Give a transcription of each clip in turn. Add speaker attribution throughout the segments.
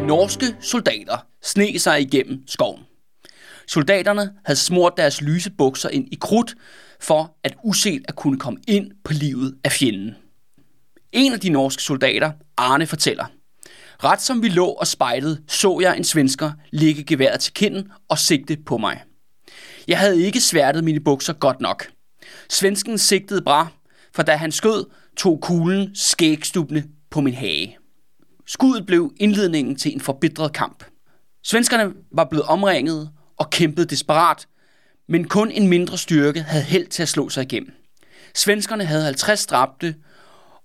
Speaker 1: De norske soldater sne sig igennem skoven. Soldaterne havde smurt deres lyse bukser ind i krudt, for at uset at kunne komme ind på livet af fjenden. En af de norske soldater, Arne, fortæller. Ret som vi lå og spejlede, så jeg en svensker lægge geværet til kinden og sigte på mig. Jeg havde ikke sværtet mine bukser godt nok. Svensken sigtede bra, for da han skød, tog kuglen skægstubne på min hage. Skuddet blev indledningen til en forbitret kamp. Svenskerne var blevet omringet og kæmpede desperat, men kun en mindre styrke havde held til at slå sig igennem. Svenskerne havde 50 dræbte,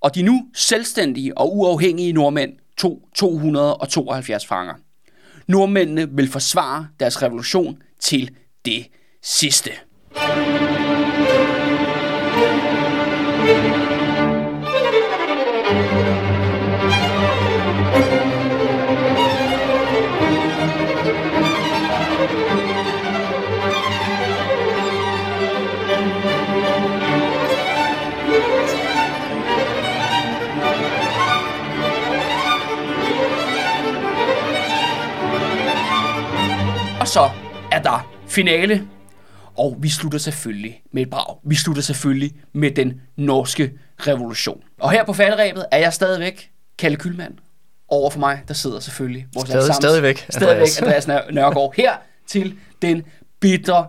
Speaker 1: og de nu selvstændige og uafhængige nordmænd tog 272 fanger. Nordmændene vil forsvare deres revolution til det sidste. Og så er der finale. Og vi slutter selvfølgelig med et brag. Vi slutter selvfølgelig med den norske revolution. Og her på faldrebet er jeg stadigvæk Kalle Kylmand. Over for mig, der sidder selvfølgelig vores
Speaker 2: Stadig-
Speaker 1: allesammens-
Speaker 2: stadigvæk,
Speaker 1: stadigvæk
Speaker 2: Andreas.
Speaker 1: Andreas, Andreas Nør- Nørgaard. Her til den bitre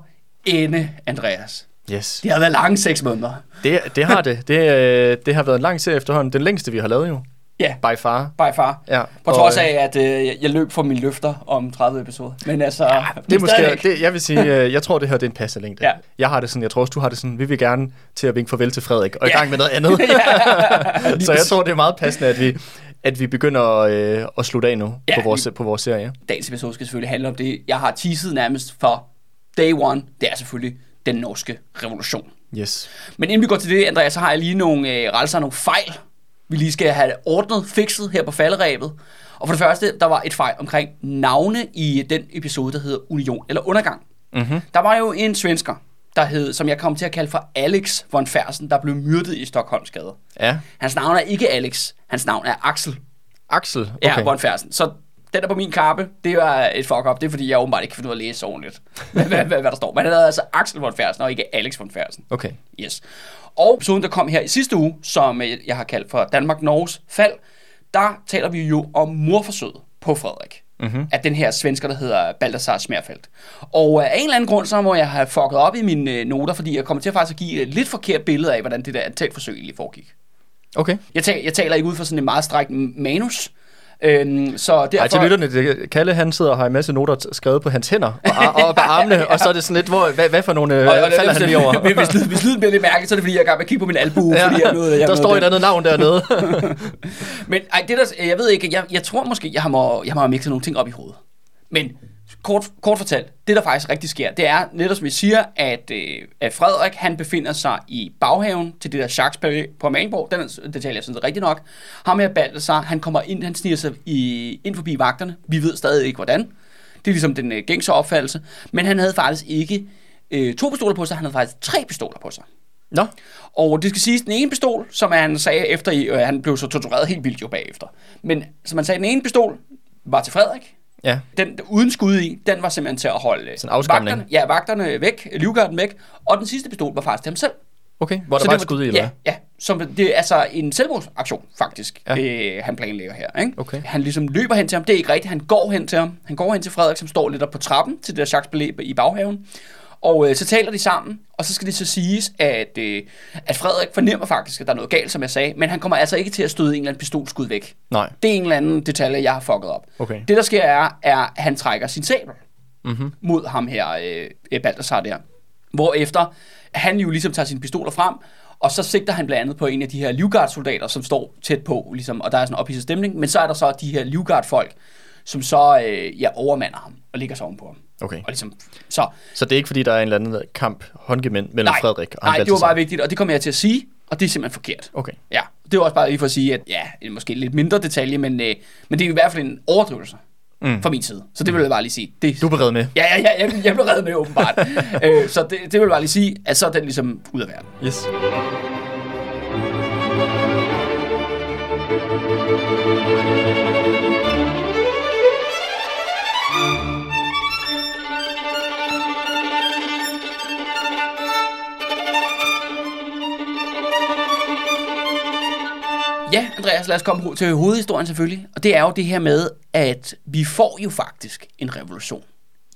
Speaker 1: ende, Andreas.
Speaker 2: Yes.
Speaker 1: Det har været lange seks måneder.
Speaker 2: Det, det har det. det. øh, Det har været en lang serie efterhånden. Den længste, vi har lavet jo.
Speaker 1: Ja,
Speaker 2: By far.
Speaker 1: by far.
Speaker 2: Ja,
Speaker 1: På
Speaker 2: og,
Speaker 1: trods
Speaker 2: øh,
Speaker 1: af, at øh, jeg- jeg løb for mine løfter om 30 episoder. Men altså, ja,
Speaker 2: Det er måske, det, jeg vil sige, øh, jeg tror, det her det er en passende længde.
Speaker 1: Ja.
Speaker 2: Jeg har det sådan, jeg tror også, du har det sådan, vi vil gerne til at vinke farvel til Frederik, og i
Speaker 1: Ja.
Speaker 2: gang med noget andet. Så jeg tror, det er meget passende, at vi, at vi begynder øh, at slutte af nu
Speaker 1: Ja,
Speaker 2: på, vores, på vores serie.
Speaker 1: dagens episode skal selvfølgelig handle om det, jeg har teaset nærmest for day one. Det er selvfølgelig den norske revolution.
Speaker 2: Yes.
Speaker 1: Men inden vi går til det, Andreas, så har jeg lige nogle øh, relser og nogle fejl, vi lige skal have ordnet, fikset her på falderæbet. Og for det første, der var et fejl omkring navne i den episode, der hedder Union eller Undergang. Mm-hmm. Der var jo en svensker, der hed, som jeg kom til at kalde for Alex von Fersen, der blev myrdet i Stockholmsgade.
Speaker 2: Ja.
Speaker 1: Hans navn er ikke Alex, hans navn er Axel.
Speaker 2: Axel. Okay.
Speaker 1: Ja, Ron Færsen. Så den der på min kappe, det er et fuck up. Det er fordi, jeg åbenbart ikke kan finde ud af at læse ordentligt, hvad, hvad, hvad, hvad der står. Men han hedder altså Axel von Færsen, og ikke Alex von Færsen.
Speaker 2: Okay.
Speaker 1: Yes. Og episoden, der kom her i sidste uge, som øh, jeg har kaldt for Danmark-Norges fald, der taler vi jo om morforsøget på Frederik.
Speaker 2: Mhm.
Speaker 1: Mm-hmm. Af den her svensker, der hedder Baltasar Smerfeldt. Og øh, af en eller anden grund, så må jeg have fucket op i mine øh, noter, fordi jeg kommer til at faktisk at give et lidt forkert billede af, hvordan det der attentatforsøg egentlig foregik.
Speaker 2: Okay.
Speaker 1: Jeg, taler, jeg taler ikke ud fra sådan en meget strækt manus. Øhm, så derfor...
Speaker 2: Ej, til lytterne, det, Kalle han sidder og har en masse noter t- skrevet på hans hænder og, ar- og op ad armene, ja. og så er det sådan lidt, hvor, hvad, hvad for nogle øh,
Speaker 1: Og, og,
Speaker 2: falder han lige over?
Speaker 1: hvis, hvis, lyden- hvis lyden bliver lidt mærkeligt, så er det fordi, jeg er i gang med at kigge på min albue.
Speaker 2: ja,
Speaker 1: Ja, Uh, fordi jeg er noget, jeg er
Speaker 2: der
Speaker 1: noget
Speaker 2: står et
Speaker 1: der.
Speaker 2: andet navn dernede.
Speaker 1: Men ej, det der, jeg ved ikke, jeg, jeg tror måske, jeg har, må, jeg må have mixet nogle ting op i hovedet. Men kort, kort fortalt, det der faktisk rigtig sker, det er netop som vi siger, at, øh, at Frederik han befinder sig i baghaven til det der Jacques på Amalienborg. Den er- detalje jeg synes er rigtig nok. Ham her balder sig, han kommer ind, han sniger sig i, ind forbi vagterne. Vi ved stadig ikke hvordan. Det er ligesom den øh, gængse opfattelse. Men han havde faktisk ikke øh, to pistoler på sig, han havde faktisk tre pistoler på sig.
Speaker 2: Nå,
Speaker 1: Og det skal siges, den ene pistol, som han sagde efter, øh, han blev så tortureret helt vildt jo bagefter. Men som han sagde, den ene pistol var til Frederik.
Speaker 2: ja.
Speaker 1: Den der uden skud i, den var simpelthen til at holde øh,
Speaker 2: Sådan afskamning.
Speaker 1: vagterne, ja, vagterne væk, livgarden væk. Og den sidste pistol var faktisk til ham selv.
Speaker 2: Okay, hvor der
Speaker 1: Så
Speaker 2: var
Speaker 1: det
Speaker 2: et skud i, eller
Speaker 1: ja,
Speaker 2: hvad?
Speaker 1: ja, som, det er altså en selvmordsaktion, faktisk,
Speaker 2: Ja.
Speaker 1: ja. øh, han planlægger her. Ikke?
Speaker 2: Okay.
Speaker 1: Han ligesom løber hen til ham, det er ikke rigtigt, han går hen til ham. Han går hen til Frederik, som står lidt op på trappen til det der Jacques i baghaven. Og øh, så taler de sammen, og så skal det så siges, at, øh, at Frederik fornemmer faktisk, at der er noget galt, som jeg sagde, men han kommer altså ikke til at støde en eller anden pistolskud væk.
Speaker 2: Nej.
Speaker 1: Det er en eller anden detalje, jeg har fucket op.
Speaker 2: Okay.
Speaker 1: Det, der sker, er, er at han trækker sin sabel
Speaker 2: Mhm.
Speaker 1: mm-hmm. mod ham her, øh, Baltasar der. Hvorefter han jo ligesom tager sine pistoler frem, og så sigter han blandt andet på en af de her livgardsoldater, som står tæt på, ligesom, og der er sådan en ophidset stemning. Men så er der så de her livgardfolk, som så øh, ja, overmander ham og ligger sig ovenpå ham.
Speaker 2: Okay.
Speaker 1: Og ligesom, så,
Speaker 2: Så det er ikke, fordi der er en eller anden kamp håndgemænd mellem
Speaker 1: nej,
Speaker 2: Frederik og ham
Speaker 1: nej, det var
Speaker 2: Balthasar?
Speaker 1: bare vigtigt, og det kommer jeg til at sige, og det er simpelthen forkert.
Speaker 2: Okay.
Speaker 1: Ja, det var også bare lige for at sige, at ja, en måske lidt mindre detalje, men, øh, men det er i hvert fald en overdrivelse mm. fra min side. Så det vil jeg bare lige sige. Det,
Speaker 2: Du er beredt med.
Speaker 1: Ja, ja, ja, jeg, jeg blev reddet med åbenbart. øh, så det, det vil jeg bare lige sige, at så er den ligesom ud af verden.
Speaker 2: Yes.
Speaker 1: Ja, Andreas, lad os komme ho- til hovedhistorien selvfølgelig. Og det er jo det her med, at vi får jo faktisk en revolution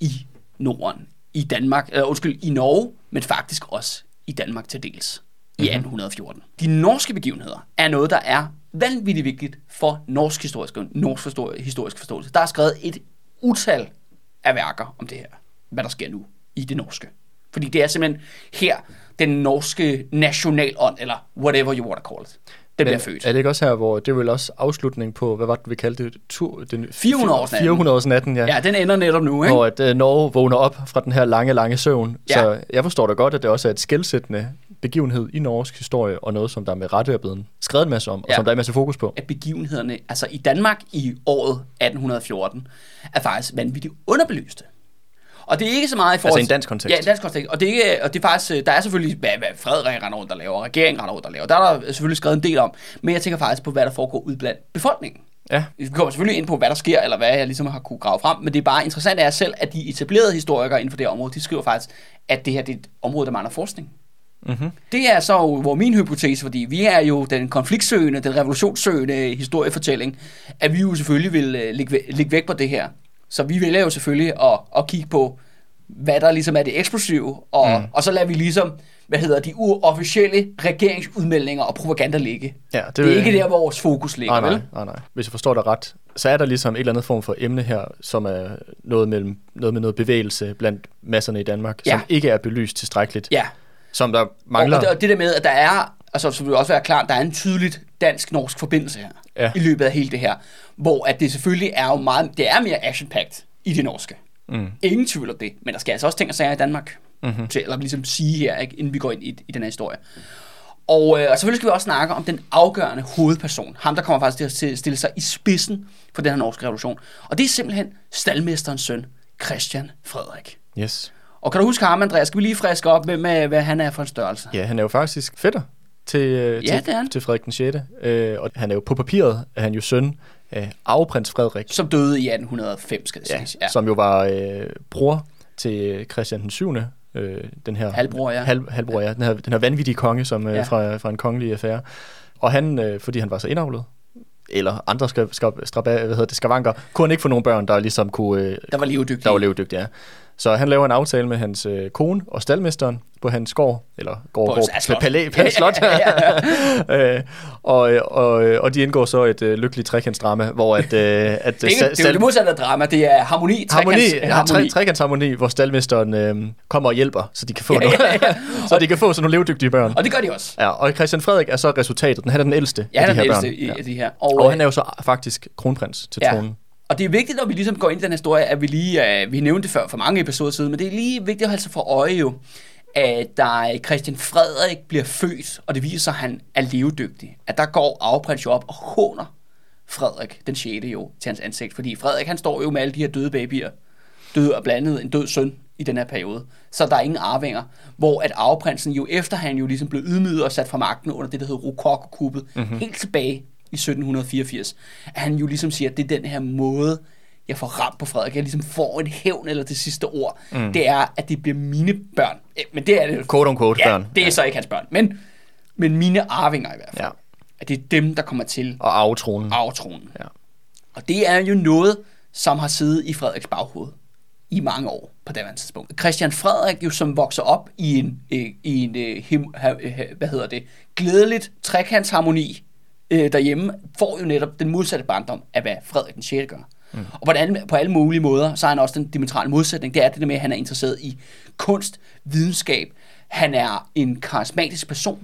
Speaker 1: i Norden, i Danmark, eller undskyld, i Norge, men faktisk også i Danmark til dels i 1814. De norske begivenheder er noget, der er vanvittigt vigtigt for norsk historisk, norsk forstå- historisk forståelse. Der er skrevet et utal af værker om det her, hvad der sker nu i det norske. Fordi det er simpelthen her, den norske nationalånd, eller whatever you want to call it, den bliver født.
Speaker 2: Er det ikke også her, hvor det er vel også afslutning på, hvad var det, vi kaldte det? Tur, den,
Speaker 1: 400-årsnatten.
Speaker 2: 400 års natten, ja.
Speaker 1: Ja, den ender netop nu, ikke?
Speaker 2: Hvor at, øh, Norge vågner op fra den her lange, lange søvn.
Speaker 1: Ja.
Speaker 2: Ja. Så jeg forstår da godt, at det også er et skældsættende begivenhed i norsk historie, og noget, som der med rette er blevet skrevet en masse om, og
Speaker 1: Ja.
Speaker 2: som der er en masse fokus på.
Speaker 1: At begivenhederne, altså i Danmark i året 1814, er faktisk vanvittigt underbelyste. Og det er ikke så meget i forhold
Speaker 2: Altså i en dansk kontekst.
Speaker 1: Ja, i en dansk kontekst. Og det er, ikke, og det er faktisk, øh, der er selvfølgelig, hvad, hvad Frederik render rundt og laver, og regeringen render rundt og laver. Der er der selvfølgelig skrevet en del om. Men jeg tænker faktisk på, hvad der foregår ud blandt befolkningen.
Speaker 2: Ja.
Speaker 1: Vi kommer selvfølgelig ind på, hvad der sker, eller hvad jeg ligesom har kunne grave frem, men det er bare interessant af selv, at de etablerede historikere inden for det her område, de skriver faktisk, at det her det er et område, der mangler forskning.
Speaker 2: Mm-hmm.
Speaker 1: Det er så jo, hvor min hypotese, fordi vi er jo den konfliktsøgende, den revolutionssøgende historiefortælling, at vi jo selvfølgelig vil øh, lægge, væ- lægge væk på det her. Så vi vælger jo selvfølgelig at, at kigge på, hvad der ligesom er det eksplosive, og, mm. og så lader vi ligesom, hvad hedder de uofficielle regeringsudmeldinger og propaganda ligge.
Speaker 2: Ja, det,
Speaker 1: Det er ikke der, vores fokus ligger,
Speaker 2: Nej, Ah, nej,
Speaker 1: vel?
Speaker 2: nej, nej. Hvis jeg forstår dig ret, så er der ligesom et eller andet form for emne her, som er noget, mellem, noget med noget bevægelse blandt masserne i Danmark,
Speaker 1: Ja.
Speaker 2: som ikke er belyst tilstrækkeligt,
Speaker 1: Ja,
Speaker 2: som der
Speaker 1: Og,
Speaker 2: mangler.
Speaker 1: og, det, og det der med, at der er, altså så vil det også være klart, der er en tydeligt dansk-norsk forbindelse her,
Speaker 2: Ja.
Speaker 1: i løbet af hele det her, hvor at det selvfølgelig er jo meget, det er mere action i det norske.
Speaker 2: Mm. Mhm.
Speaker 1: Ingen tvivl om det, men der skal altså også ting og sager i Danmark, mm-hmm. til, eller ligesom sige her, ikke, inden vi går ind i, i den her historie. Og, øh, og selvfølgelig skal vi også snakke om den afgørende hovedperson, ham der kommer faktisk til at stille- stille sig i spidsen for den her norske revolution. Og det er simpelthen stalmesterens søn, Christian Frederik.
Speaker 2: Yes.
Speaker 1: Og kan du huske ham, Andreas? Skal vi lige friske op med, med hvad han er for en størrelse?
Speaker 2: Ja, han er jo faktisk fætter til, øh,
Speaker 1: Ja,
Speaker 2: til,
Speaker 1: det er han.
Speaker 2: til Frederik den 6. Øh, og han er jo på papiret, er han jo søn af arveprins Frederik,
Speaker 1: som døde i 1805, skal det ja, siges. Ja.
Speaker 2: som jo var øh, bror til Christian den 7. Øh, den her
Speaker 1: Halvbror, ja.
Speaker 2: Halv, halvbror, ja. Den her, den her vanvittige konge som, øh,
Speaker 1: Ja.
Speaker 2: ja. fra, fra en kongelig affære. Og han, øh, fordi han var så indavlet, eller andre skab, skab, straba, hvad hedder det, skavanker, kunne han ikke få nogen børn, der ligesom kunne, øh,
Speaker 1: Der var levedygtig.
Speaker 2: der var levedygtige. Ja. Så han laver en aftale med hans øh, kone og staldmesteren på hans gård, eller gård,
Speaker 1: På
Speaker 2: gård,
Speaker 1: hans slot.
Speaker 2: palæ, palæ, slot. Øh, og, øh, og, øh, og de indgår så et øh, lykkeligt trekantsdrama, hvor at, øh, at
Speaker 1: det, er ikke, det er jo det modsatte af drama, det er harmoni,
Speaker 2: harmoni,
Speaker 1: trekants-
Speaker 2: harmoni. trekantsharmoni, hvor staldmesteren øh, kommer og hjælper, så de kan få ja, nogle, ja, ja. så de kan få sådan nogle levedygtige børn.
Speaker 1: Og det gør de også.
Speaker 2: Ja, og Christian Frederik er så resultatet. Han er den ældste
Speaker 1: Ja, han er
Speaker 2: af de
Speaker 1: den
Speaker 2: her
Speaker 1: ældste
Speaker 2: børn.
Speaker 1: i,
Speaker 2: ja.
Speaker 1: i det her.
Speaker 2: Og han er jo så faktisk kronprins til ja. tronen.
Speaker 1: Og det er vigtigt, når vi ligesom går ind i den her historie, at vi lige, øh, vi nævnte det før for mange episoder siden, men det er lige vigtigt at holde sig for øje jo, at der Christian Frederik bliver født, og det viser sig, at han er levedygtig. At der går afprins jo op og håner Frederik den 6. jo til hans ansigt, fordi Frederik han står jo med alle de her døde babyer, døde og blandet en død søn i den her periode, så der er ingen arvinger, hvor at arveprinsen jo efter han jo ligesom blev ydmyget og sat fra magten under det, der hed Rokokokuppet,
Speaker 2: Mhm.
Speaker 1: mm-hmm. helt tilbage i 1784, at han jo ligesom siger, at det er den her måde, jeg får ramt på Frederik, jeg ligesom får en hævn eller det sidste ord, mm. det er, at det bliver mine børn. Eh, Men det er det jo
Speaker 2: Mhm. Quote on quote
Speaker 1: ja,
Speaker 2: børn.
Speaker 1: det er ja. så ikke hans børn, men, men mine arvinger i hvert fald.
Speaker 2: Ja.
Speaker 1: At det er dem, der kommer til
Speaker 2: Og arve tronen.
Speaker 1: arvetronen.
Speaker 2: Ja.
Speaker 1: Og det er jo noget, som har siddet i Frederiks baghoved i mange år på det andet tidspunkt. Christian Frederik jo, som vokser op i en, øh, i en øh, him, ha, øh, hvad hedder det, glædeligt trekantsharmoni øh, derhjemme, får jo netop den modsatte barndom af, hvad Frederik den 6. gør. Mm. Og hvordan, på alle mulige måder, så er han også den dimensionale modsætning. Det er det der med, at han er interesseret i kunst, videnskab. Han er en karismatisk person.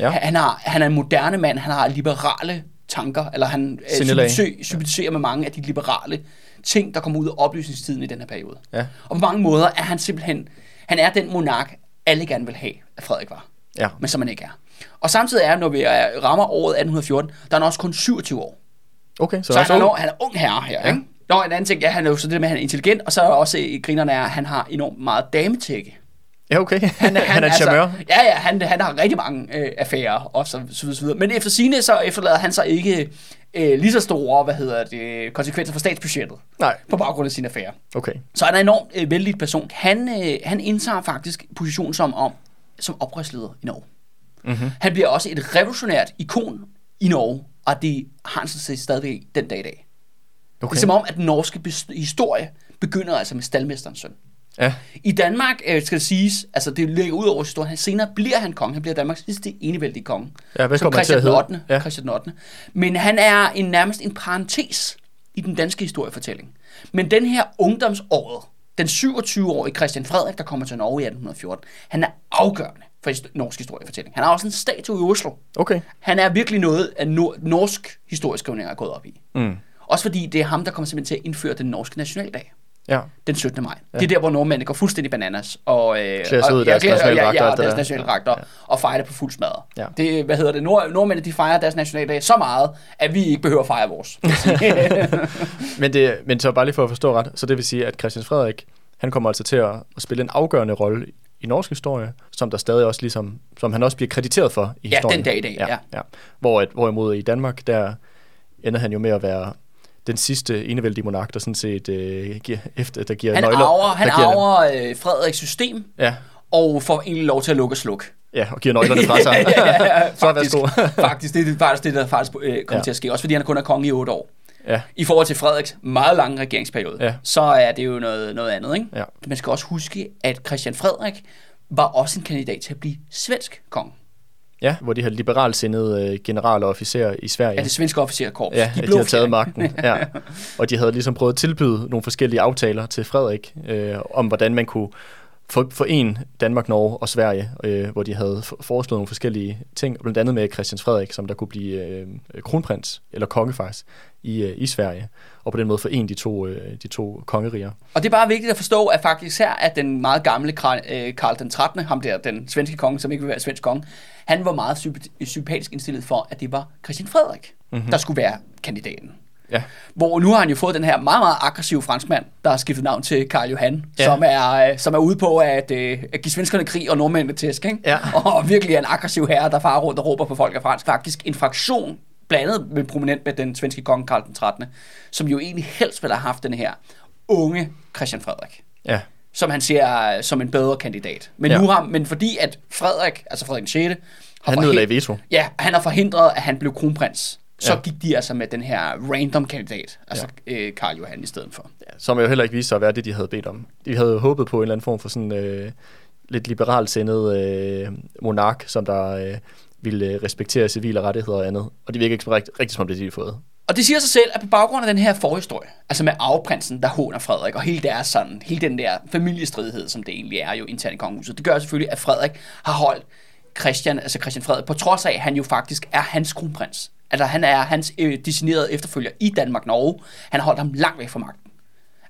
Speaker 1: Ja.
Speaker 2: Ja.
Speaker 1: Han, har, han er en moderne mand, han har liberale tanker, eller han øh,
Speaker 2: Sindelag.
Speaker 1: sympatiserer- sympatiserer med mange af de liberale ting, der kommer ud af oplysningstiden i den her periode.
Speaker 2: Ja.
Speaker 1: Og på mange måder er han simpelthen, han er den monark, alle gerne vil have, at Frederik var.
Speaker 2: Ja.
Speaker 1: Men som han ikke er. Og samtidig er, når vi er- rammer året 1814, der er han også kun 27 år.
Speaker 2: Okay,
Speaker 1: Så
Speaker 2: så,
Speaker 1: han er,
Speaker 2: også
Speaker 1: når, han er ung herre her, ja. ikke? Nå, en anden ting, ja, han er jo så det der med, at han er intelligent, og så er der også øh, grinerne er, at han har enormt meget dametække
Speaker 2: Ja, okay. Han, han, han er
Speaker 1: altså-
Speaker 2: charmeur.
Speaker 1: Ja, ja, han, han har rigtig mange øh, affærer og så, så, videre, så videre. Men efter sine så efterlader han sig ikke øh, lige så store, hvad hedder det, konsekvenser for statsbudgettet
Speaker 2: Nej.
Speaker 1: på baggrund af sine affærer.
Speaker 2: Okay.
Speaker 1: Så han er en enormt øh, vældig person. Han, øh, han indtager faktisk position som, om,
Speaker 2: Mhm.
Speaker 1: som oprørsleder i Norge. Mm-hmm. Han bliver også et revolutionært ikon i Norge og det har han sådan set stadigvæk den dag i dag. Okay.
Speaker 2: Okay.
Speaker 1: Det er som om, at den norske bes- historie begynder altså med stalmesterens søn.
Speaker 2: Ja.
Speaker 1: I Danmark øh, skal det siges, altså det ligger ud over historien, han senere bliver han konge, han bliver Danmarks sidste enevældige konge.
Speaker 2: Ja, hvad
Speaker 1: Som
Speaker 2: kommer han til
Speaker 1: Christian
Speaker 2: at
Speaker 1: den
Speaker 2: hedde?
Speaker 1: 8.
Speaker 2: Ja.
Speaker 1: Ja. Christian den 8. Men han er en, nærmest en parentes i den danske historiefortælling. Men den her ungdomsåret, den 27-årige Christian Frederik, der kommer til Norge i 1814, han er afgørende for his- norsk historiefortælling. Han har også en statue i Oslo.
Speaker 2: Okay.
Speaker 1: Han er virkelig noget, at nor- norsk historieskrivning er gået op i.
Speaker 2: Mm.
Speaker 1: Også fordi det er ham, der kommer simpelthen til at indføre den norske nationaldag
Speaker 2: Ja.
Speaker 1: den 17. maj. Ja. Det er der, hvor nordmændene går fuldstændig bananas og øh,
Speaker 2: Klæder sig
Speaker 1: og-
Speaker 2: ud i deres
Speaker 1: ja, klæder-
Speaker 2: nationale
Speaker 1: ja,
Speaker 2: dragter og
Speaker 1: ja,
Speaker 2: alt
Speaker 1: og
Speaker 2: det
Speaker 1: deres
Speaker 2: der.
Speaker 1: nationale dragter ja. og fejrer det på fuld smadret.
Speaker 2: Ja.
Speaker 1: Det, hvad hedder det, Nord, nordmændene de fejrer deres nationaldag så meget, at vi ikke behøver at fejre vores.
Speaker 2: Men, det, men så bare lige for at forstå ret, så det vil sige, at Christian Frederik, han kommer altså til at, at spille en afgørende rolle i norsk historie, som der stadig også ligesom, som han også bliver krediteret for i
Speaker 1: Ja,
Speaker 2: historien.
Speaker 1: den dag i dag, ja.
Speaker 2: ja. Hvor at, hvorimod i Danmark, der ender han jo med at være den sidste enevældige monark, der sådan set øh, giver, efter, der giver
Speaker 1: han
Speaker 2: nøgler.
Speaker 1: arver, han
Speaker 2: der giver,
Speaker 1: arver øh, Frederiks system
Speaker 2: Ja,
Speaker 1: og får egentlig lov til at lukke og slukke.
Speaker 2: ja, og giver nøglerne fra sig. så
Speaker 1: faktisk,
Speaker 2: værsgo.
Speaker 1: faktisk, det er faktisk det, der faktisk øh, kommer
Speaker 2: Ja.
Speaker 1: til at ske. Også fordi han kun er konge i otte år.
Speaker 2: ja,
Speaker 1: I forhold til Frederiks meget lange regeringsperiode,
Speaker 2: Ja.
Speaker 1: ja. så er det jo noget, noget andet. Ikke?
Speaker 2: Ja.
Speaker 1: Man skal også huske, at Christian Frederik var også en kandidat til at blive svensk konge
Speaker 2: ja, hvor de her liberalsindede øh, generaler og officerer i Sverige.
Speaker 1: af det svenske officerkorps.
Speaker 2: Ja, de,
Speaker 1: blå
Speaker 2: de havde taget
Speaker 1: fjer-
Speaker 2: magten. Ja. Og de havde ligesom prøvet at tilbyde nogle forskellige aftaler til Frederik, øh, om hvordan man kunne for, forene Danmark, Norge og Sverige, øh, hvor de havde for- foreslået nogle forskellige ting, blandt andet med Christian Frederik, som der kunne blive øh, kronprins, eller konge faktisk, i, øh, i Sverige, og på den måde forene de to, øh, de to kongeriger.
Speaker 1: Og det er bare vigtigt at forstå, at faktisk her, at den meget gamle Kra- øh, Karl den 13., ham der, den svenske konge, som ikke vil være svensk konge, han var meget sympati- sympatisk indstillet for, at det var Christian Frederik,
Speaker 2: Mhm.
Speaker 1: mm-hmm. der skulle være kandidaten.
Speaker 2: Ja,
Speaker 1: Hvor nu har han jo fået den her meget, meget aggressive franskmand, der har skiftet navn til Karl Johan,
Speaker 2: Ja.
Speaker 1: ja. som, er, øh, som er ude på at, øh, at give svenskerne krig og nordmændene tæsk, ikke?
Speaker 2: Ja.
Speaker 1: Og virkelig er en aggressiv herre, der farer rundt og råber på folk af fransk. Faktisk en fraktion blandet med prominent med den svenske konge Karl den 13., som jo egentlig helst ville have haft den her unge Christian Frederik
Speaker 2: ja,
Speaker 1: som han ser øh, som en bedre kandidat. Men,
Speaker 2: Ja.
Speaker 1: ja. nu har, men fordi at Frederik, altså Frederik 6., har
Speaker 2: Han
Speaker 1: forhind-
Speaker 2: nedlagde veto.
Speaker 1: Ja, han har forhindret, at han blev kronprins. Så
Speaker 2: Ja.
Speaker 1: ja. gik de altså med den her random kandidat, altså øh, Karl Johan i stedet for.
Speaker 2: som jo heller ikke viste sig at være det, de havde bedt om. De havde jo håbet på en eller anden form for sådan øh, lidt liberalt sindet øh, monark, som der øh, ville øh, respektere civile rettigheder og andet. Og det virker ikke rigtig, rigtig som om det, de havde fået.
Speaker 1: Og det siger sig selv, at på baggrund af den her forhistorie, altså med arveprinsen, der håner Frederik, og hele, deres sådan, hele den der familiestridighed, som det egentlig er jo internt i kongehuset, det gør selvfølgelig, at Frederik har holdt Christian, altså Christian Frederik, på trods af, at han jo faktisk er hans kronprins. Altså han er hans øh, designerede efterfølger i Danmark-Norge. Han har holdt ham langt væk fra magten.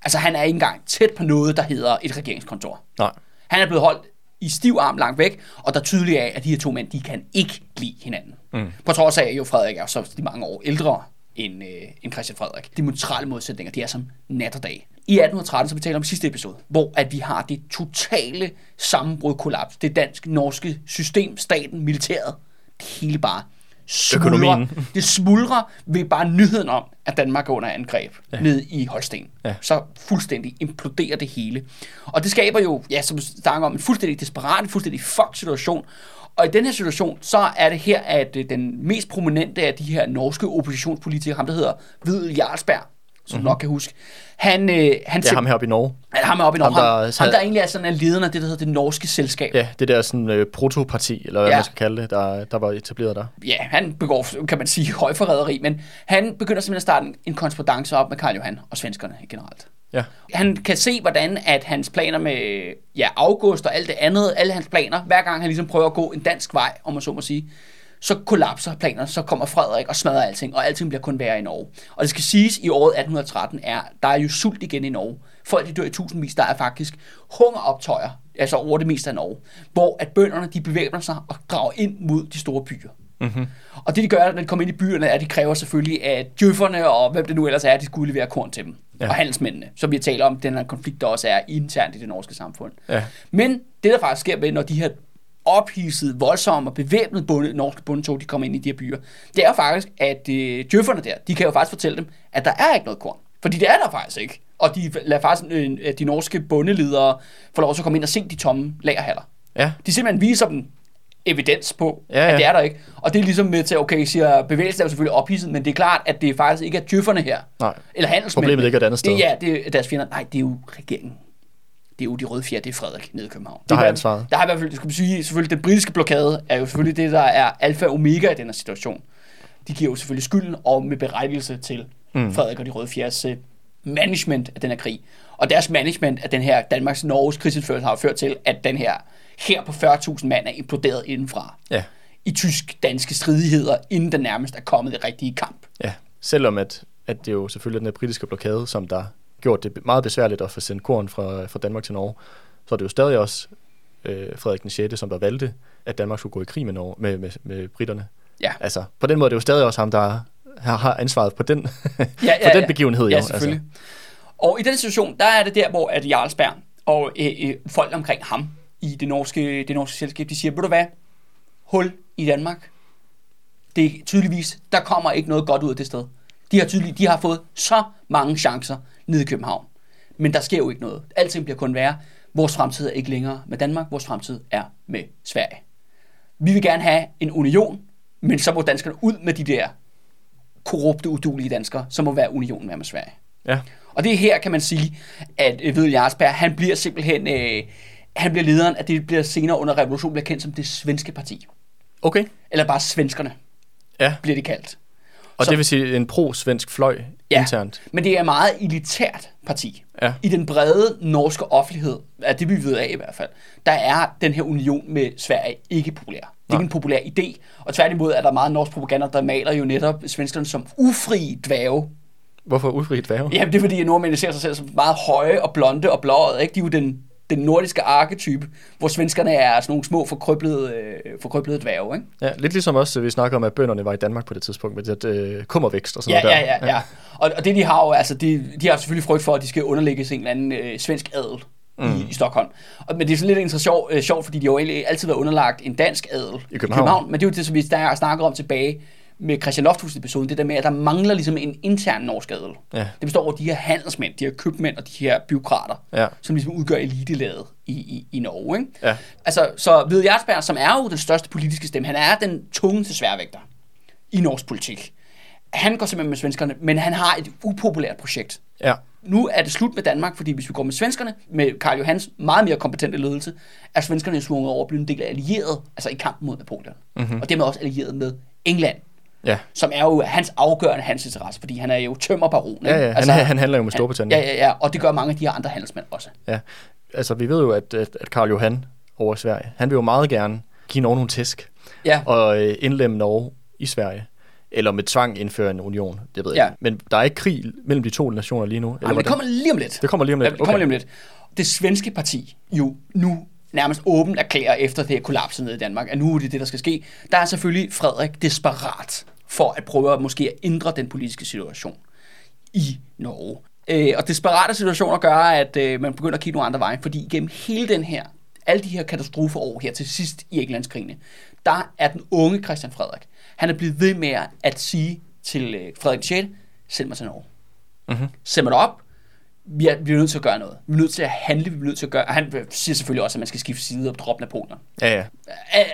Speaker 1: Altså han er ikke engang tæt på noget, der hedder et regeringskontor.
Speaker 2: Nej.
Speaker 1: Han er blevet holdt i stiv arm langt væk, og der er tydeligt af, at de her to mænd, de kan ikke lide hinanden. Mm. På trods af, at jo Frederik er så de mange år ældre end, øh, end Christian Frederik. De motrale modsætninger, de er som nat og dag. I 1813, som vi taler om i sidste episode, hvor at vi har det totale sammenbrud, kollaps. Det dansk-norske system, staten, militæret, det hele bare smuldrer.
Speaker 2: Økonomien.
Speaker 1: Det smuldrer ved bare nyheden om, at Danmark er under angreb ja. ned i Holsten.
Speaker 2: Ja.
Speaker 1: Ja. Så fuldstændig imploderer det hele. Og det skaber jo, ja, som vi snakker om, en fuldstændig desperat, en fuldstændig fuck situation. Og i den her situation, så er det her, at øh, den mest prominente af de her norske oppositionspolitikere, ham der hedder Hvid Jarlsberg, som mm-hmm. nok kan huske, han, øh, han,
Speaker 2: Det er Mhm. ham heroppe i Norge.
Speaker 1: han, ham er oppe i Norge.
Speaker 2: Ham,
Speaker 1: Ham,
Speaker 2: der
Speaker 1: ham,
Speaker 2: sad-
Speaker 1: der egentlig er sådan en lederen af det, der hedder det norske selskab.
Speaker 2: Ja, det der sådan øh, protoparti, eller hvad ja.
Speaker 1: Ja.
Speaker 2: man skal kalde det, der, der var etableret der.
Speaker 1: ja, han begår, kan man sige, højforræderi, men han begynder simpelthen at starte en- en konspondance op med Karl Johan og svenskerne generelt.
Speaker 2: Ja.
Speaker 1: Han kan se, hvordan at hans planer med ja, august og alt det andet, alle hans planer, hver gang han ligesom prøver at gå en dansk vej, om man så må sige, så kollapser planerne, så kommer Frederik og smadrer alting, og alting bliver kun værre i Norge. Og det skal siges, i året 1813 er, der er jo sult igen i Norge. Folk de dør i tusindvis, der er faktisk hungeroptøjer, altså over det meste af Norge, hvor at bønderne de bevæbner sig og drager ind mod de store byer. Mm-hmm. Og det de gør, når de kommer ind i byerne, er, at de kræver selvfølgelig, at djøfferne og hvem det nu ellers er, at de skulle levere korn til dem.
Speaker 2: Ja.
Speaker 1: Ja. Og handelsmændene, som vi taler om, den her konflikt, der også er internt i det norske samfund.
Speaker 2: Ja.
Speaker 1: Men det, der faktisk sker ved, når de her ophidsede, voldsomme og bevæbnede bunde, norske bundetog, de kommer ind i de her byer, det er jo faktisk, at øh, djøfferne der, de kan jo faktisk fortælle dem, at der er ikke noget korn. Fordi det er der faktisk ikke. Og de lader faktisk øh, at de norske bundeledere få lov til at komme ind og se de tomme lagerhaller.
Speaker 2: Ja.
Speaker 1: De simpelthen viser dem, evidens på,
Speaker 2: Ja,
Speaker 1: ja, ja.
Speaker 2: ja.
Speaker 1: at det er der ikke. Og det er ligesom med til, okay, siger, bevægelsen er jo selvfølgelig ophidset, men det er klart, at det faktisk ikke er djøfferne her.
Speaker 2: Nej.
Speaker 1: Eller handelsmændene.
Speaker 2: Problemet ligger et andet sted.
Speaker 1: Det, ja, det er deres fjender. Nej, det er jo regeringen. Det er jo de røde fjerde, det er Frederik nede i København.
Speaker 2: Der har
Speaker 1: Det er-
Speaker 2: ansvaret.
Speaker 1: Der har i hvert fald, det skal man sige, selvfølgelig den britiske blokade er jo selvfølgelig det, der er alfa og omega i den her situation. De giver jo selvfølgelig skylden og med berettigelse til mm. Frederik og de røde fjerdes øh, management af den her krig. Og deres management af den her Danmarks-Norges krigsindførelse har jo ført til, at den her her på 40.000 mand er imploderet indenfra
Speaker 2: Ja.
Speaker 1: i tysk-danske stridigheder, inden den nærmest er kommet i rigtige kamp.
Speaker 2: Ja, selvom at, at det jo selvfølgelig er den her britiske blokade, som der gjort det meget besværligt at få sendt korn fra, fra Danmark til Norge, så er det jo stadig også øh, Frederik den 6., som der valgte, at Danmark skulle gå i krig med, Norge, med, med, med britterne.
Speaker 1: Ja.
Speaker 2: Altså, på den måde er det jo stadig også ham, der har, har ansvaret på den, ja, ja, for den begivenhed.
Speaker 1: ja,
Speaker 2: jo, altså.
Speaker 1: selvfølgelig. Og i den situation, der er det der, hvor at Jarlsberg og øh, øh, folk omkring ham i det norske, det norske selskab, de siger, ved du hvad, hul i Danmark, det er tydeligvis, der kommer ikke noget godt ud af det sted. De har tydeligt, de har fået så mange chancer nede i København. Men der sker jo ikke noget. Alting bliver kun værre. Vores fremtid er ikke længere med Danmark. Vores fremtid er med Sverige. Vi vil gerne have en union, men så må danskerne ud med de der korrupte, udulige danskere, som må være unionen med med Sverige.
Speaker 2: Ja,
Speaker 1: Og det er her, kan man sige, at øh, Vedel Jarlsberg, han bliver simpelthen, øh, han bliver lederen af det, der bliver senere under revolutionen bliver kendt som det svenske parti.
Speaker 2: okay.
Speaker 1: Eller bare svenskerne,
Speaker 2: Ja.
Speaker 1: bliver det kaldt. Så-
Speaker 2: Og så, det vil sige en pro-svensk fløj ja. internt.
Speaker 1: Men det er et meget elitært parti.
Speaker 2: Ja.
Speaker 1: I den brede norske offentlighed, af det vi ved af i hvert fald, der er den her union med Sverige ikke populær. Det er ikke en populær idé, og tværtimod er der meget norsk propaganda, der maler jo netop svenskerne som ufri dværge.
Speaker 2: Hvorfor udfri et værve?
Speaker 1: Jamen det er fordi, at nordmændene ser sig selv som meget høje og blonde og blåøjet. Ikke? De er jo den, den nordiske arketype, hvor svenskerne er sådan nogle små forkrøblede, øh, forkrøblede dværge. Ikke?
Speaker 2: Ja, lidt ligesom også, vi snakker om, at bønderne var i Danmark på det tidspunkt, med det øh, kummervækst og sådan
Speaker 1: Ja,
Speaker 2: noget
Speaker 1: ja,
Speaker 2: der.
Speaker 1: ja, ja. Og, og det de har jo, altså, de, de har selvfølgelig frygt for, at de skal underlægges en eller anden øh, svensk adel mm. i, i Stockholm. Og, men det er sådan lidt interessant, sjov, øh, sjovt, fordi de har jo egentlig altid været underlagt en dansk adel
Speaker 2: I København.
Speaker 1: Men det er jo det, som vi der snakker om tilbage med Christian Lofthus-episoden, det der med, at der mangler ligesom en intern norsk adel.
Speaker 2: Ja.
Speaker 1: Det består af de her handelsmænd, de her købmænd og de her byråkrater,
Speaker 2: Ja.
Speaker 1: som ligesom udgør elitelaget i, i, i Norge. Ikke?
Speaker 2: Ja.
Speaker 1: Altså, så Hvide Jarlsberg, som er jo den største politiske stemme, han er den tungeste sværvægter i norsk politik. Han går simpelthen med svenskerne, men han har et upopulært projekt.
Speaker 2: ja.
Speaker 1: Nu er det slut med Danmark, fordi hvis vi går med svenskerne, med Karl Johans meget mere kompetente ledelse, er svenskerne svunget over at blive en del af allieret, altså i kampen mod Napoleon.
Speaker 2: Mhm.
Speaker 1: Mm-hmm. Og dermed også allieret med England,
Speaker 2: ja.
Speaker 1: som er jo hans afgørende hans interesse, fordi han er jo tømmerbaron. ikke?
Speaker 2: Ja, ja. Han, altså, han handler jo med Storbritannien.
Speaker 1: Ja, ja, ja, og det gør mange af de her andre handelsmænd også.
Speaker 2: ja. Altså, vi ved jo, at, at, at Karl Johan over i Sverige, han vil jo meget gerne give Norge nogle tæsk
Speaker 1: Ja.
Speaker 2: og øh, indlemme Norge i Sverige. Eller med tvang indføre en union, det ved jeg
Speaker 1: Ja.
Speaker 2: ikke. Men der er ikke krig mellem de to nationer lige nu. Eller
Speaker 1: Jamen, det
Speaker 2: hvordan?
Speaker 1: kommer lige om lidt.
Speaker 2: Det kommer lige om lidt,
Speaker 1: Ja, det kommer
Speaker 2: okay.
Speaker 1: lige om lidt. Det svenske parti jo nu nærmest åbent erklærer efter det her kollaps nede i Danmark, at nu er det det, der skal ske. Der er selvfølgelig Frederik desperat for at prøve at måske at ændre den politiske situation i Norge. Øh, og desperate situationer gør, at øh, man begynder at kigge nogle andre veje, fordi gennem hele den her, alle de her katastrofeår her til sidst i Englandskrigene, der er den unge Christian Frederik, han er blevet ved med at sige til øh, Frederik 6., send mig til Norge send mig det op. Vi er, vi er nødt til at gøre noget. Vi er nødt til at handle, vi er nødt til at gøre... Og han siger selvfølgelig også, at man skal skifte side og droppe Napoleon.
Speaker 2: Ja, ja.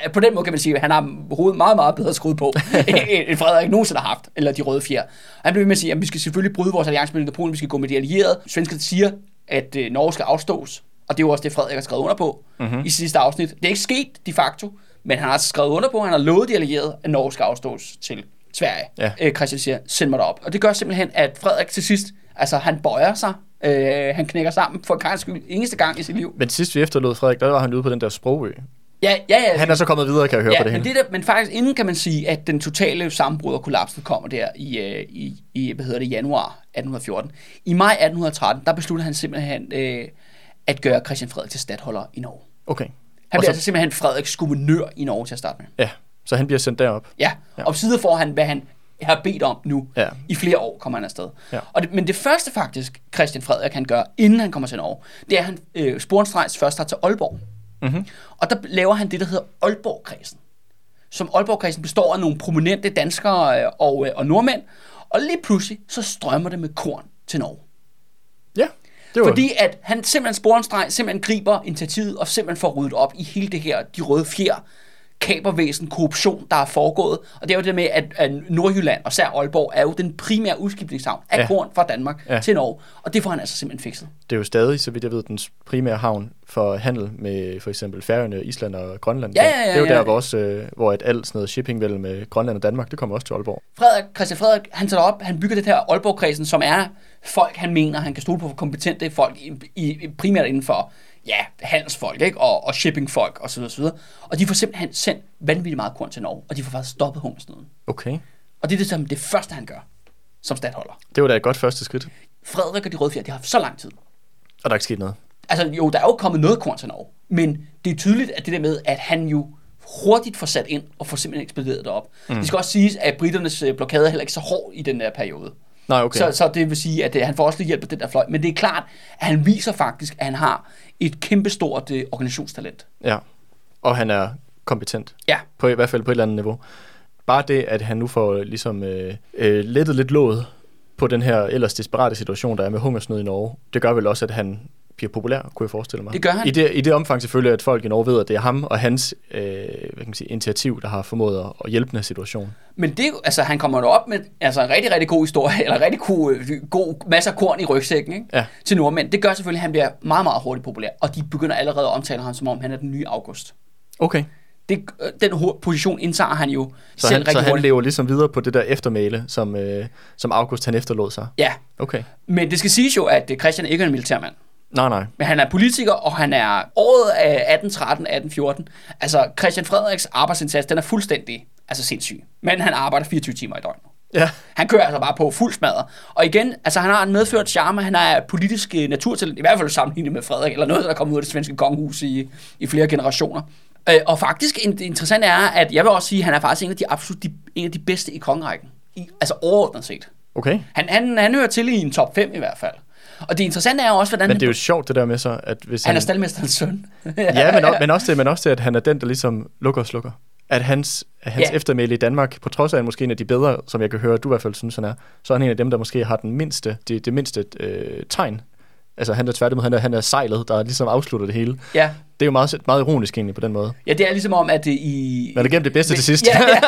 Speaker 1: Æ, På den måde kan man sige, at han har hovedet meget, meget bedre skruet på, end Frederik nogensinde har haft, eller de røde fjer. Han blev ved med at sige, at vi skal selvfølgelig bryde vores alliance med Napoleon, vi skal gå med de allierede. Svenskerne siger, at øh, Norge skal afstås, og det er jo også det, Frederik har skrevet under på
Speaker 2: Mhm.
Speaker 1: mm-hmm. i sidste afsnit. Det er ikke sket de facto, men han har skrevet under på, han har lovet de allierede, at Norge skal afstås til Sverige.
Speaker 2: Ja.
Speaker 1: Øh, Christian siger, send mig derop. Og det gør simpelthen, at Frederik til sidst, altså han bøjer sig, øh, han knækker sammen for Karls skyld eneste gang i sit liv.
Speaker 2: Men sidst vi efterlod Frederik, der var han ude på den der sprogø.
Speaker 1: Ja, ja, ja.
Speaker 2: Han er så kommet videre, kan jeg høre på det
Speaker 1: men,
Speaker 2: hele.
Speaker 1: det der, men faktisk inden kan man sige, at den totale sammenbrud og kollapsen kommer der i, øh, i, i hvad hedder det, januar 1814. I maj 1813, der beslutter han simpelthen øh, at gøre Christian Frederik til stadholder i Norge.
Speaker 2: Okay.
Speaker 1: Han
Speaker 2: Og
Speaker 1: bliver
Speaker 2: så,
Speaker 1: altså simpelthen Frederiks guvernør i Norge til at starte med.
Speaker 2: ja, så han bliver sendt derop.
Speaker 1: Ja, ja. og sider får han, hvad han har bedt om nu.
Speaker 2: Ja.
Speaker 1: I flere år kommer han afsted.
Speaker 2: Ja.
Speaker 1: Og det, men det første faktisk, Christian Frederik kan gøre, inden han kommer til Norge, det er, at han øh, sporenstrejs først tager til Aalborg.
Speaker 2: Mhm.
Speaker 1: Mm-hmm. Og der laver han det, der hedder Aalborg-kredsen. Som Aalborg-kredsen består af nogle prominente danskere øh, og, øh, og nordmænd. Og lige pludselig, så strømmer det med korn til Norge.
Speaker 2: Ja, det var...
Speaker 1: Fordi at han simpelthen sporenstreg, simpelthen griber initiativet og simpelthen får ryddet op i hele det her, de røde fjer kabervæsen, korruption, der er foregået. Og det er jo det med, at, at Nordjylland, og især Aalborg, er jo den primære udskibningshavn af
Speaker 2: Ja.
Speaker 1: ja. korn fra Danmark
Speaker 2: Ja.
Speaker 1: ja. til Norge. Og det får han altså simpelthen fikset.
Speaker 2: Det er jo stadig, så vidt jeg ved, den primære havn for handel med for eksempel Færøerne, Island og Grønland.
Speaker 1: Ja, ja, ja,
Speaker 2: det er jo
Speaker 1: ja,
Speaker 2: der,
Speaker 1: ja.
Speaker 2: hvor, også, øh, hvor at alt sådan noget shipping vel med Grønland og Danmark, det kommer også til Aalborg.
Speaker 1: Frederik, Christian Frederik, han tager op, han bygger det her Aalborg-kredsen, som er folk, han mener, han kan stole på, kompetente folk, i, i, primært inden for ja, handelsfolk ikke? Og, og shippingfolk osv. Og, så videre, så videre. og de får simpelthen sendt vanvittigt meget korn til Norge, og de får faktisk stoppet hungersnøden.
Speaker 2: Okay.
Speaker 1: Og det er det, som det første, han gør som statholder.
Speaker 2: Det var da et godt første skridt.
Speaker 1: Frederik og de røde fjer, de har haft så lang tid.
Speaker 2: Og der er ikke sket noget.
Speaker 1: Altså jo, der er jo kommet noget korn til Norge, men det er tydeligt, at det der med, at han jo hurtigt får sat ind og får simpelthen ekspederet det op. Mm. Det skal også siges, at britternes øh, blokade er heller ikke så hård i den der periode.
Speaker 2: Nej, okay.
Speaker 1: Så, så det vil sige, at øh, han får også lidt hjælp af den der fløj. Men det er klart, at han viser faktisk, at han har et kæmpestort øh, organisationstalent.
Speaker 2: Ja. Og han er kompetent.
Speaker 1: Ja.
Speaker 2: På, I hvert fald på et eller andet niveau. Bare det, at han nu får øh, ligesom øh, øh, lettet lidt låget på den her ellers desperate situation, der er med hungersnød i Norge, det gør vel også, at han bliver populær, kunne jeg forestille mig.
Speaker 1: Det gør han.
Speaker 2: I det, i det omfang selvfølgelig, at folk i Norge ved, at det er ham og hans øh, hvad kan man sige, initiativ, der har formået at, at hjælpe den her situation.
Speaker 1: Men det, er jo- altså, han kommer jo op med altså, en rigtig, rigtig god historie, eller rigtig god, øh, god masser af korn i rygsækken ikke?
Speaker 2: Ja.
Speaker 1: til nordmænd. Det gør selvfølgelig, at han bliver meget, meget hurtigt populær, og de begynder allerede at omtale ham, som om han er den nye august.
Speaker 2: Okay.
Speaker 1: Det, øh, den ho- position indtager han jo
Speaker 2: Så,
Speaker 1: selv
Speaker 2: han, så
Speaker 1: rigtig
Speaker 2: han
Speaker 1: hurtigt.
Speaker 2: lever ligesom videre på det der eftermæle, som, øh, som August han efterlod sig.
Speaker 1: Ja,
Speaker 2: Okay.
Speaker 1: men det skal siges jo, at øh, Christian ikke er en militærmand.
Speaker 2: Nej, nej.
Speaker 1: Men han er politiker, og han er året af 1813, 1814. Altså, Christian Frederiks arbejdsindsats, den er fuldstændig altså sindssyg. Men han arbejder 24 timer i døgnet.
Speaker 2: Ja.
Speaker 1: Han kører altså bare på fuld smadret. Og igen, altså han har en medført charme, han er politisk øh, naturtalent, i hvert fald sammenlignet med Frederik, eller noget, der er kommet ud af det svenske kongehus i, i flere generationer. Øh, og faktisk, en- det interessante er, at jeg vil også sige, at han er faktisk en af de absolut de, en af de bedste i kongerækken. I, altså overordnet set.
Speaker 2: Okay.
Speaker 1: Han, han, han hører til i en top 5 i hvert fald. Og det interessante er jo også, hvordan
Speaker 2: Men
Speaker 1: han,
Speaker 2: det er jo sjovt det der med så, at hvis
Speaker 1: han er staldmesterens søn.
Speaker 2: Ja, men, også, men, også det, men også det, at han er den, der ligesom lukker og slukker. At hans, at hans ja.
Speaker 1: Ja.
Speaker 2: eftermæle i Danmark, på trods af, at han måske er en af de bedre, som jeg kan høre, at du i hvert fald synes, han er, så er han en af dem, der måske har den mindste, det, det mindste øh, tegn. Altså han er tværtimod, han er, han er sejlet, der ligesom afslutter det hele.
Speaker 1: ja.
Speaker 2: Det er jo meget, meget ironisk egentlig på den måde.
Speaker 1: ja, det er ligesom om, at det i...
Speaker 2: Man er gennem det bedste til sidst.
Speaker 1: Ja, ja.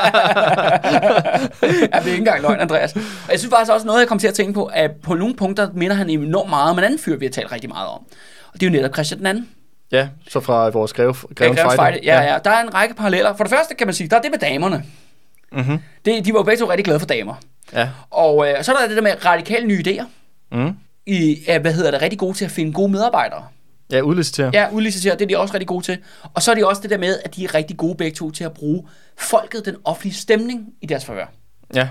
Speaker 1: ja, det er ikke engang løgn, Andreas. Og jeg synes faktisk også noget, jeg kom til at tænke på, at på nogle punkter minder han enormt meget om en anden fyr, vi har talt rigtig meget om. Og det er jo netop Christian den anden.
Speaker 2: ja så fra vores greve,
Speaker 1: Ja,
Speaker 2: greve
Speaker 1: Grevens
Speaker 2: Fejde.
Speaker 1: Fejde. Ja, ja, der er en række paralleller. For det første kan man sige, der er det med damerne.
Speaker 2: Mm-hmm.
Speaker 1: Det, de var jo begge to rigtig glade for damer.
Speaker 2: ja.
Speaker 1: Og øh, så er der det der med radikale nye idéer.
Speaker 2: Mm.
Speaker 1: I, er, hvad hedder det, rigtig gode til at finde gode medarbejdere.
Speaker 2: ja udlicitere. Ja.
Speaker 1: Ja, udlicitere, det er de også rigtig gode til. Og så er det også det der med, at de er rigtig gode begge to til at bruge folket, den offentlige stemning i deres forvær.
Speaker 2: ja.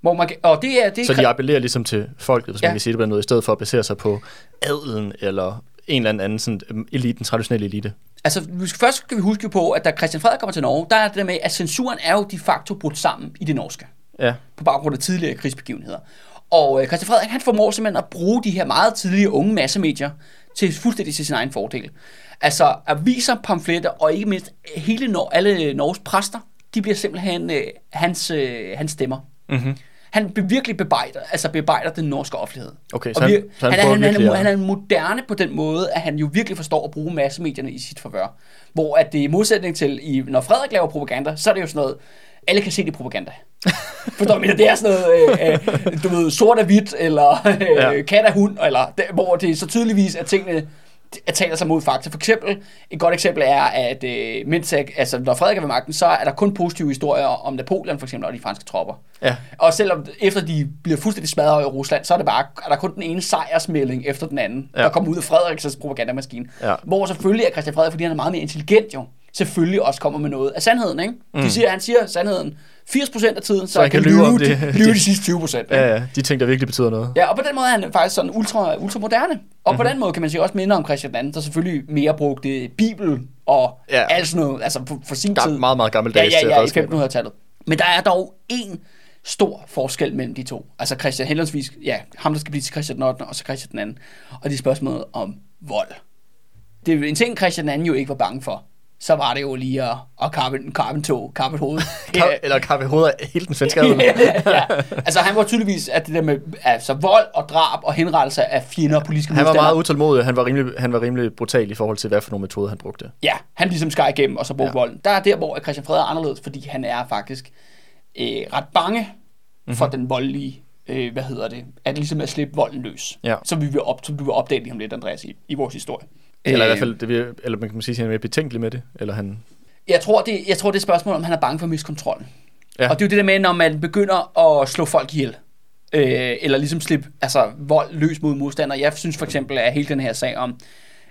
Speaker 1: Hvor man, kan- og det er, det er
Speaker 2: Så de appellerer ligesom til folket, hvis ja.
Speaker 1: Ja.
Speaker 2: man kan sige det på den måde, i stedet for at basere sig på adelen eller en eller anden sådan øhm, eliten, traditionelle elite.
Speaker 1: Altså, vi skal- først skal vi huske jo på, at da Christian Frederik kommer til Norge, der er det der med, at censuren er jo de facto brudt sammen i det norske,
Speaker 2: Ja.
Speaker 1: på baggrund af tidligere krigsbegivenheder. Og øh, Christian Frederik, han formår simpelthen at bruge de her meget tidlige unge massemedier til fuldstændig til sin egen fordel. Altså, aviser, pamfletter og ikke mindst hele Nor- alle Norges præster, de bliver simpelthen øh, hans, øh, hans stemmer.
Speaker 2: Mhm.
Speaker 1: Mm-hmm. Han be- virkelig bebejder, altså bebejder den norske offentlighed.
Speaker 2: Okay,
Speaker 1: Og
Speaker 2: så han-
Speaker 1: vir-
Speaker 2: så
Speaker 1: han,
Speaker 2: han
Speaker 1: er-
Speaker 2: prøver
Speaker 1: han, han,
Speaker 2: virkelig
Speaker 1: han,
Speaker 2: at-
Speaker 1: han er en moderne på den måde, at han jo virkelig forstår at bruge massemedierne i sit forvør. Hvor at det i modsætning til, i, når Frederik laver propaganda, så er det jo sådan noget, alle kan se det er propaganda. Forstår du, hvad jeg mener? det er sådan noget, øh, øh, du ved, sort og hvidt, eller øh,
Speaker 2: Ja.
Speaker 1: ja. kat og hund, eller der, hvor det så tydeligvis er tingene, at taler sig mod fakta. For eksempel, et godt eksempel er, at øh, mens, jeg- altså, når Frederik er ved magten, så er der kun positive historier om Napoleon for eksempel, og de franske tropper.
Speaker 2: Ja.
Speaker 1: Og selvom efter de bliver fuldstændig smadret i Rusland, så er det bare, er der kun den ene sejrsmelding efter den anden,
Speaker 2: Ja.
Speaker 1: ja. der kommer ud af Frederiks propagandamaskine.
Speaker 2: Ja.
Speaker 1: Hvor selvfølgelig er Christian Frederik, fordi han er meget mere intelligent jo, selvfølgelig også kommer med noget af sandheden. Ikke? Mm. De siger, han siger sandheden 80% af tiden, så, så
Speaker 2: han
Speaker 1: han kan
Speaker 2: kan lyve om
Speaker 1: lyve,
Speaker 2: det.
Speaker 1: de, lyve de sidste 20%. Ikke?
Speaker 2: Ja, ja, de ting, der virkelig betyder noget.
Speaker 1: Ja, og på den måde er han faktisk sådan ultra, ultra moderne. Og mm-hmm.
Speaker 2: Mhm.
Speaker 1: på den måde kan man sige også minder om Christian II, der selvfølgelig mere brugte Bibelen og
Speaker 2: Ja.
Speaker 1: ja. alt sådan noget, altså for, for sin
Speaker 2: Gam,
Speaker 1: tid.
Speaker 2: meget, meget
Speaker 1: ja,
Speaker 2: gammeldags
Speaker 1: ja,
Speaker 2: øh,
Speaker 1: ja, i
Speaker 2: redskaber.
Speaker 1: 1500-tallet. Men der er dog en stor forskel mellem de to. Altså Christian henholdsvis, ja, ham der skal blive til Christian den 8. og så Christian den anden. Og det er spørgsmålet om vold. Det er jo en ting, Christian den anden jo ikke var bange for. så var det jo lige at, at kappe, en, kappe en tog, kappe et hoved.
Speaker 2: Ka- eller kappe hovedet af hele den svenske adel.
Speaker 1: ja. Altså han var tydeligvis, at det der med altså, vold og drab og henrettelser af fjender og politiske
Speaker 2: Han var
Speaker 1: modstandere,
Speaker 2: meget utålmodig, og han var rimelig, han var rimelig brutal i forhold til, hvad for nogle metoder han brugte.
Speaker 1: Ja, han ligesom skar igennem og så brugte ja.
Speaker 2: Ja.
Speaker 1: volden. Der er der, hvor at Christian Frederik er anderledes, fordi han er faktisk øh, ret bange mm-hmm.
Speaker 2: Mhm.
Speaker 1: for den voldelige, øh, hvad hedder det, at ligesom at slippe volden løs.
Speaker 2: Ja.
Speaker 1: Som, vi vil op, som du vil opdage lige om lidt, Andreas, i, i vores historie.
Speaker 2: Eller i hvert
Speaker 1: Øh,
Speaker 2: fald, det, vil- eller man kan sige, at han er mere betænkelig med det. Eller han,
Speaker 1: Jeg tror, det, jeg tror, det er et spørgsmål, om han er bange for miskontrollen. Ja.
Speaker 2: Ja.
Speaker 1: Og det er jo det der med, når man begynder at slå folk ihjel. Øh, eller ligesom slippe altså, vold løs mod modstandere. Jeg synes for eksempel, at hele den her sag om,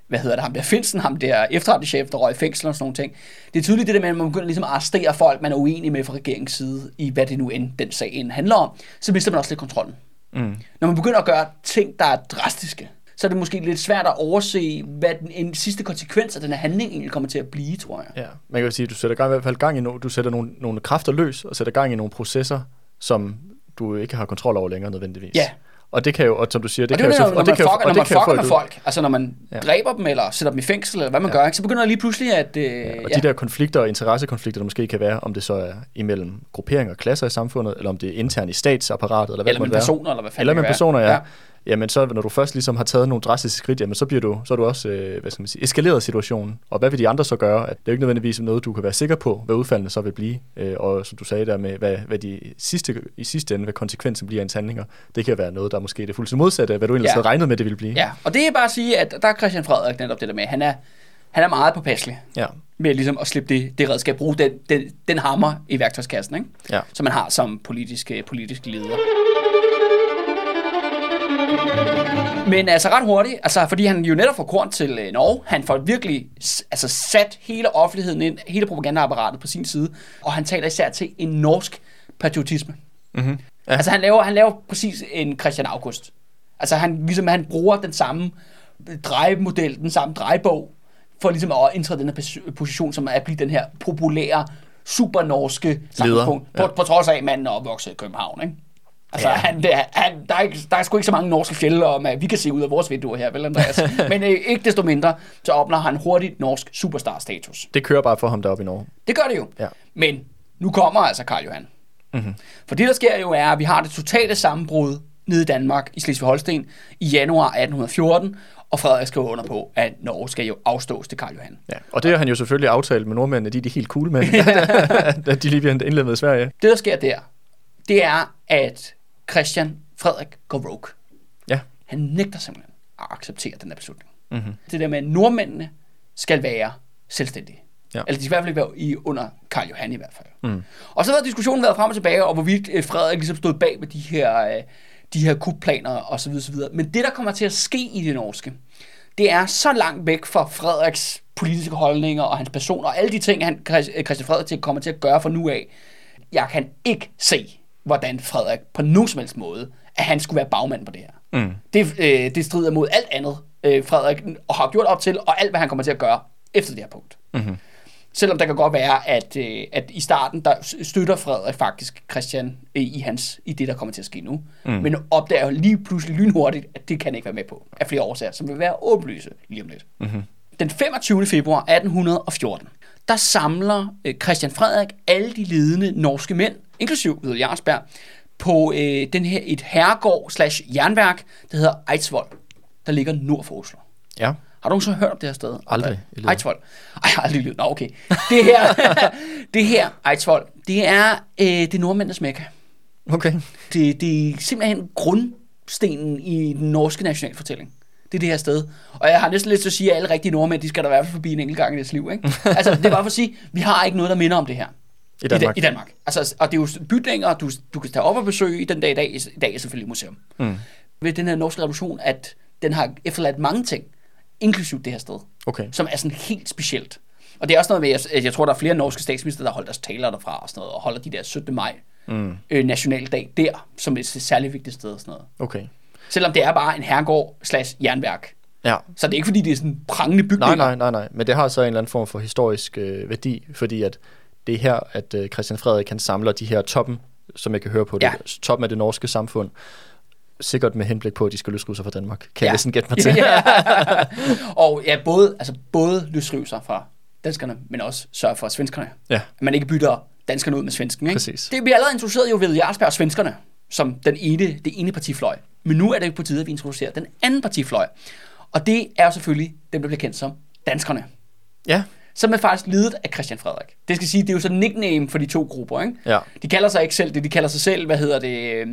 Speaker 1: hvad hedder det, ham der Finsen, ham der efterretningschef, der røg i fængsel og sådan nogle ting. Det er tydeligt det der med, at man begynder ligesom at arrestere folk, man er uenig med fra regeringens side, i hvad det nu end den sag end handler om, så mister man også lidt kontrollen. Mm. Når man begynder at gøre ting, der er drastiske, så er det måske lidt svært at overse, hvad den en sidste konsekvens af den her handling egentlig kommer til at blive, tror jeg.
Speaker 2: ja. Man kan jo sige, at du sætter gang, i hvert fald gang i no, du sætter nogle, nogle kræfter løs, og sætter gang i nogle processer, som du ikke har kontrol over længere nødvendigvis.
Speaker 1: Ja.
Speaker 2: Og det kan jo, og som du siger, det,
Speaker 1: Og det,
Speaker 2: kan
Speaker 1: det
Speaker 2: jo...
Speaker 1: er jo, når, man
Speaker 2: og det kan jo-
Speaker 1: fucker,
Speaker 2: og
Speaker 1: når
Speaker 2: det
Speaker 1: man
Speaker 2: kan jo
Speaker 1: fucker
Speaker 2: folk
Speaker 1: med
Speaker 2: ud.
Speaker 1: folk, altså når man ja.
Speaker 2: Ja.
Speaker 1: dræber dem, eller sætter dem i fængsel, eller hvad man ja. gør, ikke? så begynder der lige pludselig at... Øh, ja,
Speaker 2: Og
Speaker 1: ja.
Speaker 2: de der konflikter og interessekonflikter, der måske kan være, om det så er imellem grupperinger og klasser i samfundet, eller om det er internt i statsapparatet, eller
Speaker 1: eller
Speaker 2: hvad det
Speaker 1: med
Speaker 2: måtte være.
Speaker 1: personer, eller hvad fanden
Speaker 2: Eller
Speaker 1: det kan
Speaker 2: med
Speaker 1: være.
Speaker 2: personer, ja. ja. Jamen så, når du først ligesom har taget nogle drastiske skridt, jamen så, bliver du, så er du også, øh, hvad skal man sige, eskaleret situationen. Og hvad vil de andre så gøre? At det er jo ikke nødvendigvis noget, du kan være sikker på, hvad udfaldene så vil blive. Øh, og som du sagde der med, hvad, hvad de sidste, i sidste ende, hvad konsekvensen bliver af ens handlinger, det kan være noget, der måske er det fuldstændig modsatte af, hvad du ellers
Speaker 1: Ja.
Speaker 2: ja. havde regnet med, det ville blive.
Speaker 1: Ja, og det er bare at sige, at der er Christian Frederik netop det der med, han er, han er meget påpasselig
Speaker 2: Ja.
Speaker 1: med ligesom at slippe det, det redskab, bruge den, den, den hammer i værktøjskassen, ikke?
Speaker 2: Ja.
Speaker 1: som man har som politisk, øh, politisk leder. Men altså ret hurtigt, altså fordi han jo netop får korn til øh, Norge, han får virkelig s- altså, sat hele offentligheden ind, hele propagandaapparatet på sin side, og han taler især til en norsk patriotisme.
Speaker 2: Mm-hmm.
Speaker 1: Ja. Altså han laver, han laver præcis en Christian August. Altså han, ligesom, han bruger den samme drejemodel, den samme drejebog, for ligesom at indtræde den her pos- position, som er at blive den her populære, supernorske samfundspunkt. På, ja.
Speaker 2: ja.
Speaker 1: på trods af, at manden er opvokset i København, ikke? Altså, ja. han, det er, han, der, er ikke, der er sgu ikke så mange norske fjelde, om at vi kan se ud af vores vinduer her, vel Andreas? Men øh, ikke desto mindre, så opnår han hurtigt norsk superstar-status.
Speaker 2: Det kører bare for ham deroppe i Norge.
Speaker 1: Det gør det jo.
Speaker 2: Ja.
Speaker 1: Men nu kommer altså Karl Johan. Mm-hmm. For det, der sker jo, er, at vi har det totale sammenbrud nede i Danmark, i Slesvig-Holsten, i januar 1814, og Frederik skriver under på, at Norge skal jo afstås til Karl Johan.
Speaker 2: Ja. Og det har han jo selvfølgelig aftalt med nordmændene, de er de helt cool mænd, at de lige bliver indlemmet i Sverige.
Speaker 1: Det, der sker der, det er, at Christian Frederik går rogue.
Speaker 2: Ja.
Speaker 1: Han nægter simpelthen at acceptere den her beslutning. Mm-hmm. Det der med, at nordmændene skal være selvstændige.
Speaker 2: Ja.
Speaker 1: Eller de skal i hvert fald ikke være i, under Karl Johan i hvert fald. Mm. Og så har diskussionen været frem og tilbage, og hvorvidt øh, Frederik ligesom stod bag med de her, øh, de her kupplaner og så videre, så videre. Men det, der kommer til at ske i det norske, det er så langt væk fra Frederiks politiske holdninger og hans person og alle de ting, han, Christ- øh, Christian Frederik til- kommer til at gøre fra nu af. Jeg kan ikke se, hvordan Frederik på nogen som helst måde, at han skulle være bagmand på det her. Mm. Det, øh, det strider mod alt andet, øh, Frederik har gjort op til, og alt, hvad han kommer til at gøre efter det her punkt. Mm-hmm. Selvom der kan godt være, at, øh, at i starten, der s- støtter Frederik faktisk Christian øh, i, hans, i det, der kommer til at ske nu. Mm. Men opdager jo lige pludselig lynhurtigt, at det kan han ikke være med på. Af flere årsager, som vil være åbenlyse lige om lidt. Mm-hmm. Den 25. februar 1814, der samler øh, Christian Frederik alle de ledende norske mænd, inklusiv Ude Jarlsberg, på øh, den her, et herregård slash jernværk, der hedder Eidsvoll, der ligger nord for Oslo.
Speaker 2: Ja.
Speaker 1: Har du nogensinde hørt om det her sted?
Speaker 2: Aldrig i livet.
Speaker 1: Eidsvoll. Ej, jeg har aldrig lyttet. Nå, okay. Det her, det her Eidsvoll, det er øh, det nordmændenes mekka.
Speaker 2: Okay.
Speaker 1: Det, det er simpelthen grundstenen i den norske nationalfortælling. Det er det her sted. Og jeg har næsten lidt til at sige, at alle rigtige nordmænd, de skal der i hvert fald forbi en enkelt gang i deres liv. Ikke? Altså, det er bare for at sige, vi har ikke noget, der minder om det her.
Speaker 2: I Danmark.
Speaker 1: I, da, I Danmark. Altså, og det er jo bygninger, du, du kan tage op og besøge i den dag i dag. I dag er selvfølgelig et museum. Mm. Ved den her norske revolution, at den har efterladt mange ting, inklusiv det her sted,
Speaker 2: Okay.
Speaker 1: som er sådan helt specielt. Og det er også noget med, at jeg, jeg tror, der er flere norske statsminister, der holder deres taler derfra og sådan noget, og holder de der 17. maj mm. øh, nationaldag der, som et særligt vigtigt sted og sådan noget.
Speaker 2: Okay.
Speaker 1: Selvom det er bare en herregård slash jernværk.
Speaker 2: Ja.
Speaker 1: Så det er ikke fordi, det er sådan prangende bygninger.
Speaker 2: Nej, nej, nej, nej. Men det har så en eller anden form for historisk øh, værdi, fordi at det er her, at øh, Christian Frederik han samler de her toppen, som jeg kan høre på det,
Speaker 1: Ja.
Speaker 2: toppen af det norske samfund, sikkert med henblik på, at de skal løsrive sig fra Danmark. Kan ja. jeg næsten gætte mig til?
Speaker 1: ja. Og ja, både, altså både løsrive sig fra danskerne, men også sørge for svenskerne.
Speaker 2: Ja.
Speaker 1: At man ikke bytter danskerne ud med svensken. Ikke?
Speaker 2: Præcis.
Speaker 1: Det, vi allerede introducerede jo ved Jarlsberg og svenskerne som den ene, det ene partifløj. Men nu er det jo på tide, at vi introducerer den anden partifløj. Og det er jo selvfølgelig dem, der bliver kendt som danskerne.
Speaker 2: Ja,
Speaker 1: Som er faktisk ledet af Christian Frederik. Det skal sige, det er jo så nickname for de to grupper. Ikke?
Speaker 2: Ja.
Speaker 1: De kalder sig ikke selv det. De kalder sig selv, hvad hedder det, øh,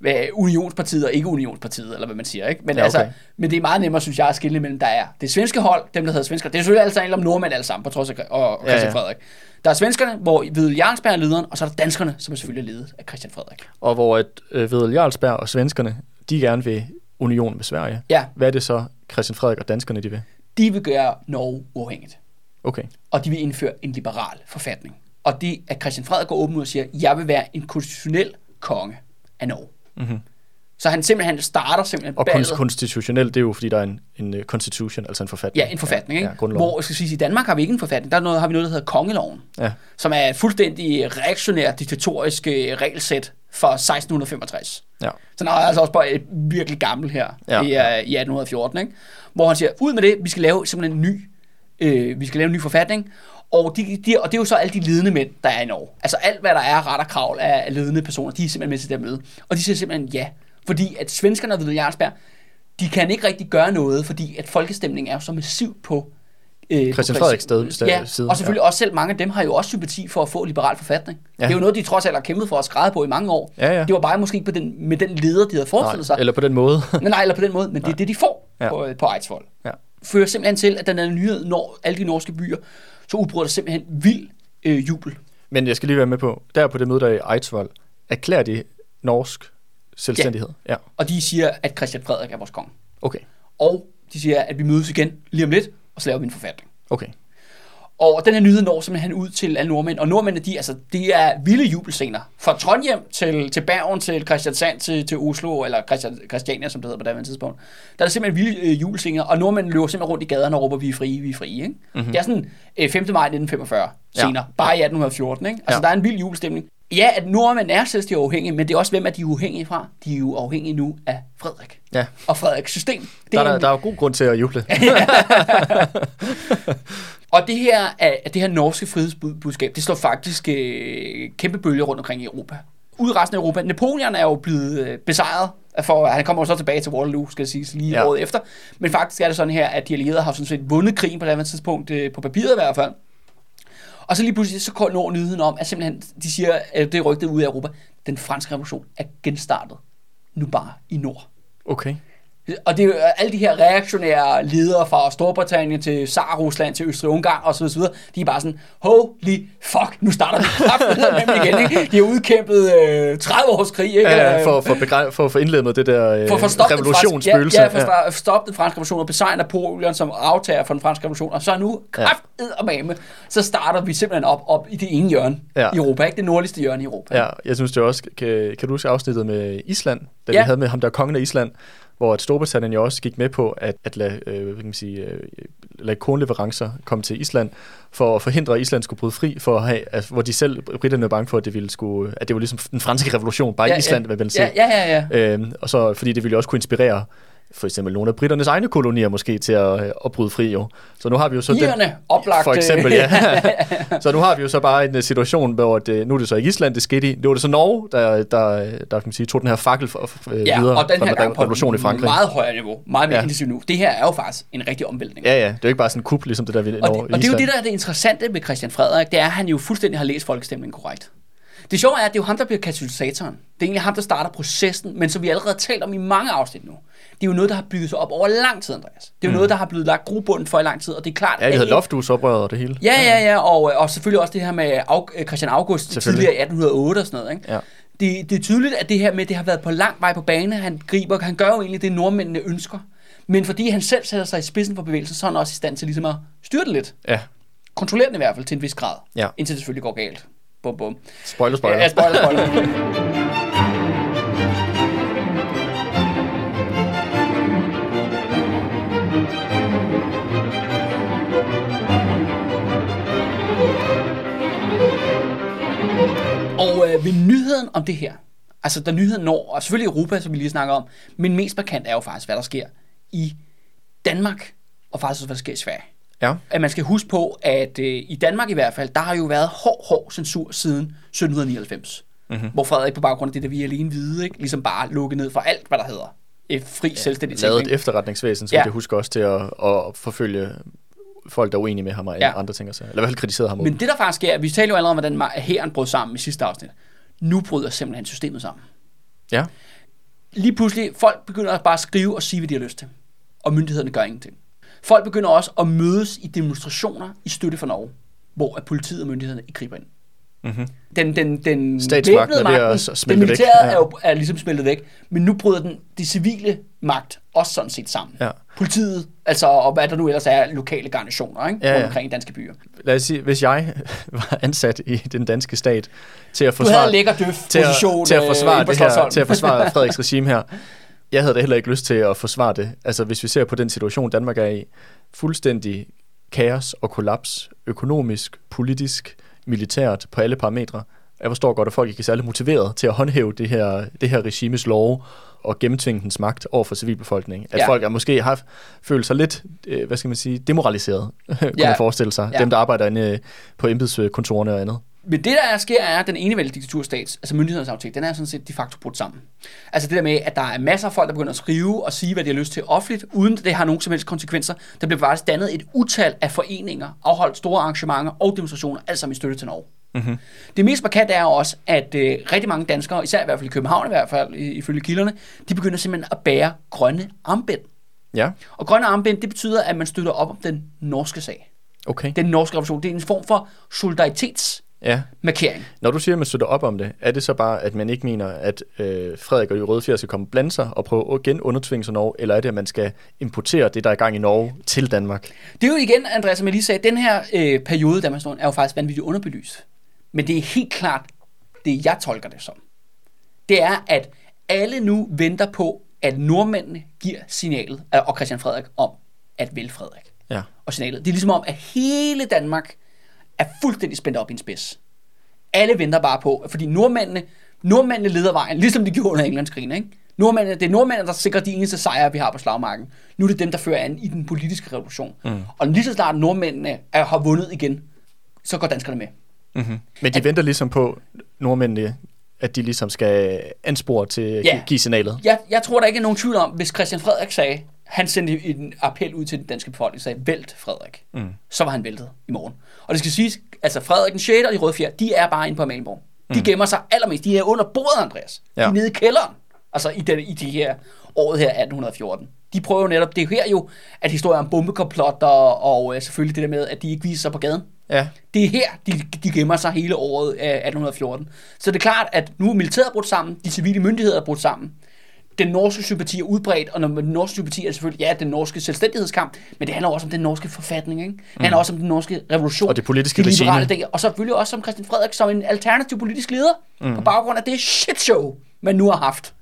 Speaker 1: hvad, unionspartiet og ikke unionspartiet, eller hvad man siger. Ikke? Men,
Speaker 2: Ja,
Speaker 1: ja,
Speaker 2: okay.
Speaker 1: okay. altså, men det er meget nemmere, synes jeg, at skille mellem, der er det svenske hold, dem der hedder svensker. Det er selvfølgelig altså alle om nordmænd alle sammen, på trods af Gre- og og
Speaker 2: Ja,
Speaker 1: Christian ja,
Speaker 2: ja.
Speaker 1: ja. Frederik. Der er svenskerne, hvor Vedel Jarlsberg er lederen, og så er der danskerne, som er selvfølgelig ledet af Christian Frederik.
Speaker 2: og hvor at, øh, ved Jarlsberg og svenskerne, de gerne vil union med Sverige.
Speaker 1: Ja,
Speaker 2: Hvad er det så, Christian Frederik og danskerne, de vil?
Speaker 1: de vil gøre Norge uafhængigt.
Speaker 2: Okay,
Speaker 1: og de vil indføre en liberal forfatning. Og det er Christian Frederik går åben ud og siger, jeg vil være en konstitutionel konge af Norge.
Speaker 2: Mhm.
Speaker 1: Så han simpelthen starter simpelthen
Speaker 2: og
Speaker 1: ballet.
Speaker 2: kunst, konstitutionelt, det er jo fordi, der er en, en øh, constitution, altså en forfatning.
Speaker 1: Ja, en forfatning.
Speaker 2: Ja,
Speaker 1: Ikke?
Speaker 2: ja grundloven.
Speaker 1: Hvor, skal sige, i Danmark har vi ikke en forfatning. Der er noget, har vi noget, der hedder kongeloven,
Speaker 2: Ja.
Speaker 1: som er et fuldstændig reaktionær, diktatorisk øh, regelsæt fra 1665.
Speaker 2: Ja.
Speaker 1: Så der er altså også bare et virkelig gammel her
Speaker 2: Ja.
Speaker 1: ja. i, øh, i 1814, ikke? hvor han siger, ud med det, vi skal lave simpelthen en ny, øh, vi skal lave en ny forfatning, og, de, de, og det er jo så alle de ledende mænd, der er i Norge. Altså alt, hvad der er ret og kravl af, af ledende personer, de er simpelthen med til det her møde. Og de siger simpelthen ja, fordi at svenskerne og Hvide Jarlsberg, de kan ikke rigtig gøre noget, fordi at folkestemningen er jo så massiv på øh,
Speaker 2: Christian
Speaker 1: på
Speaker 2: Frederiks sted- sted-
Speaker 1: ja,
Speaker 2: side,
Speaker 1: Og selvfølgelig også selv mange af dem har jo også sympati for at få liberal forfatning.
Speaker 2: Ja.
Speaker 1: Ja. Det er jo noget, de trods alt har kæmpet for at skræde på i mange år.
Speaker 2: Ja, ja.
Speaker 1: Det var bare måske ikke på den, med den leder, de havde forestillet
Speaker 2: Nej,
Speaker 1: sig.
Speaker 2: eller på den måde.
Speaker 1: Nej, nej, eller på den måde, men det er det, de får
Speaker 2: Ja.
Speaker 1: ja. på, øh, på Eidsvoll.
Speaker 2: Ja.
Speaker 1: Fører simpelthen til, at den her nyhed når alle de norske byer, så udbryder der simpelthen vild øh, jubel.
Speaker 2: Men jeg skal lige være med på, der på det møde, der er i Eidsvoll, erklærer de norsk selvstændighed. Ja. ja.
Speaker 1: Og de siger, at Christian Frederik er vores konge.
Speaker 2: Okay,
Speaker 1: Og de siger, at vi mødes igen lige om lidt, og så laver vi en forfatning.
Speaker 2: okay.
Speaker 1: Og den her nyhed når simpelthen ud til alle nordmænd, og nordmændene, de, altså, det er vilde jubelscener. Fra Trondheim til, til Bergen, til Christiansand, til, til Oslo, eller Christian, Christiania, som det hedder på daværende tidspunkt. Der er simpelthen vilde øh, jubelscener, og nordmændene løber simpelthen rundt i gaderne og råber, vi er frie, vi er frie. Ikke?
Speaker 2: Mhm.
Speaker 1: Mm-hmm. Det er sådan øh, 5. maj 1945 senere, bare i 1814. Ikke? Altså,
Speaker 2: Ja.
Speaker 1: der er en vild jubelstemning. Ja, at nordmænd er selvstændig uafhængige, men det er også, hvem er de uafhængige fra? De er jo afhængige nu af Frederik.
Speaker 2: Ja.
Speaker 1: Og Frederiks system. Det
Speaker 2: Der, er,
Speaker 1: en-
Speaker 2: der, der er jo god grund til at juble.
Speaker 1: Og det her, er- det her norske frihedsbudskab, det slår faktisk øh, kæmpe bølger rundt omkring i Europa. Ud i resten af Europa. Napoleon er jo blevet øh, besejret, for han kommer jo så tilbage til Waterloo, skal jeg sige, lige
Speaker 2: Ja.
Speaker 1: ja. året efter. Men faktisk er det sådan her, at de allierede har sådan set vundet krigen på det andet tidspunkt, øh, på papiret i hvert fald. Og så lige pludselig så går- når nyheden om, at simpelthen, de siger, at det er rygtet ud af Europa, den franske revolution er genstartet, nu bare i nord.
Speaker 2: Okay.
Speaker 1: Og det er jo øh, alle de her reaktionære ledere fra Storbritannien til Tsar-Rusland til Østrig-Ungarn osv. osv. De er bare sådan, holy fuck, nu starter vi kraften igen. Ikke? De har udkæmpet øh, 30 års krig. Ikke?
Speaker 2: Ja,
Speaker 1: Eller-
Speaker 2: Øh, for, for, begre- for, for indledet med det der øh,
Speaker 1: for at få stoppet den franske-
Speaker 2: revolutionsspøgelse.
Speaker 1: Ja, ja, for at ja. stoppe den franske revolution og besejre Napoleon som aftager for den franske revolution. Og så nu,
Speaker 2: Ja.
Speaker 1: kraft og mame, så starter vi simpelthen op, op i det ene hjørne
Speaker 2: Ja.
Speaker 1: i Europa. Ikke det nordligste hjørne i Europa.
Speaker 2: Ja, jeg synes det også, kan, kan du huske afsnittet med Island, da ja.
Speaker 1: Ja.
Speaker 2: vi havde med ham der kongen af Island, hvor at Storbritannien jo også gik med på at, at lade, øh, hvad kan man sige, øh, lade kornleverancer komme til Island, for at forhindre, at Island skulle bryde fri, for at have, at, hvor de selv, britterne var bange for, at det, ville skulle, at det var ligesom den franske revolution, bare ja, i Island, hvad man
Speaker 1: ja, ja, ja, ja.
Speaker 2: Øhm, og så, fordi det ville jo også kunne inspirere for eksempel nogle af britternes egne kolonier måske til at, øh, at bryde fri jo. Så nu har vi jo så den,
Speaker 1: Irerne, oplagt,
Speaker 2: for
Speaker 1: øh,
Speaker 2: eksempel, ja. så nu har vi jo så bare en øh, situation, hvor det, nu er det så ikke Island, det skete i. Det var det så Norge, der, der, der kan man sige, tog den her fakkel for, øh,
Speaker 1: Ja,
Speaker 2: videre
Speaker 1: og den
Speaker 2: fra
Speaker 1: her gang på
Speaker 2: revolutionen i Frankrig.
Speaker 1: meget højere niveau, meget mere
Speaker 2: Ja.
Speaker 1: ja. intensivt nu. Det her er jo faktisk en rigtig omvæltning.
Speaker 2: Ja, ja. Det er jo ikke bare sådan en kup, ligesom det der vi
Speaker 1: og, det, og det er jo det, der er det interessante med Christian Frederik, det er, at han jo fuldstændig har læst folkestemningen korrekt. Det sjove er, at det er jo ham, der bliver katalysatoren. Det er egentlig ham, der starter processen, men som vi allerede har talt om i mange afsnit nu. Det er jo noget, der har bygget sig op over lang tid, Andreas. Det er jo mm. noget, der har blevet lagt grobunden for i lang tid, og det er klart...
Speaker 2: Ja, vi
Speaker 1: at-
Speaker 2: havde loftusoprøret og det hele.
Speaker 1: Ja, ja, ja, og, øh, og selvfølgelig også det her med Au- øh, Christian August
Speaker 2: Selvfølgelig.
Speaker 1: tidligere i 1808 og sådan noget. Ikke?
Speaker 2: Ja.
Speaker 1: Det, det er tydeligt, at det her med, det har været på lang vej på bane. Han griber, han gør jo egentlig det, nordmændene ønsker. Men fordi han selv sætter sig i spidsen for bevægelsen, så er han også i stand til ligesom at styre det lidt.
Speaker 2: Ja.
Speaker 1: Kontrollere den i hvert fald til en vis grad.
Speaker 2: Ja.
Speaker 1: Indtil det selvfølgelig går galt. Bum, bum.
Speaker 2: Spoiler, spoiler.
Speaker 1: Ja, altså- ja, spoiler, spoiler. Og øh, ved nyheden om det her, altså da nyheden når, og selvfølgelig Europa, som vi lige snakker om, men mest markant er jo faktisk, hvad der sker i Danmark, og faktisk også, hvad der sker i Sverige.
Speaker 2: Ja.
Speaker 1: At man skal huske på, at øh, i Danmark i hvert fald, der har jo været hård, hård censur siden 1799.
Speaker 2: Mhm.
Speaker 1: Mm-hmm. Hvor Frederik på baggrund af det, der vi alene vide, ikke? ligesom bare lukkede ned for alt, hvad der hedder øh, fri ja, selvstændig
Speaker 2: Lavet
Speaker 1: tænkning.
Speaker 2: et efterretningsvæsen, så
Speaker 1: Ja.
Speaker 2: ja. jeg husker også til at, at forfølge folk, der er uenige med ham og
Speaker 1: Ja.
Speaker 2: ja. andre ting. og sager. Eller i hvert fald kritiserede ham.
Speaker 1: Men det der faktisk sker, vi taler jo allerede om, hvordan ma- hæren brød sammen i sidste afsnit. Nu bryder simpelthen systemet sammen.
Speaker 2: Ja.
Speaker 1: Lige pludselig, folk begynder at bare skrive og sige, hvad de har lyst til. Og myndighederne gør ingenting. Folk begynder også at mødes i demonstrationer i støtte for Norge, hvor at politiet og myndighederne ikke griber ind.
Speaker 2: Mm-hmm.
Speaker 1: Den, den, den
Speaker 2: Statsmagten
Speaker 1: væbnede
Speaker 2: er ved at
Speaker 1: magten,
Speaker 2: s-
Speaker 1: den
Speaker 2: smelte væk.
Speaker 1: militære
Speaker 2: Ja.
Speaker 1: er, jo, er ligesom smeltet væk, men nu bryder den de civile magt også sådan set sammen.
Speaker 2: Ja.
Speaker 1: Politiet, altså, og hvad der nu ellers er lokale garnitioner ikke?
Speaker 2: Ja, ja.
Speaker 1: rundt omkring i danske byer.
Speaker 2: Lad os sige, hvis jeg var ansat i den danske stat til at
Speaker 1: Du havde en
Speaker 2: forsvare,
Speaker 1: lækker døf
Speaker 2: til at,
Speaker 1: position
Speaker 2: til at
Speaker 1: øh,
Speaker 2: forsvare,
Speaker 1: inde på
Speaker 2: det her,
Speaker 1: Slotsholmen.
Speaker 2: til at forsvare Frederiks regime her. Jeg havde da heller ikke lyst til at forsvare det. Altså, hvis vi ser på den situation, Danmark er i, fuldstændig kaos og kollaps, økonomisk, politisk, militært, på alle parametre. Jeg forstår godt, at folk ikke er særlig motiveret til at håndhæve det her, det her regimes lov og gennemtvinge dens magt over for civilbefolkningen. At
Speaker 1: Ja.
Speaker 2: ja. folk er måske har følt sig lidt, øh, hvad skal man sige, demoraliseret, kunne
Speaker 1: Ja.
Speaker 2: ja. man forestille sig.
Speaker 1: Ja.
Speaker 2: Ja. Dem, der arbejder inde øh, på embedskontorerne og andet.
Speaker 1: Men det, der er- sker, er, at den enevældige diktaturstats, altså myndighedernes aftale, den er sådan set de facto brudt sammen. Altså det der med, at der er masser af folk, der begynder at skrive og sige, hvad de har lyst til offentligt, uden at det har nogen som helst konsekvenser. Der bliver faktisk dannet et utal af foreninger, afholdt store arrangementer og demonstrationer, alt sammen i støtte til Norge. Mm-hmm. Det mest markante er også, at øh, rigtig mange danskere, især i hvert fald i København i hvert fald, i- ifølge kilderne, de begynder simpelthen at bære grønne armbind.
Speaker 2: Ja,
Speaker 1: Og grønne armbind, det betyder, at man støtter op om den norske sag.
Speaker 2: okay.
Speaker 1: Den norske revolution, det er en form for solidaritetsmarkering.
Speaker 2: Ja, Når du siger, at man støtter op om det, er det så bare, at man ikke mener, at øh, Frederik og de røde fjer skal komme og blande sig og prøve at genundertvinge sig Norge, eller er det, at man skal importere det, der er i gang i Norge, til Danmark?
Speaker 1: Det er jo igen, Andreas, som jeg lige sagde, den her øh, periode, der man står, er jo faktisk vanvittigt underbelyst. Men det er helt klart, det jeg tolker det som, det er, at alle nu venter på, at nordmændene giver signalet, øh, og Christian Frederik, om at vælge Frederik.
Speaker 2: Ja.
Speaker 1: Og signalet. Det er ligesom om, at hele Danmark er fuldstændig spændt op i en spids. Alle venter bare på, fordi nordmændene, nordmændene leder vejen, ligesom de gjorde under Englandskrigen, ikke? Nordmændene, det er nordmændene, der sikrer de eneste sejre, vi har på slagmarken. Nu er det dem, der fører an i den politiske revolution. Mm. Og lige så snart nordmændene er, har vundet igen, så går danskerne med.
Speaker 2: Mm-hmm. Men de venter ligesom på nordmændene, at de ligesom skal anspore til at
Speaker 1: Ja.
Speaker 2: ja. give signalet.
Speaker 1: Jeg, jeg tror, der ikke er nogen tvivl om, hvis Christian Frederik sagde, han sendte en appel ud til den danske befolkning, sagde, vælt Frederik, mm. så var han væltet i morgen. Og det skal siges, altså Frederik den 6. og de røde fjer, de er bare inde på Amalienborg. De mm. gemmer sig allermest. De er under bordet, Andreas. Ja. De
Speaker 2: Ja.
Speaker 1: er nede i kælderen. Altså i, den, i de her året her 1814. De prøver jo netop, det er her jo, at historier om bombekoplotter og øh, selvfølgelig det der med, at de ikke viser sig på gaden.
Speaker 2: Ja.
Speaker 1: Det er her, de, de gemmer sig hele året øh, 1814. Så det er klart, at nu er militæret brudt sammen, de civile myndigheder er brudt sammen, den norske sympati er udbredt, og når man- den norske sympati er selvfølgelig, ja, den norske selvstændighedskamp, men det handler også om den norske forfatning, ikke? Det handler også om den norske revolution.
Speaker 2: Mm. Og det politiske
Speaker 1: de
Speaker 2: regime.
Speaker 1: liberale idéer, og selvfølgelig også om Christian Frederik som en alternativ politisk leder, mm. på baggrund af det shit show, man nu har haft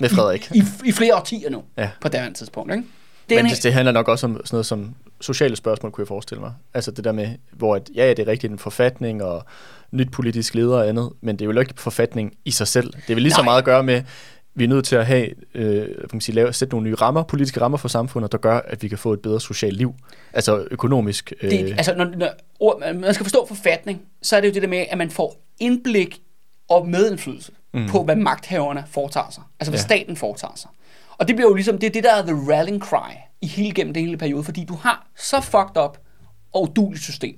Speaker 2: Med Frederik.
Speaker 1: i, i flere årtier nu, ja.
Speaker 2: Ja.
Speaker 1: på det andet tidspunkt, ikke? Det er
Speaker 2: Men
Speaker 1: en,
Speaker 2: det, det handler nok også om sådan noget som sociale spørgsmål, kunne jeg forestille mig. Altså det der med, hvor at, ja, ja, det er rigtigt en forfatning og nyt politisk leder og andet, men det er jo ikke forfatning i sig selv. Det vil lige så
Speaker 1: Nej.
Speaker 2: meget at gøre med, vi er nødt til at have, øh, hvad kan man sige, lave, sætte nogle nye rammer, politiske rammer for samfundet, der gør, at vi kan få et bedere socialt liv. Altså økonomisk. Øh,
Speaker 1: Det, altså, når, når ord, man man skal forstå forfatning, så er det jo det der med, at man får indblik og medindflydelse mm. på, hvad magthaverne foretager sig. Altså, hvad ja.
Speaker 2: Ja.
Speaker 1: staten foretager sig. Og det bliver jo ligesom, det er det, der er the rallying cry i hele gennem den hele periode, fordi du har så fucked up og dueligt system,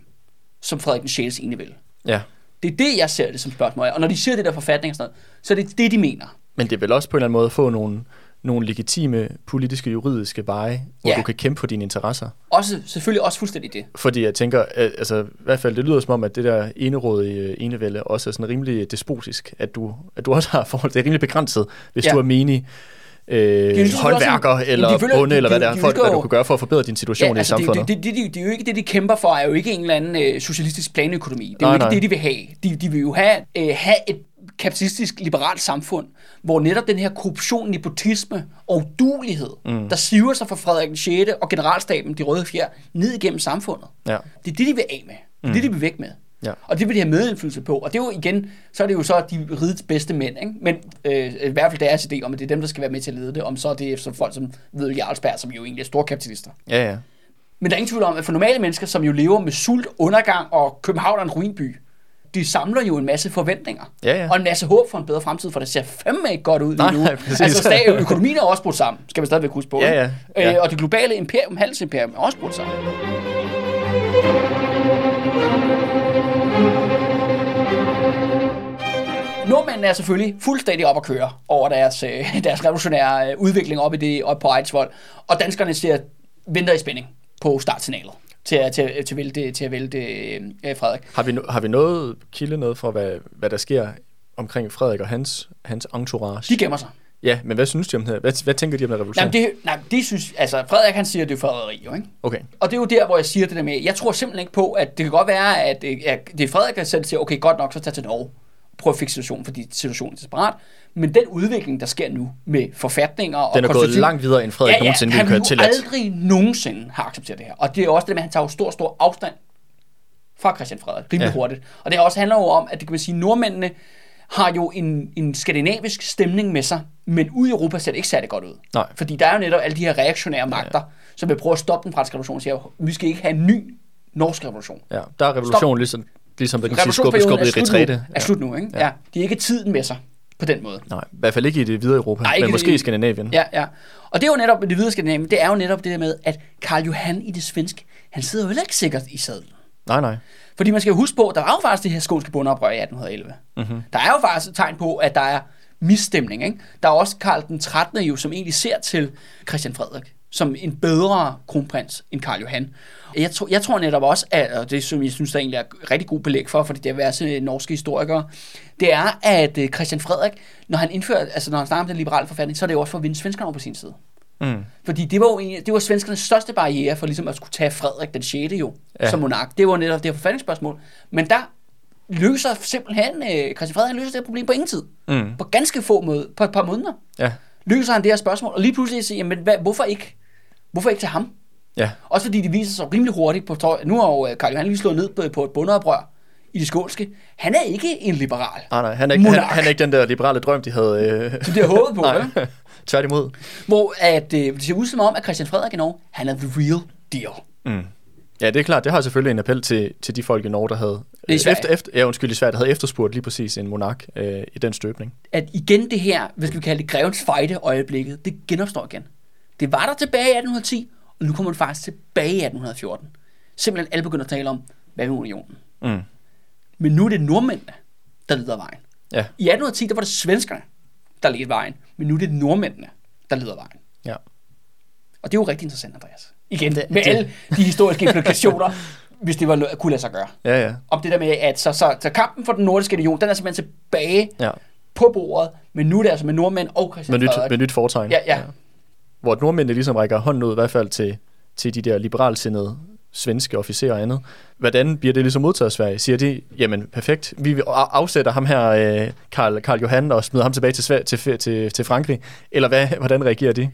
Speaker 1: som Frederik den 6. enevælde.
Speaker 2: ja.
Speaker 1: Det er det, jeg ser det som spørgsmål. Og når de siger det der forfatning og sådan noget, så er det det, de mener.
Speaker 2: Men det vil også på en eller anden måde få nogle, nogle legitime politiske, juridiske veje, hvor
Speaker 1: Ja.
Speaker 2: du kan kæmpe for dine interesser.
Speaker 1: Også, selvfølgelig også fuldstændig det.
Speaker 2: Fordi jeg tænker, at, altså i hvert fald det lyder som om, at det der enerådige øh, enevælde også er sådan rimelig despotisk, at du, at du også har forhold til, det er rimelig begrænset, hvis
Speaker 1: Ja.
Speaker 2: ja. du er menig øh,
Speaker 1: selvfølgelig også
Speaker 2: håndværker
Speaker 1: en- men de
Speaker 2: eller
Speaker 1: føler-
Speaker 2: bonde,
Speaker 1: de-
Speaker 2: eller hvad
Speaker 1: de-
Speaker 2: det er,
Speaker 1: de
Speaker 2: for,
Speaker 1: ønsker
Speaker 2: hvad
Speaker 1: jo- altså,
Speaker 2: du kan gøre for at forbedre din situation i samfundet.
Speaker 1: det, det, det, det, det, er jo ikke det, de kæmper for, er jo ikke en eller anden øh, socialistisk planøkonomi. Det er jo
Speaker 2: Nej,
Speaker 1: ikke
Speaker 2: nej.
Speaker 1: det, de vil have. De, de vil jo have, øh, have et kapitalistisk liberalt samfund, hvor netop den her korruption, nepotisme og dulighed, mm. der siver sig fra Frederik den 6. og generalstaben, de røde fjer, ned igennem samfundet.
Speaker 2: Ja.
Speaker 1: Det er det, de vil af med. Det er mm. det, de vil væk med.
Speaker 2: Ja.
Speaker 1: Og det vil de have medindflydelse på. Og det er jo igen, så er det jo så de rides bedste mænd. Ikke? Men øh, i hvert fald deres idé om, at det er dem, der skal være med til at lede det. Om så er det som folk som ved Jarlsberg, som jo egentlig er store kapitalister.
Speaker 2: Ja, ja.
Speaker 1: Men der er ingen tvivl om, at for normale mennesker, som jo lever med sult, undergang og København er en ruinby, de samler jo en masse forventninger.
Speaker 2: Ja, ja.
Speaker 1: Og en masse håb for en bedre fremtid, for det ser fandme ikke godt ud lige
Speaker 2: Nej,
Speaker 1: nu.
Speaker 2: nej, præcis.
Speaker 1: altså, stadig, økonomien er også brudt sammen, skal man stadigvæk huske på.
Speaker 2: Ja,
Speaker 1: ikke?
Speaker 2: ja, ja.
Speaker 1: Øh, og det globale imperium, handelsimperium, er også brudt sammen. Nordmændene er selvfølgelig fuldstændig op at køre over deres, øh, deres revolutionære øh, udvikling op, i det, op på Eidsvoll. Og danskerne ser, venter i spænding på startsignalet til, at- til, at- til, at vælte, til at vælte øh, Frederik.
Speaker 2: Har vi, no- har vi noget kilde noget for, hvad, hvad der sker omkring Frederik og hans, hans entourage?
Speaker 1: De gemmer sig.
Speaker 2: Ja, men hvad synes de om det her? Hvad, hvad tænker de om den her revolution?
Speaker 1: Jamen, det, nej, det synes, altså, Frederik han siger, at det er forræderi, jo, ikke?
Speaker 2: Okay.
Speaker 1: Og det er jo der, hvor jeg siger det der med, jeg tror simpelthen ikke på, at det kan godt være, at, øh, at det er Frederik, der selv siger, okay, godt nok, så tag til Norge. Prøv at fikse situationen, fordi situationen er desperat. Men den udvikling, der sker nu med forfatninger og
Speaker 2: Den er gået
Speaker 1: konstitution-
Speaker 2: langt videre, end Frederik nogensinde
Speaker 1: han
Speaker 2: ville køre
Speaker 1: jo
Speaker 2: tilladt.
Speaker 1: aldrig nogensinde har accepteret det her. Og det er også det med, at han tager jo stor, stor afstand fra Christian Frederik, rimelig
Speaker 2: Ja.
Speaker 1: ja. hurtigt. Og det også handler jo om, at det kan man sige, nordmændene har jo en, en skandinavisk stemning med sig, men ude i Europa ser det ikke særlig godt ud.
Speaker 2: Nej.
Speaker 1: Fordi der er jo netop alle de her reaktionære magter, ja. som vil prøve at stoppe den franske revolution og siger, vi skal ikke have en ny norsk revolution.
Speaker 2: Ja, der er revolution ligesom, ligesom der kan sige, skubbet,
Speaker 1: Revolutionsperioden
Speaker 2: skubbet i
Speaker 1: er slut nu,
Speaker 2: retræte.
Speaker 1: er slut nu, ikke? Ja. ja. De er ikke tiden med sig på den måde.
Speaker 2: Nej, i hvert fald ikke i det videre Europa,
Speaker 1: Nej,
Speaker 2: Ej,
Speaker 1: ikke
Speaker 2: men
Speaker 1: i-
Speaker 2: måske i Skandinavien.
Speaker 1: Ja, ja. Og det er jo netop, det videre Skandinavien, det er jo netop det der med, at Karl Johan i det svenske, han sidder jo heller ikke sikkert i sadlen.
Speaker 2: Nej, nej.
Speaker 1: Fordi man skal jo huske på, der var jo faktisk det her skånske bondeoprør i 1811. Mm-hmm. Der er jo faktisk et tegn på, at der er misstemning. Ikke? Der er også Karl den 13. jo, som egentlig ser til Christian Frederik som en bedre kronprins end Karl Johan. Jeg, tror, jeg tror netop også, at, og det som jeg synes, der egentlig er rigtig god belæg for, fordi det er værste norske historikere, det er, at øh, Christian Frederik, når han indfører, altså når han snakker om den liberale forfatning, så er det jo også for at vinde svenskerne over på sin side.
Speaker 2: Mm.
Speaker 1: Fordi det var jo en, det var svenskernes største barriere for ligesom at skulle tage Frederik den 6. jo,
Speaker 2: Ja.
Speaker 1: ja. som monark. Det var netop det her forfatningsspørgsmål. Men der løser simpelthen, øh, Christian Frederik han løser det her problem på ingen tid.
Speaker 2: Mm.
Speaker 1: På ganske få måder, på et par måneder,
Speaker 2: Ja,
Speaker 1: løser han det her spørgsmål. Og lige pludselig siger, jamen hvad, hvorfor ikke? Hvorfor ikke til ham?
Speaker 2: ja.
Speaker 1: Også fordi det viser sig rimelig hurtigt. På, tøj- nu har jo øh, Karl Johan lige slået ned på, på et bundeoprør i det skålske. Han er ikke en liberal.
Speaker 2: Nej, nej, han er, ikke, han,
Speaker 1: Monark.
Speaker 2: han er ikke den der liberale drøm, de havde... Øh...
Speaker 1: Det bliver håbet på, vel?
Speaker 2: nej, tværtimod.
Speaker 1: Hvor at, øh, det ser ud som om, at Christian Frederik i Norge, han er the real deal.
Speaker 2: Mm. Ja, det er klart, det har selvfølgelig en appel til, til de folk i Norge, der havde...
Speaker 1: I
Speaker 2: Øh,
Speaker 1: Sverige.
Speaker 2: efter, efter, ja, undskyld, i Sverige, der havde efterspurgt lige præcis en monark øh, i den støbning.
Speaker 1: at igen det her, hvad skal vi kalde det, grevens fejde øjeblikket, det genopstår igen. Det var der tilbage i 1810, og nu kommer det faktisk tilbage i 1814. Simpelthen alle begynder at tale om, hvad med unionen?
Speaker 2: Mm.
Speaker 1: Men nu er det nordmændene, der leder vejen.
Speaker 2: Ja,
Speaker 1: I 1810, der var det svenskerne, der ledte vejen, men nu er det nordmændene, der leder vejen.
Speaker 2: ja.
Speaker 1: Og det er jo rigtig interessant, Andreas. Igen,
Speaker 2: Det-
Speaker 1: det, med
Speaker 2: det-
Speaker 1: det. alle de historiske implikationer, hvis det var, lo- kunne lade sig gøre.
Speaker 2: Ja, ja.
Speaker 1: Om det der med, at så, så, så kampen for den nordiske union, den er simpelthen tilbage
Speaker 2: ja.
Speaker 1: på bordet, men nu er det altså med nordmænd og Christian
Speaker 2: Med, nyt,
Speaker 1: Frederik.
Speaker 2: med nyt foretegn.
Speaker 1: Ja, ja.
Speaker 2: Hvor nordmændene ligesom rækker hånden ud, i hvert fald til, til de der liberalsindede svenske officerer og andet. Hvordan bliver det ligesom modtaget af Sverige? Siger de, jamen perfekt, vi vil- af- afsætter ham her, øh, Karl, Karl Johan, og smider ham tilbage til, Sverige, til, til, til Frankrig? Eller hvad, hvordan reagerer de?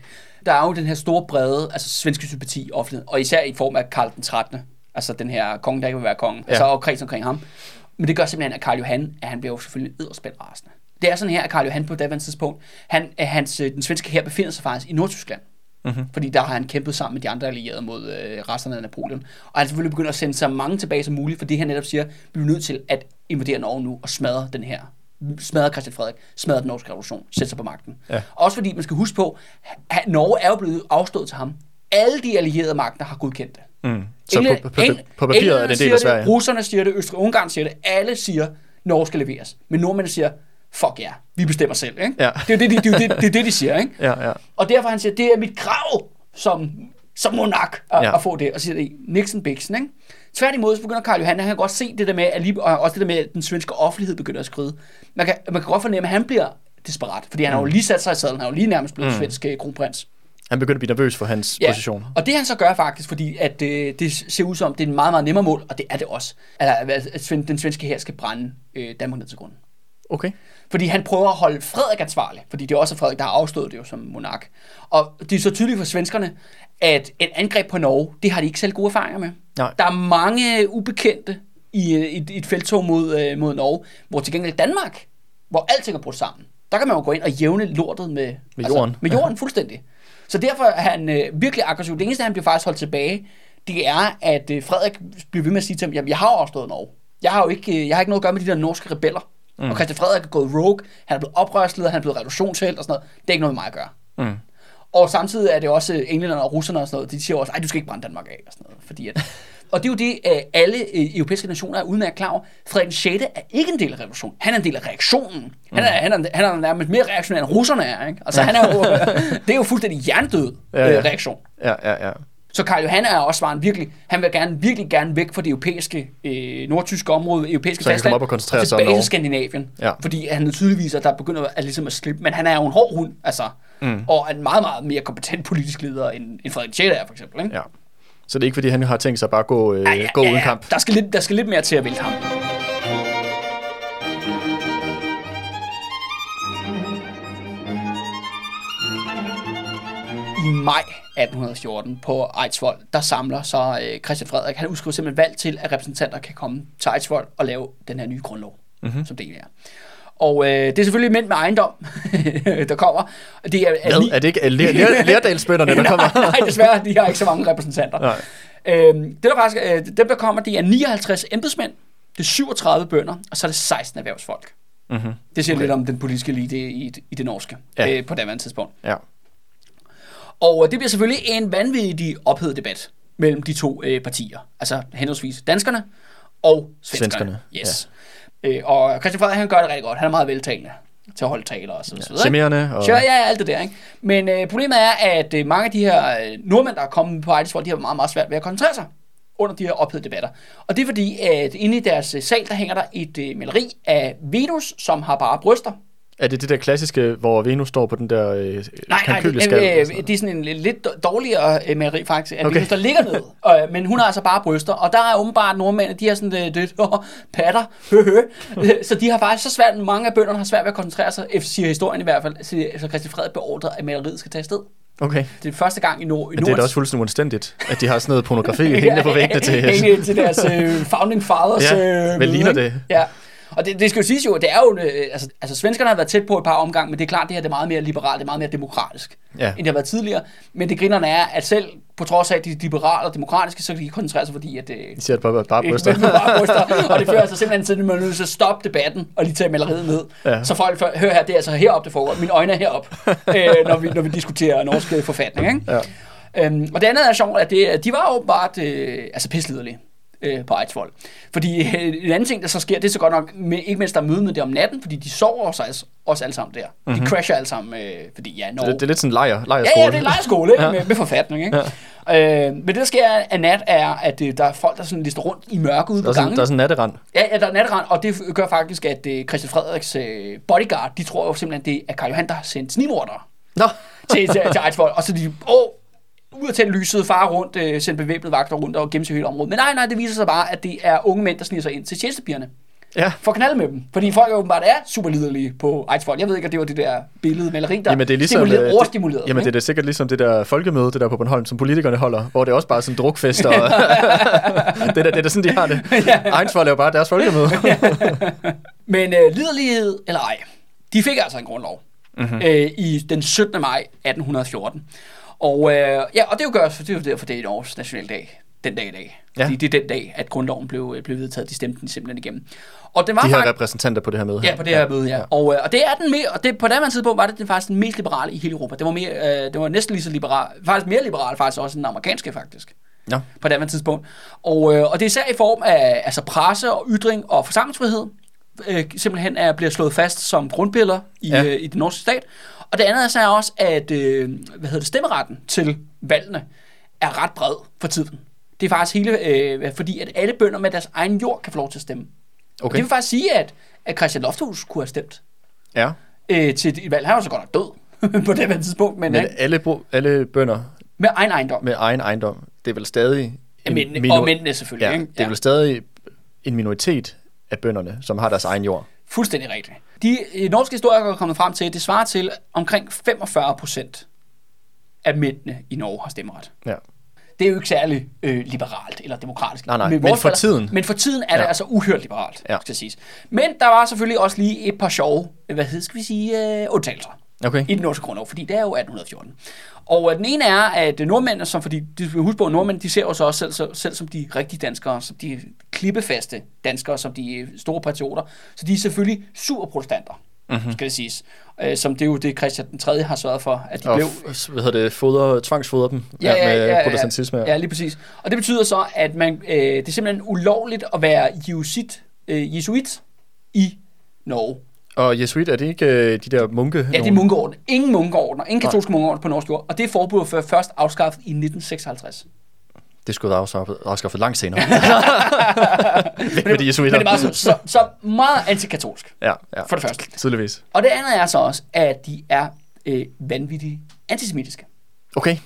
Speaker 1: der er jo den her store brede, altså svenske sympati i offentligheden, og især i form af Karl den 13., altså den her konge, der ikke vil være konge, ja. altså og kredsen omkring ham. Men det gør simpelthen, at Karl Johan, at han bliver jo selvfølgelig edderspændt rasende. Det er sådan her, at Karl Johan på daværende tidspunkt, han, at hans, øh, den svenske her befinder sig faktisk i Nordtyskland. Mm-hmm. Fordi der har han kæmpet sammen med de andre allierede mod øh, resterne af Napoleon. Og han er selvfølgelig begyndt at sende så mange tilbage som muligt, fordi han netop siger, vi er nødt til at invadere Norge nu og smadre den her. Smadre Christian Frederik, smadre den norske revolution, sætte sig på magten.
Speaker 2: Ja.
Speaker 1: Også fordi man skal huske på, at Norge er jo blevet afstået til ham. Alle de allierede magter har godkendt det.
Speaker 2: Mm. Så
Speaker 1: Englænd-
Speaker 2: på, på,
Speaker 1: Eng-
Speaker 2: på, på papiret er
Speaker 1: englænderne
Speaker 2: det en del
Speaker 1: siger
Speaker 2: af Sverige.
Speaker 1: Russerne siger det, Østrig-Ungarn siger det, alle siger, Norge skal leveres. Men nordmændene siger, fuck jer, yeah, vi bestemmer selv. Ikke?
Speaker 2: Ja.
Speaker 1: Det er jo det, de, det, er jo det, det, er det, de siger. Ikke?
Speaker 2: Ja, ja.
Speaker 1: Og derfor han siger, det er mit krav som, som monark at,
Speaker 2: Ja.
Speaker 1: ja. at, få det. Og siger det, Nixon Bixen, ikke? Tværtimod så begynder Karl Johan, han kan godt se det der med, at lige, og også det der med, at den svenske offentlighed begynder at skride. Man kan, man kan godt fornemme, at han bliver desperat, fordi han har jo
Speaker 2: Mm.
Speaker 1: lige sat sig i sadlen, han er jo lige nærmest blevet mm. svensk øh, kronprins.
Speaker 2: Han begynder at blive nervøs for hans position.
Speaker 1: Og det han så gør faktisk, fordi at, øh, det ser ud som, det er en meget, meget nemmere mål, og det er det også, at, at, at sven- den svenske her skal brænde øh, Danmark ned til grunden.
Speaker 2: Okay.
Speaker 1: Fordi han prøver at holde Frederik ansvarlig, fordi det er også Frederik, der har afstået det jo som monark. Og det er så tydeligt for svenskerne, at et angreb på Norge, det har de ikke selv gode erfaringer med.
Speaker 2: Nej.
Speaker 1: Der er mange øh, ubekendte i øh, et, et feltog mod, øh, mod Norge, hvor til gengæld Danmark, hvor alting er brudt sammen, der kan man jo gå ind og jævne lortet Altså, med,
Speaker 2: Med jorden.
Speaker 1: med jorden fuldstændig. Så derfor er han øh, virkelig aggressiv. Det eneste, han bliver faktisk holdt tilbage, det er, at øh, Frederik bliver ved med at sige til ham, jamen jeg har jo overstået Norge. Jeg har jo ikke, øh, jeg har ikke noget at gøre med de der norske rebeller. Mm. Og Christian Frederik er gået rogue, han er blevet oprørsleder, han er blevet revolutionshelt og sådan noget. Det er ikke noget med mig at gøre.
Speaker 2: Mm.
Speaker 1: Og samtidig er det også øh, englænderne og russerne og sådan noget, de siger også, at du skal ikke brænde Danmark af og sådan noget. Fordi at, og det er jo det, øh, alle øh, europæiske nationer er udmærket klar over. Frederik 6. er ikke en del af revolutionen. Han er en del af reaktionen. Han
Speaker 2: Mm.
Speaker 1: er, han er, han er nærmest mere reaktionær end russerne er. Ikke? Altså, han er jo, det er jo fuldstændig jerndød øh,
Speaker 2: Ja, ja.
Speaker 1: reaktion.
Speaker 2: Ja, ja, ja.
Speaker 1: Så Karl Johan er også var en virkelig, han vil gerne, virkelig gerne væk fra det europæiske, øh, nordtyske område, europæiske
Speaker 2: Så han kan komme op og koncentrere sig om
Speaker 1: tilbage
Speaker 2: Norge.
Speaker 1: til Skandinavien.
Speaker 2: Ja.
Speaker 1: Fordi han tydeligvis er, der begynder at, ligesom at slippe, men han er jo en hård hund, altså. Mm. Og en meget, meget mere kompetent politisk leder, end, end Frederik Tjæle er, for eksempel. Ikke?
Speaker 2: ja. Så det er ikke, fordi han har tænkt sig bare at gå, øh,
Speaker 1: Ja,
Speaker 2: gå
Speaker 1: ja,
Speaker 2: uden
Speaker 1: ja.
Speaker 2: kamp.
Speaker 1: Der skal, lidt, der skal lidt mere til at vælte ham. I maj 1814 på Eidsvoll, der samler så øh, Christian Frederik, han udskriver simpelthen valg til, at repræsentanter kan komme til Eidsvoll og lave den her nye grundlov, mm-hmm. som det egentlig er. Og øh, det er selvfølgelig mænd med ejendom, der kommer. Det er, er,
Speaker 2: Hvad? Er det ikke øh, Ler- Ler- Lerdalsbønderne, der kommer?
Speaker 1: nej, nej, desværre, de har ikke så mange repræsentanter.
Speaker 2: Nej.
Speaker 1: Øhm, det der faktisk, øh, dem der kommer, det er 59 embedsmænd, det er 37 bønder, og så er det 16 erhvervsfolk.
Speaker 2: Mhm.
Speaker 1: Det siger okay. lidt om den politiske elite i, i det norske
Speaker 2: Ja.
Speaker 1: ja. øh, på daværende tidspunkt.
Speaker 2: Ja.
Speaker 1: Og øh, det bliver selvfølgelig en vanvittig ophedet debat mellem de to øh, partier. Altså henholdsvis danskerne og svenskerne.
Speaker 2: Svenskerne,
Speaker 1: Yes. Ja. Øh, og Christian Frederik, han gør det rigtig godt. Han er meget veltalende til at holde taler og så videre. ikke?
Speaker 2: Charmerende og...
Speaker 1: Sure, ja, ja, alt det der, ikke? Men øh, problemet er, at øh, mange af de her øh, nordmænd, der er kommet på Ejdersvold, de har meget, meget svært ved at koncentrere sig under de her ophedede debatter. Og det er fordi, at inde i deres øh, sal, der hænger der et øh, maleri af Venus, som har bare bryster.
Speaker 2: Er det det der klassiske, hvor Venus står på den der øh,
Speaker 1: Nej, nej, det,
Speaker 2: kampyleskal?
Speaker 1: øh,
Speaker 2: eller
Speaker 1: øh,
Speaker 2: sådan
Speaker 1: det er sådan en lidt dårligere øh, maleri faktisk, at
Speaker 2: Okay.
Speaker 1: okay. Venus, der ligger ned. Øh, men hun har altså bare bryster, og der er åbenbart nordmænd, de har sådan øh, lidt åh, patter, hø, hø. Øh, så de har faktisk så svært, mange af bønderne har svært ved at koncentrere sig, efter- siger historien i hvert fald, siger- så Christian Frederik beordrer, at maleriet skal tage afsted.
Speaker 2: noget? Okay.
Speaker 1: Det er første gang i Nord. I
Speaker 2: Men det er da også fuldstændig uanstændigt, at de har sådan noget pornografi hængende på væggene til.
Speaker 1: hængende til deres øh, founding fathers.
Speaker 2: Ja,
Speaker 1: øh,
Speaker 2: hvad
Speaker 1: møde,
Speaker 2: ligner
Speaker 1: ikke?
Speaker 2: det?
Speaker 1: Ja. Og det, det skal jo siges jo, at det er jo, øh, altså, altså svenskerne har været tæt på et par omgange, men det er klart, det her det er meget mere liberalt, det er meget mere demokratisk,
Speaker 2: Ja.
Speaker 1: end det har været tidligere. Men det grinerne er, at selv på trods af, at de er liberale og demokratiske, så kan de ikke koncentrere sig, fordi at, øh,
Speaker 2: De siger bare, bare bryster.
Speaker 1: ikke, men bare bryster. og det fører altså simpelthen til, at man er nødt til at stoppe debatten og lige tage maleriet ned.
Speaker 2: Ja.
Speaker 1: Ja. Så folk før- hører her, det er altså heroppe, det foregår. Mine øjne er heroppe, øh, når, vi, når vi diskuterer norsk øh, forfatning. Ikke?
Speaker 2: Ja.
Speaker 1: Øhm, og det andet er sjovt, at det, de var åbenbart øh, altså pisliderlige øh, på Eidsvoll. Fordi øh, en anden ting, der så sker, det er så godt nok, med, ikke mindst der er møde med det om natten, fordi de sover også, altså, også alle sammen der. Mm-hmm. De crasher alle sammen, øh, fordi ja, Norge...
Speaker 2: Mhm. Det, det er lidt sådan en lejer,
Speaker 1: Ja,
Speaker 2: lejerskole.
Speaker 1: ja, det er en lejeskole ikke? Med, med forfatning. Ikke? Ja. Øh, men det, der sker af nat, er, at øh, der er folk, der sådan lister rundt i mørke ude
Speaker 2: Der
Speaker 1: på
Speaker 2: er sådan,
Speaker 1: gangen.
Speaker 2: der er sådan en natterand.
Speaker 1: Ja, ja, der er natterand, og det f- gør faktisk, at øh, Christian Frederiks øh, bodyguard, de tror jo simpelthen, det er Karl Johan, der har sendt snimordere
Speaker 2: Nå,
Speaker 1: til, til, til Eidsvoll. Og så de, åh, ud og tænde lyset, far rundt, øh, sende bevæbnede vagter rundt og gemme sig i hele området. Men nej, nej, det viser sig bare, at det er unge mænd, der sniger sig ind til tjenestepigerne.
Speaker 2: ja.
Speaker 1: For at knalde med dem. Fordi folk åbenbart er super liderlige på Eidsvoll. Jeg ved ikke, at det var det der billede, maleri, der
Speaker 2: Jamen, det er ligesom,
Speaker 1: stimuleret,
Speaker 2: øh,
Speaker 1: overstimuleret.
Speaker 2: Jamen,
Speaker 1: ikke?
Speaker 2: det er da sikkert ligesom det der folkemøde, det der på Bornholm, som politikerne holder, hvor det er også bare sådan drukfest, og det, er, da- det er da sådan, de har det. Ejensvold er jo bare deres folkemøde.
Speaker 1: Men øh, liderlighed eller ej, de fik altså en grundlov mm-hmm. øh, i den 17. maj 1814. Og, øh, ja, og det er jo gør, det er jo derfor, det er Norges nationaldag den dag i dag.
Speaker 2: Ja.
Speaker 1: Ja. Fordi det er den dag, at grundloven blev, øh, blev vedtaget. De stemte den simpelthen igennem. Og den var
Speaker 2: De her
Speaker 1: faktisk...
Speaker 2: repræsentanter på det her møde.
Speaker 1: Ja, på det her møde, ja. Og, øh, og det er den mere, og det, på den tidspunkt var det den faktisk den mest liberale i hele Europa. Det var, mere, øh, det var næsten lige så liberal, faktisk mere liberal faktisk også end den amerikanske faktisk
Speaker 2: Nå,
Speaker 1: på det andet tidspunkt. Og, øh, og det er især i form af altså presse og ytring og forsamlingsfrihed, øh, simpelthen er, bliver slået fast som grundpiller i,
Speaker 2: Ja.
Speaker 1: ja. øh, i den norske stat. Og det andet er så også, at øh, hvad hedder det, stemmeretten til valgene er ret bred for tiden. Det er faktisk hele, øh, fordi at alle bønder med deres egen jord kan få lov til at stemme. Okay.
Speaker 2: okay.
Speaker 1: Det vil faktisk sige, at, at Christian Lofthus kunne have stemt
Speaker 2: Ja.
Speaker 1: øh, til et valg. Han var så godt nok død på det andet tidspunkt, men,
Speaker 2: Men
Speaker 1: men
Speaker 2: alle, bro, alle bønder
Speaker 1: med egen ejendom.
Speaker 2: med egen ejendom, det er vel stadig... en
Speaker 1: Men,
Speaker 2: minor-
Speaker 1: og mændene selvfølgelig.
Speaker 2: ja,
Speaker 1: ikke?
Speaker 2: det er vel stadig en minoritet af bønderne, som har deres egen jord.
Speaker 1: Fuldstændig rigtigt. De øh, norske historikere er kommet frem til, at det svarer til omkring 45 procent af mændene i Norge har stemmeret.
Speaker 2: Ja.
Speaker 1: Det er jo ikke særlig øh, liberalt eller demokratisk.
Speaker 2: Nej, nej,
Speaker 1: Med
Speaker 2: men
Speaker 1: vores
Speaker 2: for
Speaker 1: briller-
Speaker 2: tiden.
Speaker 1: Men for tiden er det
Speaker 2: Ja.
Speaker 1: altså uhørt liberalt,
Speaker 2: Ja.
Speaker 1: ja. skal siges. Men der var selvfølgelig også lige et par sjove, øh, hvad hed, skal vi sige, øh, undtagelser.
Speaker 2: Okay.
Speaker 1: i den norske grundlov, fordi det er jo 1814. Og øh, den ene er, at øh, nordmændene, som fordi, de skal huske på, at nordmænd, de ser jo så også selv, så, selv som de rigtige danskere, som de klippefaste danskere, som de øh, store patrioter, så de er selvfølgelig superprotestanter,
Speaker 2: Mhm.
Speaker 1: mm-hmm. skal det siges. Øh, som det er jo det, Christian den 3. har sørget for, at de
Speaker 2: Og
Speaker 1: blev
Speaker 2: f- hvad hedder det, foder, tvangsfoder dem ja, ja, med protestantisme.
Speaker 1: Ja, ja, lige præcis. Og det betyder så, at man, øh, det er simpelthen ulovligt at være jesuit, øh, jesuit i Norge.
Speaker 2: Og jesuit, er det ikke øh, de der munke?
Speaker 1: Ja, det er munkeordner. Ingen munkeordner. Ingen katolske munkeordner på norsk jord. Og det forbud var først afskaffet i 1956.
Speaker 2: Det skulle være afskaffet, afskaffet langt senere. Væk med de
Speaker 1: Men
Speaker 2: jesuitter.
Speaker 1: det var så, så, så meget antikatolsk,
Speaker 2: Ja, ja.
Speaker 1: for det første.
Speaker 2: Tydeligvis.
Speaker 1: Og det andet er så også, at de er øh, vanvittigt antisemitiske
Speaker 2: Okay,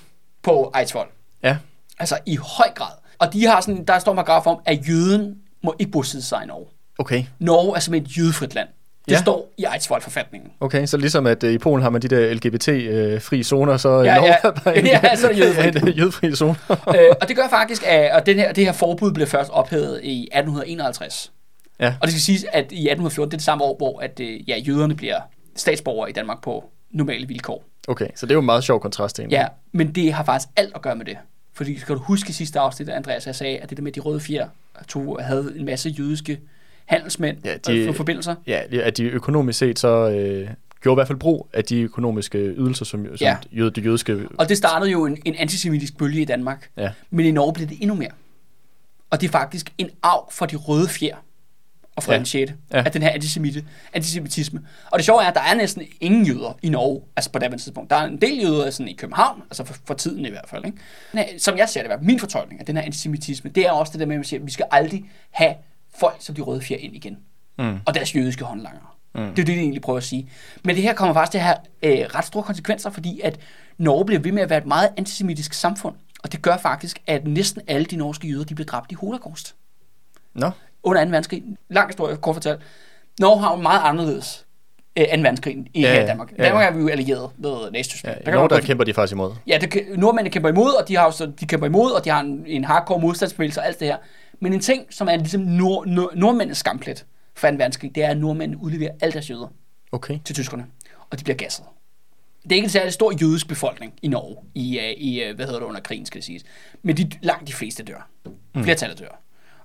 Speaker 1: på Eidsvoll.
Speaker 2: ja.
Speaker 1: Altså i høj grad. Og de har sådan, der står en paragraf om, at jøden må ikke bosætte sig i Norge.
Speaker 2: Okay,
Speaker 1: Norge er simpelthen et jødefrit land. Det
Speaker 2: Ja.
Speaker 1: ja. står i Eidsvoll-forfatningen.
Speaker 2: okay. Så ligesom at øh, i Polen har man de der LGBT-fri zoner, så øh,
Speaker 1: Ja,
Speaker 2: Norge
Speaker 1: ja.
Speaker 2: er bare en,
Speaker 1: Ja, så er det jødefri.
Speaker 2: en jødfri zone.
Speaker 1: øh, og det gør faktisk, at og den her, det her forbud blev først ophævet i 1851.
Speaker 2: Ja.
Speaker 1: Og det skal siges, at i 1814, det er det samme år, hvor at, øh, ja, jøderne bliver statsborgere i Danmark på normale vilkår.
Speaker 2: Okay, så det er jo en meget sjov kontrast egentlig.
Speaker 1: Ja, men det har faktisk alt at gøre med det. Fordi skal du huske i sidste afsnit, at Andreas jeg sagde, at det der med de røde fjer to havde en masse jødiske handelsmænd
Speaker 2: Ja,
Speaker 1: ja,
Speaker 2: de-
Speaker 1: de... og forbindelser.
Speaker 2: Ja, det- at de økonomisk set så øh, gjorde i hvert fald brug af de økonomiske ydelser, som, som ja.
Speaker 1: Ja.
Speaker 2: jød, det jødiske...
Speaker 1: Og det startede jo en, en antisemitisk bølge i Danmark.
Speaker 2: Øh, Ja.
Speaker 1: Men i Norge blev det endnu mere. Og det er faktisk en arv fra de røde fjer og fra
Speaker 2: Ja.
Speaker 1: ja. den 6.
Speaker 2: Ja.
Speaker 1: Ja. af den her antisemite, antisemitisme. Og det sjove er, at der er næsten ingen jøder i Norge, altså på daværende tidspunkt. Der er en del jøder sådan i København, altså for, for tiden i hvert fald. Ikke? Den her- Som jeg ser det, i hvert fald, min fortolkning af den her antisemitisme, det er også det der med, at man siger, at vi skal aldrig have folk som de røde fjer ind igen. Mm. Og deres jødiske håndlangere. Mm. Det er jo det, de egentlig prøver at sige. Men det her kommer faktisk til at have øh, ret store konsekvenser, fordi at Norge bliver ved med at være et meget antisemitisk samfund. Og det gør faktisk, at næsten alle de norske jøder, de blev dræbt i holocaust
Speaker 2: Nå,
Speaker 1: under 2. verdenskrig. Lang historie, kort fortalt. Norge har jo meget anderledes øh, 2. verdenskrig end
Speaker 2: Ja,
Speaker 1: ja, her
Speaker 2: ja,
Speaker 1: i Danmark. I
Speaker 2: ja, ja.
Speaker 1: Danmark er vi jo allieret med Nazi-Tyskland. Der kan
Speaker 2: ja, i
Speaker 1: man
Speaker 2: Norge, der
Speaker 1: godt-
Speaker 2: kæmper de faktisk imod.
Speaker 1: Ja, det, kan- nordmændene kæmper imod, og de, har jo så, de kæmper imod, og de har en, en hardcore modstandsbevægelse og alt det her. Men en ting, som er ligesom nord, nord, nordmændenes skamplet for 2. verdenskrig, det er, at nordmændene udleverer alle deres jøder
Speaker 2: Okay.
Speaker 1: til tyskerne, og de bliver gasset. Det er ikke en særlig stor jødisk befolkning i Norge, i, øh, i øh, hvad hedder det, under krigen, skal det siges. Men de, langt de fleste dør.
Speaker 2: Mm.
Speaker 1: Flertallet dør.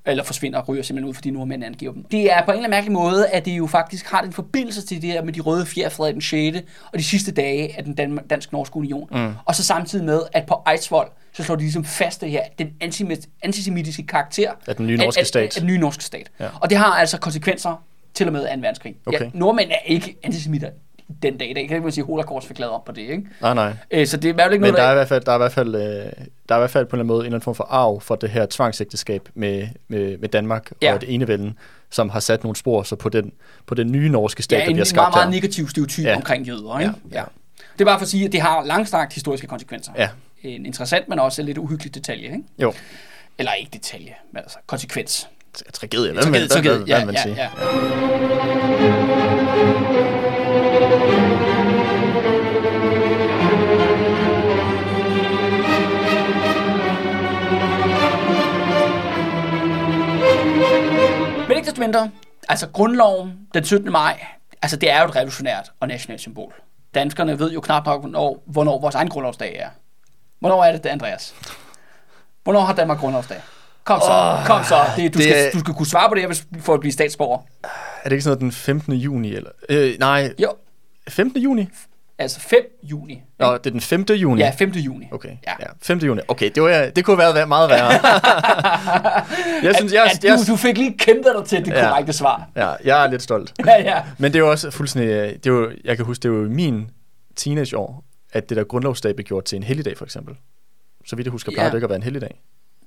Speaker 1: Eller forsvinder og ryger simpelthen ud, fordi nordmændene angiver dem. Det er på en eller anden mærkelig måde, at det jo faktisk har den forbindelse til det her med de røde fjer, Frederik den 6. og de sidste dage af den dan- dansk-norske union. Mm. Og så samtidig med, at på Eidsvoll, så slår de ligesom fast det her, den antisemit- antisemitiske karakter
Speaker 2: Af den nye norske
Speaker 1: af,
Speaker 2: stat.
Speaker 1: Af, af den nye norske stat.
Speaker 2: Ja.
Speaker 1: Ja. Og det har altså konsekvenser til og med 2. verdenskrig.
Speaker 2: Okay.
Speaker 1: Ja, nordmænd er ikke antisemitter den dag i dag. Kan ikke man sige, at Holocaust fik lavet om på det, ikke?
Speaker 2: Nej, nej.
Speaker 1: Øh, Så det er jo ikke noget,
Speaker 2: Men der er, i
Speaker 1: der...
Speaker 2: hvert fald, der, er i hvert fald, øh, der er i hvert fald på en eller anden måde en eller anden form for arv for det her tvangsægteskab med, med, med Danmark ja.
Speaker 1: Ja.
Speaker 2: og det enevælden, som har sat nogle spor så på den, på den nye norske stat,
Speaker 1: Ja,
Speaker 2: der
Speaker 1: en
Speaker 2: bliver
Speaker 1: meget,
Speaker 2: skabt
Speaker 1: meget
Speaker 2: her.
Speaker 1: negativ stereotyp
Speaker 2: Ja.
Speaker 1: ja. omkring jøder, ikke?
Speaker 2: Ja, ja.
Speaker 1: Det er bare for at sige, at det har langstrakt historiske konsekvenser.
Speaker 2: Ja,
Speaker 1: En interessant, men også en lidt uhyggelig detalje, ikke?
Speaker 2: jo.
Speaker 1: Eller ikke detalje, men altså konsekvens.
Speaker 2: Tra- Tragedie, hvad,
Speaker 1: Tragedie,
Speaker 2: man, hvad,
Speaker 1: tragedie,
Speaker 2: hvad, hvad man
Speaker 1: ja,
Speaker 2: sige.
Speaker 1: ja, Men ikke desto mindre, altså grundloven den 17. maj, altså det er jo et revolutionært og nationalt symbol. Danskerne ved jo knap nok, hvornår, hvornår vores egen grundlovsdag er. Hvornår er det, det, Andreas? Hvornår har Danmark grundlovsdag? Kom så, oh, kom så. Det, du,
Speaker 2: det
Speaker 1: det...
Speaker 2: er-
Speaker 1: Skal, du skal kunne svare på det her, hvis, for at blive statsborger.
Speaker 2: Er det ikke sådan noget den 15. juni? Eller? Øh, nej,
Speaker 1: Jo,
Speaker 2: 15. juni?
Speaker 1: altså 5. juni.
Speaker 2: Nå, det er den 5. juni.
Speaker 1: Ja, 5. juni.
Speaker 2: Okay, ja.
Speaker 1: Ja.
Speaker 2: ja. 5. juni. Okay, det, var, jeg- det kunne have været meget værre. jeg synes, jeg,
Speaker 1: At
Speaker 2: jeg,
Speaker 1: du, du fik lige kæmpet dig til det
Speaker 2: Ja.
Speaker 1: ja. korrekte svar.
Speaker 2: ja, jeg er lidt stolt.
Speaker 1: Ja, ja.
Speaker 2: Men det er jo også fuldstændig... øh, Det er jo, jeg kan huske, det var jo i min teenageår, at det der grundlovsdag blev gjort til en helligdag, for eksempel. Så vidt jeg husker, plejede
Speaker 1: Ja. øh,
Speaker 2: det ikke at være en helligdag.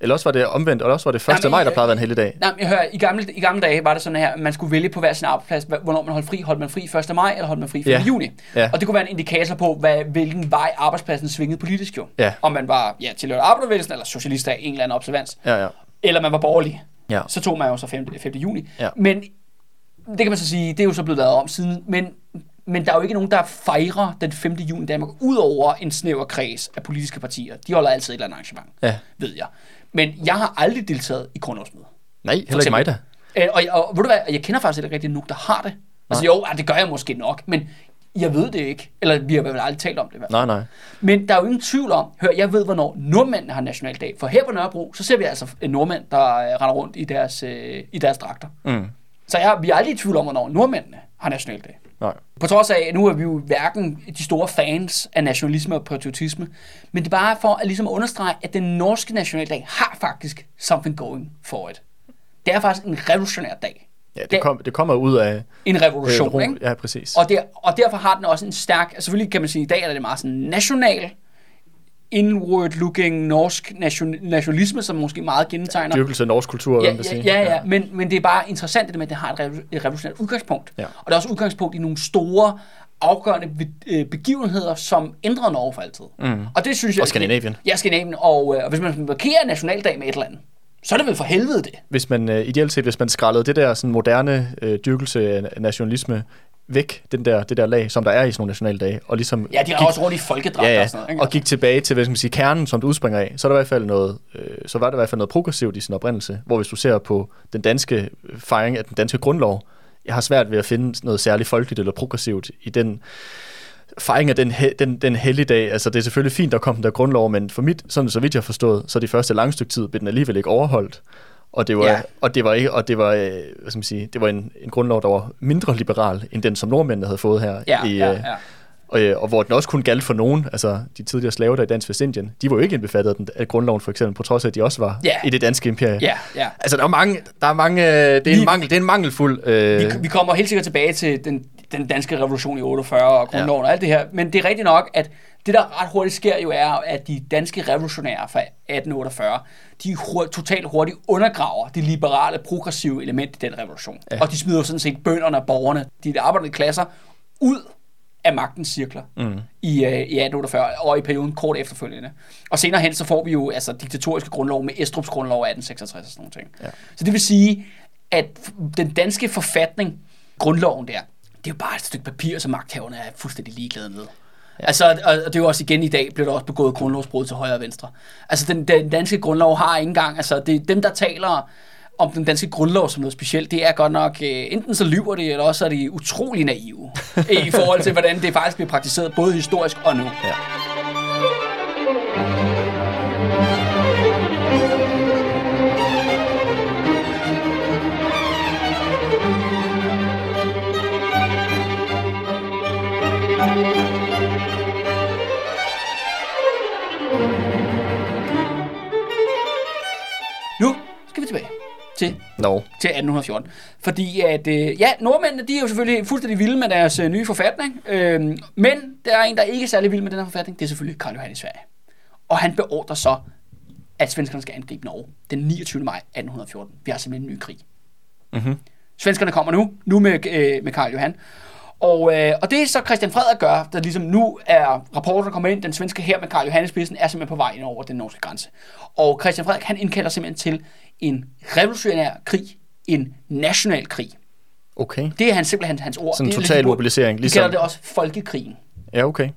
Speaker 2: Eller også var det omvendt, eller også var det 1.
Speaker 1: Nej, men-
Speaker 2: maj, der plejede at være en helligdag.
Speaker 1: Nej, men jeg hører, i gamle, i gamle dage var det sådan her, at man skulle vælge på hver sin arbejdsplads, hva- hvornår man holdt fri. Holdt man fri 1. maj, eller holdt man fri 5.
Speaker 2: Ja.
Speaker 1: juni?
Speaker 2: Ja.
Speaker 1: Og det kunne være en indikator på, hvad, hvilken vej arbejdspladsen svingede politisk jo.
Speaker 2: Ja.
Speaker 1: Om man var ja, tilhørte arbejdervægelsen, eller socialist af en eller anden observans,
Speaker 2: Ja, ja.
Speaker 1: eller man var borgerlig.
Speaker 2: Ja.
Speaker 1: Så tog man jo så 5. 5. juni.
Speaker 2: Ja.
Speaker 1: Men det kan man så sige, det er jo så blevet lavet om siden, men, men der er jo ikke nogen, der fejrer den 5. juni i Danmark, udover en snæver kreds af politiske partier. De holder altid et eller andet arrangement,
Speaker 2: Ja.
Speaker 1: ved jeg. Men jeg har aldrig deltaget i grundlovsmødet.
Speaker 2: Nej, heller ikke mig da.
Speaker 1: Øh, og, og, og ved du hvad, jeg kender faktisk ikke rigtig nogen, der har det. Altså jo, ah, det gør jeg måske nok, men Jeg ved det ikke. Eller vi har vel aldrig talt om det i hvert fald.
Speaker 2: Nej, nej.
Speaker 1: Men der er jo ingen tvivl om, hør, jeg ved, hvornår nordmændene har nationaldag. For her på Nørrebro, så ser vi altså en nordmænd, der øh, render rundt i deres, øh, i deres dragter.
Speaker 2: Mm.
Speaker 1: Så jeg, vi er aldrig i tvivl om, hvornår nordmændene har nationaldag.
Speaker 2: Nej.
Speaker 1: På trods af, at nu er vi jo hverken de store fans af nationalisme og patriotisme, men det er bare for at ligesom at understrege, at den norske nationaldag har faktisk something going for it. Det er faktisk en revolutionær dag.
Speaker 2: Ja, det,
Speaker 1: Det-
Speaker 2: kom, det kommer ud af...
Speaker 1: En revolution,
Speaker 2: ro-
Speaker 1: ikke?
Speaker 2: Ja, præcis.
Speaker 1: Og, der, og derfor har den også en stærk, altså selvfølgelig kan man sige, at i dag er det meget sådan national, inward-looking norsk nation, nationalisme, som måske meget gennemtegner.
Speaker 2: Dyrkelse af norsk kultur, hvad
Speaker 1: Ja,
Speaker 2: man vil
Speaker 1: ja,
Speaker 2: sige.
Speaker 1: ja, ja. Men, men det er bare interessant, det der med, at det har et revo- et revolutionært udgangspunkt.
Speaker 2: Ja.
Speaker 1: Og der er også udgangspunkt i nogle store, afgørende be- øh, begivenheder, som ændrer Norge for altid. Mm. Og det synes jeg...
Speaker 2: Og Skandinavien.
Speaker 1: Ja, Skandinavien. Og, øh, og hvis man markerer nationaldag med et eller andet, så er det vel for helvede det.
Speaker 2: Hvis man, øh, ideelt set, hvis man skrællede det der sådan moderne øh, dyrkelse af nationalisme væk, den der, det der lag, som der er i sådan nogle nationaldage, og ligesom
Speaker 1: Ja, de har også rundt i folkedragter
Speaker 2: ja, ja.
Speaker 1: og sådan noget. ikke?
Speaker 2: og gik tilbage til hvad skal man sige, kernen, som det udspringer af, så, er der i hvert fald noget, øh, så var der i hvert fald noget progressivt i sin oprindelse, hvor hvis du ser på den danske øh, fejring af den danske grundlov, jeg har svært ved at finde noget særligt folkeligt eller progressivt i den fejring af den, he- den, den helligdag. Altså, det er selvfølgelig fint, der kom den der grundlov, men for mit, sådan så vidt jeg har forstået, så de første lange stykke tid blev den alligevel ikke overholdt. Og det var,
Speaker 1: Ja.
Speaker 2: ja. og det var, ikke, og det var, øh, hvad skal man sige, det var en, en grundlov, der var mindre liberal end den, som nordmændene havde fået her
Speaker 1: Ja,
Speaker 2: i,
Speaker 1: ja,
Speaker 2: øh,
Speaker 1: ja.
Speaker 2: og, øh, og hvor den også kun galt for nogen, altså de tidligere slaver der i Dansk Vestindien, de var jo ikke indbefattet af, den, af grundloven for eksempel, på trods af, at de også var
Speaker 1: Ja.
Speaker 2: i det danske imperie.
Speaker 1: Ja, ja.
Speaker 2: Altså der er mange, der er mange, øh, det er
Speaker 1: Vi-
Speaker 2: en mangel, det er en mangelfuld... Øh,
Speaker 1: Vi, vi kommer helt sikkert tilbage til den, den danske revolution i 48 og grundloven ja. og alt det her, men det er rigtigt nok, at det der ret hurtigt sker jo er, at de danske revolutionære fra 1848, de hur- totalt hurtigt undergraver det liberale, progressive element i den revolution. Ja. Og de smider jo sådan set bønderne og borgerne, de arbejdende klasser, ud af magtens cirkler mm. i, øh, i 1848 og i perioden kort efterfølgende. Og senere hen, så får vi jo altså diktatoriske grundlov med Estrups grundlov af 1866 og sådan nogle ting. Ja. Så det vil sige, at f- den danske forfatning, grundloven der, det er jo bare et stykke papir, som magthaverne er fuldstændig ligeglade med. Ja. Altså, og- og det er jo også igen i dag, bliver der også begået grundlovsbrud til højre og venstre. Altså, den, den danske grundlov har ikke engang, altså, det er dem, der taler om den danske grundlov som noget specielt, det er godt nok, øh, enten så lyver de, eller også er de utrolig naive i forhold til, hvordan det faktisk bliver praktiseret, både historisk og nu.
Speaker 2: Ja.
Speaker 1: Nu skal vi tilbage til
Speaker 2: no.
Speaker 1: til 1814. Fordi at, øh, ja, nordmændene, de er jo selvfølgelig fuldstændig vilde med deres øh, nye forfatning, øh, men der er en, der ikke er særlig vild med den her forfatning, det er selvfølgelig Karl Johan i Sverige. Og han beordrer så, at svenskerne skal angribe Norge den 29. maj 1814. Vi har simpelthen en ny krig. Svenskerne kommer nu, nu med, øh, med Karl Johan. Og, øh, og det er så Christian Frederik gør, der ligesom nu er rapporter kommer ind, den svenske her med Karl Johan i spidsen, er simpelthen på vej ind over den norske grænse. Og Christian Frederik, han indkalder simpelthen til en revolutionær krig, en national krig.
Speaker 2: Okay.
Speaker 1: Det er han simpelthen hans ord.
Speaker 2: Sådan en
Speaker 1: Det er
Speaker 2: total
Speaker 1: lidt-
Speaker 2: mobilisering,
Speaker 1: De
Speaker 2: ligesom-
Speaker 1: kalder det også folkekrigen.
Speaker 2: Ja, okay.
Speaker 1: Så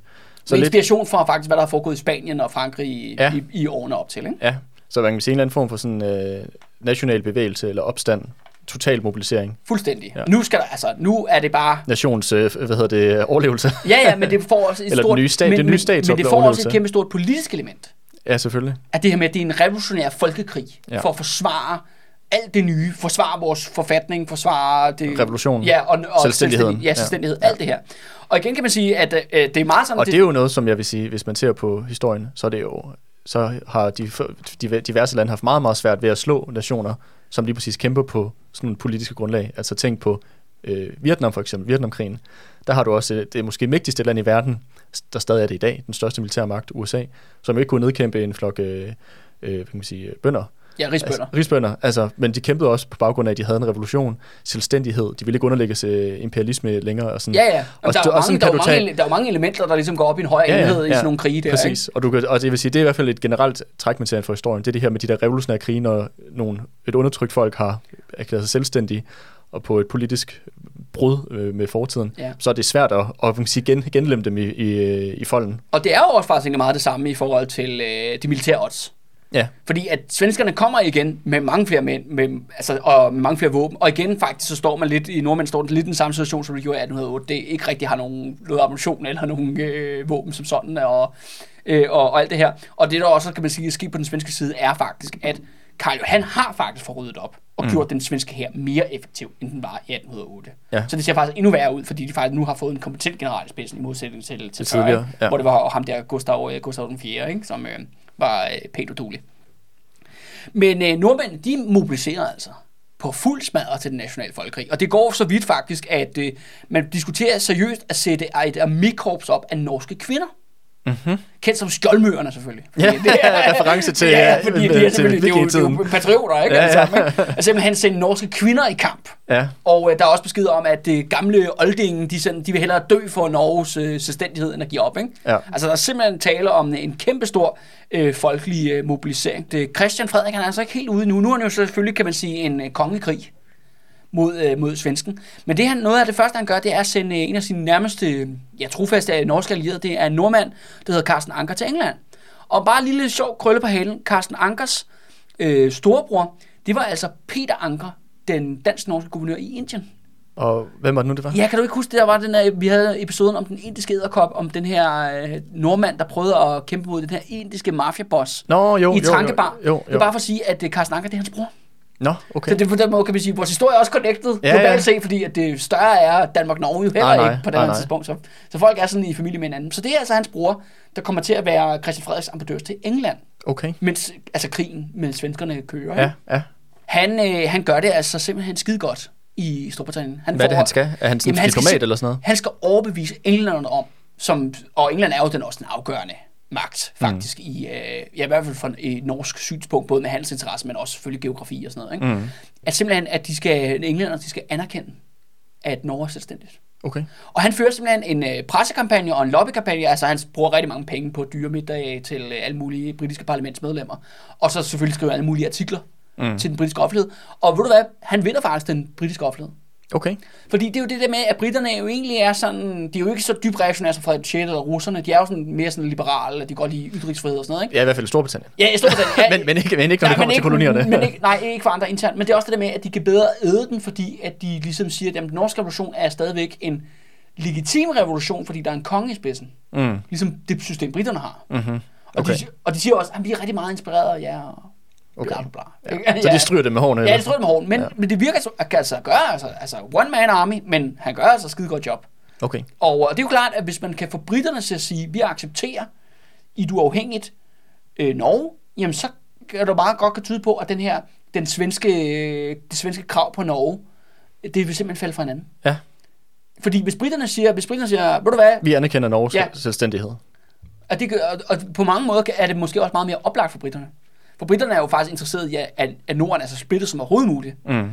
Speaker 2: Så
Speaker 1: med
Speaker 2: lidt,
Speaker 1: inspiration fra faktisk, hvad der er foregået i Spanien og Frankrig i, ja.
Speaker 2: Ja.
Speaker 1: i, i årene op til. Ikke?
Speaker 2: ja. Så man kan sige en eller anden form for sådan øh, national bevægelse eller opstand, total mobilisering,
Speaker 1: Fuldstændig. Ja. Nu, skal der, altså, nu er det bare
Speaker 2: nations, øh, hvad hedder det, overlevelse.
Speaker 1: Ja, ja, men det får også et
Speaker 2: Eller den
Speaker 1: stort...
Speaker 2: nye stat-
Speaker 1: men,
Speaker 2: den nye
Speaker 1: men-
Speaker 2: stat, så
Speaker 1: men det
Speaker 2: bliver
Speaker 1: får også
Speaker 2: overlevelse.
Speaker 1: et kæmpe stort politisk element.
Speaker 2: ja, selvfølgelig.
Speaker 1: At det her med, at det er en revolutionær folkekrig ja.
Speaker 2: Ja.
Speaker 1: for at forsvare alt det nye, forsvare vores forfatning, forsvare det...
Speaker 2: Revolutionen.
Speaker 1: Ja, og, og
Speaker 2: Selvstændigheden.
Speaker 1: selvstændig- Ja,
Speaker 2: Ja.
Speaker 1: selvstændighed, ja. alt det her. Og igen kan man sige, at øh, det er meget sådan...
Speaker 2: Og det er jo noget, som jeg vil sige, hvis man ser på historien, så er det jo så har de, de diverse lande haft meget, meget svært ved at slå nationer, som lige præcis kæmper på sådan nogle politiske grundlag. Altså tænk på øh, Vietnam for eksempel, Vietnamkrigen. Der har du også øh, det måske mægtigste land i verden, s- der stadig er det i dag, den største militære magt, USA, som ikke kunne nedkæmpe en flok øh, øh, hvad kan man sige, øh, bønder.
Speaker 1: Ja, rigsbønder.
Speaker 2: Altså, rigsbønder, altså, men de kæmpede også på baggrund af, at de havde en revolution, selvstændighed, de ville ikke underlægges øh, imperialisme længere. Og sådan.
Speaker 1: Ja, ja. Og
Speaker 2: mm. Og,
Speaker 1: der, er
Speaker 2: st-
Speaker 1: jo
Speaker 2: og sådan
Speaker 1: mange, der,
Speaker 2: kan
Speaker 1: er jo
Speaker 2: du tage,
Speaker 1: mange, der er jo mange elementer, der ligesom går op i en højere enhed i sådan nogle krige der. ikke?
Speaker 2: Præcis, og, du kan, og det vil sige, det er i hvert fald et generelt trækmateriale for historien, det er det her med de der revolutionære krige, når nogle, et undertrykt folk har erklæret sig selvstændige, og på et politisk brud øh, med fortiden,
Speaker 1: Ja.
Speaker 2: så er det svært at, at hvad kan man sige, gen, genlemme dem i, i, øh, i folden.
Speaker 1: Og det er jo også faktisk egentlig meget det samme i forhold til øh, de militære odds.
Speaker 2: Ja.
Speaker 1: Fordi at svenskerne kommer igen med mange flere mænd, med, altså, og med mange flere våben. Og igen faktisk, så står man lidt, i nordmænd står lidt i den samme situation, som vi gjorde i 1808. Det ikke rigtig har nogen, noget ammunition eller nogen øh, våben som sådan, og, øh, og, og, alt det her. Og det der også, kan man sige, er sket på den svenske side, er faktisk, at Karl Johan har faktisk forryddet op og mm. gjort den svenske her mere effektiv, end den var i 1808.
Speaker 2: Ja.
Speaker 1: Så det ser faktisk endnu værre ud, fordi de faktisk nu har fået en kompetent general i spidsen, i modsætning til, til før,
Speaker 2: tidligere,
Speaker 1: ikke?
Speaker 2: ja.
Speaker 1: hvor det var ham der Gustav, øh, Gustav den 4., ikke? som øh, var øh, pænt udulig. Men øh, nordmændene, de mobiliserede altså på fuld smadret til den nationale folkekrig. Og det går så vidt faktisk, at øh, man diskuterer seriøst at sætte et armikorps op af norske kvinder. Mm-hmm. Kendt som skjoldmøerne selvfølgelig.
Speaker 2: Ja,
Speaker 1: Fordi det er-
Speaker 2: reference til- øh,
Speaker 1: ja, fordi
Speaker 2: til
Speaker 1: det er, selvfølgelig, det er, jo, det er
Speaker 2: vikingetiden.
Speaker 1: jo patrioter, ikke?
Speaker 2: Ja,
Speaker 1: Ja,
Speaker 2: ja.
Speaker 1: ja. Altså, ikke? Altså, simpelthen sende norske kvinder i kamp.
Speaker 2: Ja.
Speaker 1: Og øh, der er også besked om, at øh, gamle oldingen, de, sådan, de vil hellere dø for Norges øh, selvstændighed, end at give op. Ikke?
Speaker 2: Ja.
Speaker 1: Altså, der er simpelthen tale om en kæmpestor øh, folkelig øh, mobilisering. Det, Christian Frederik, han er altså ikke helt ude nu. Nu er han jo selvfølgelig, kan man sige, en øh, kongekrig mod, øh, mod svensken. Men det han, noget af det første, han gør, det er at sende øh, en af sine nærmeste, øh, ja, trofaste øh, norske allierede, det er en nordmand, der hedder Carsten Anker til England. Og bare en lille sjov krølle på halen, Carsten Ankers øh, storebror, det var altså Peter Anker, den dansk-norske guvernør i Indien.
Speaker 2: Og hvem var det nu, det var?
Speaker 1: Ja, kan du ikke huske, det der var den der, vi havde episoden om den indiske edderkop, om den her øh, nordmand, der prøvede at kæmpe mod den her indiske mafiaboss
Speaker 2: Nå, jo,
Speaker 1: i
Speaker 2: jo,
Speaker 1: Trankebar.
Speaker 2: jo, jo, jo.
Speaker 1: Det er bare for at sige, at øh, Carsten Anker, det er hans bror.
Speaker 2: Nå,
Speaker 1: Okay.
Speaker 2: okay.
Speaker 1: Så det er på den måde, kan man sige, vores historie er også connected
Speaker 2: Ja,
Speaker 1: ja, globalt
Speaker 2: ja.
Speaker 1: ja. set, fordi at det større er Danmark-Norge jo heller nej,
Speaker 2: Nej, nej,
Speaker 1: nej, ikke på det
Speaker 2: nej,
Speaker 1: her
Speaker 2: nej.
Speaker 1: tidspunkt. Så, så folk er sådan i familie med hinanden. Så det er altså hans bror, der kommer til at være Christian Frederiks ambassadør til England,
Speaker 2: Okay.
Speaker 1: mens altså krigen med svenskerne kører.
Speaker 2: Ja,
Speaker 1: Ja.
Speaker 2: ja.
Speaker 1: Han, øh, han gør det altså simpelthen skide godt i Storbritannien. Han
Speaker 2: Hvad er det,
Speaker 1: får-
Speaker 2: han skal? Er han sådan
Speaker 1: han skal
Speaker 2: diplomat
Speaker 1: sim-
Speaker 2: eller sådan noget?
Speaker 1: Han skal overbevise englænderne om, som, og England er jo den også den afgørende magt, faktisk, mm. i, øh, ja, i hvert fald fra et norsk synspunkt, både med handelsinteresse, men også selvfølgelig geografi og sådan noget. Ikke? Mm. At simpelthen, at de skal, englænderne de skal anerkende, at Norge er selvstændigt.
Speaker 2: Okay.
Speaker 1: Og han fører simpelthen en øh, pressekampagne og en lobbykampagne, altså han bruger rigtig mange penge på dyremiddage til øh, alle mulige britiske parlamentsmedlemmer, og så selvfølgelig skriver alle mulige artikler mm. til den britiske offentlighed. Og ved du hvad, han vinder faktisk den britiske offentlighed.
Speaker 2: Okay.
Speaker 1: Fordi det er jo det der med, at britterne jo egentlig er sådan, de er jo ikke så dybt reaktionære som Frederik 6. eller russerne, de er jo sådan mere sådan liberale, og de kan godt lide ytringsfrihed og sådan noget, ikke?
Speaker 2: Ja, i hvert fald i Storbritannien.
Speaker 1: Ja, i Storbritannien.
Speaker 2: Men, men, ikke, men ikke, når det
Speaker 1: men
Speaker 2: kommer til
Speaker 1: ikke-
Speaker 2: kolonierne.
Speaker 1: Men ikke, nej, ikke for andre internt, men det er også det der med, at de kan bedre æde den, fordi at de ligesom siger, at jamen, den norske revolution er stadigvæk en legitim revolution, fordi der er en konge i spidsen. Mm. Ligesom det system, britterne har. Mm-hmm. Okay.
Speaker 2: Okay.
Speaker 1: Og, de, og de siger også, at vi er rigtig meget inspireret af jer. og
Speaker 2: Okay.
Speaker 1: Bla, bla, bla.
Speaker 2: Ja. Så de stryger det med hårene.
Speaker 1: Ja,
Speaker 2: eller?
Speaker 1: det tror jeg med hården. Men, ja. men det virker så, at kan altså gøre, altså, altså one man army, men han gør altså et skide godt job.
Speaker 2: Okay.
Speaker 1: Og øh, det er jo klart, at hvis man kan få britterne til at sige, vi accepterer, i du uafhængigt øh, Norge, jamen så kan du meget godt kan tyde på, at den her, den svenske, øh, det svenske krav på Norge, det vil simpelthen falde fra hinanden.
Speaker 2: Ja,
Speaker 1: Fordi hvis britterne siger, hvis britterne siger, ved du hvad,
Speaker 2: vi anerkender Norges ja.
Speaker 1: Ja.
Speaker 2: selvstændighed.
Speaker 1: og, det, gør- og, og på mange måder er det måske også meget mere oplagt for britterne. For britterne er jo faktisk interesseret i, at, at Norden er så splittet som overhovedet muligt. Mm.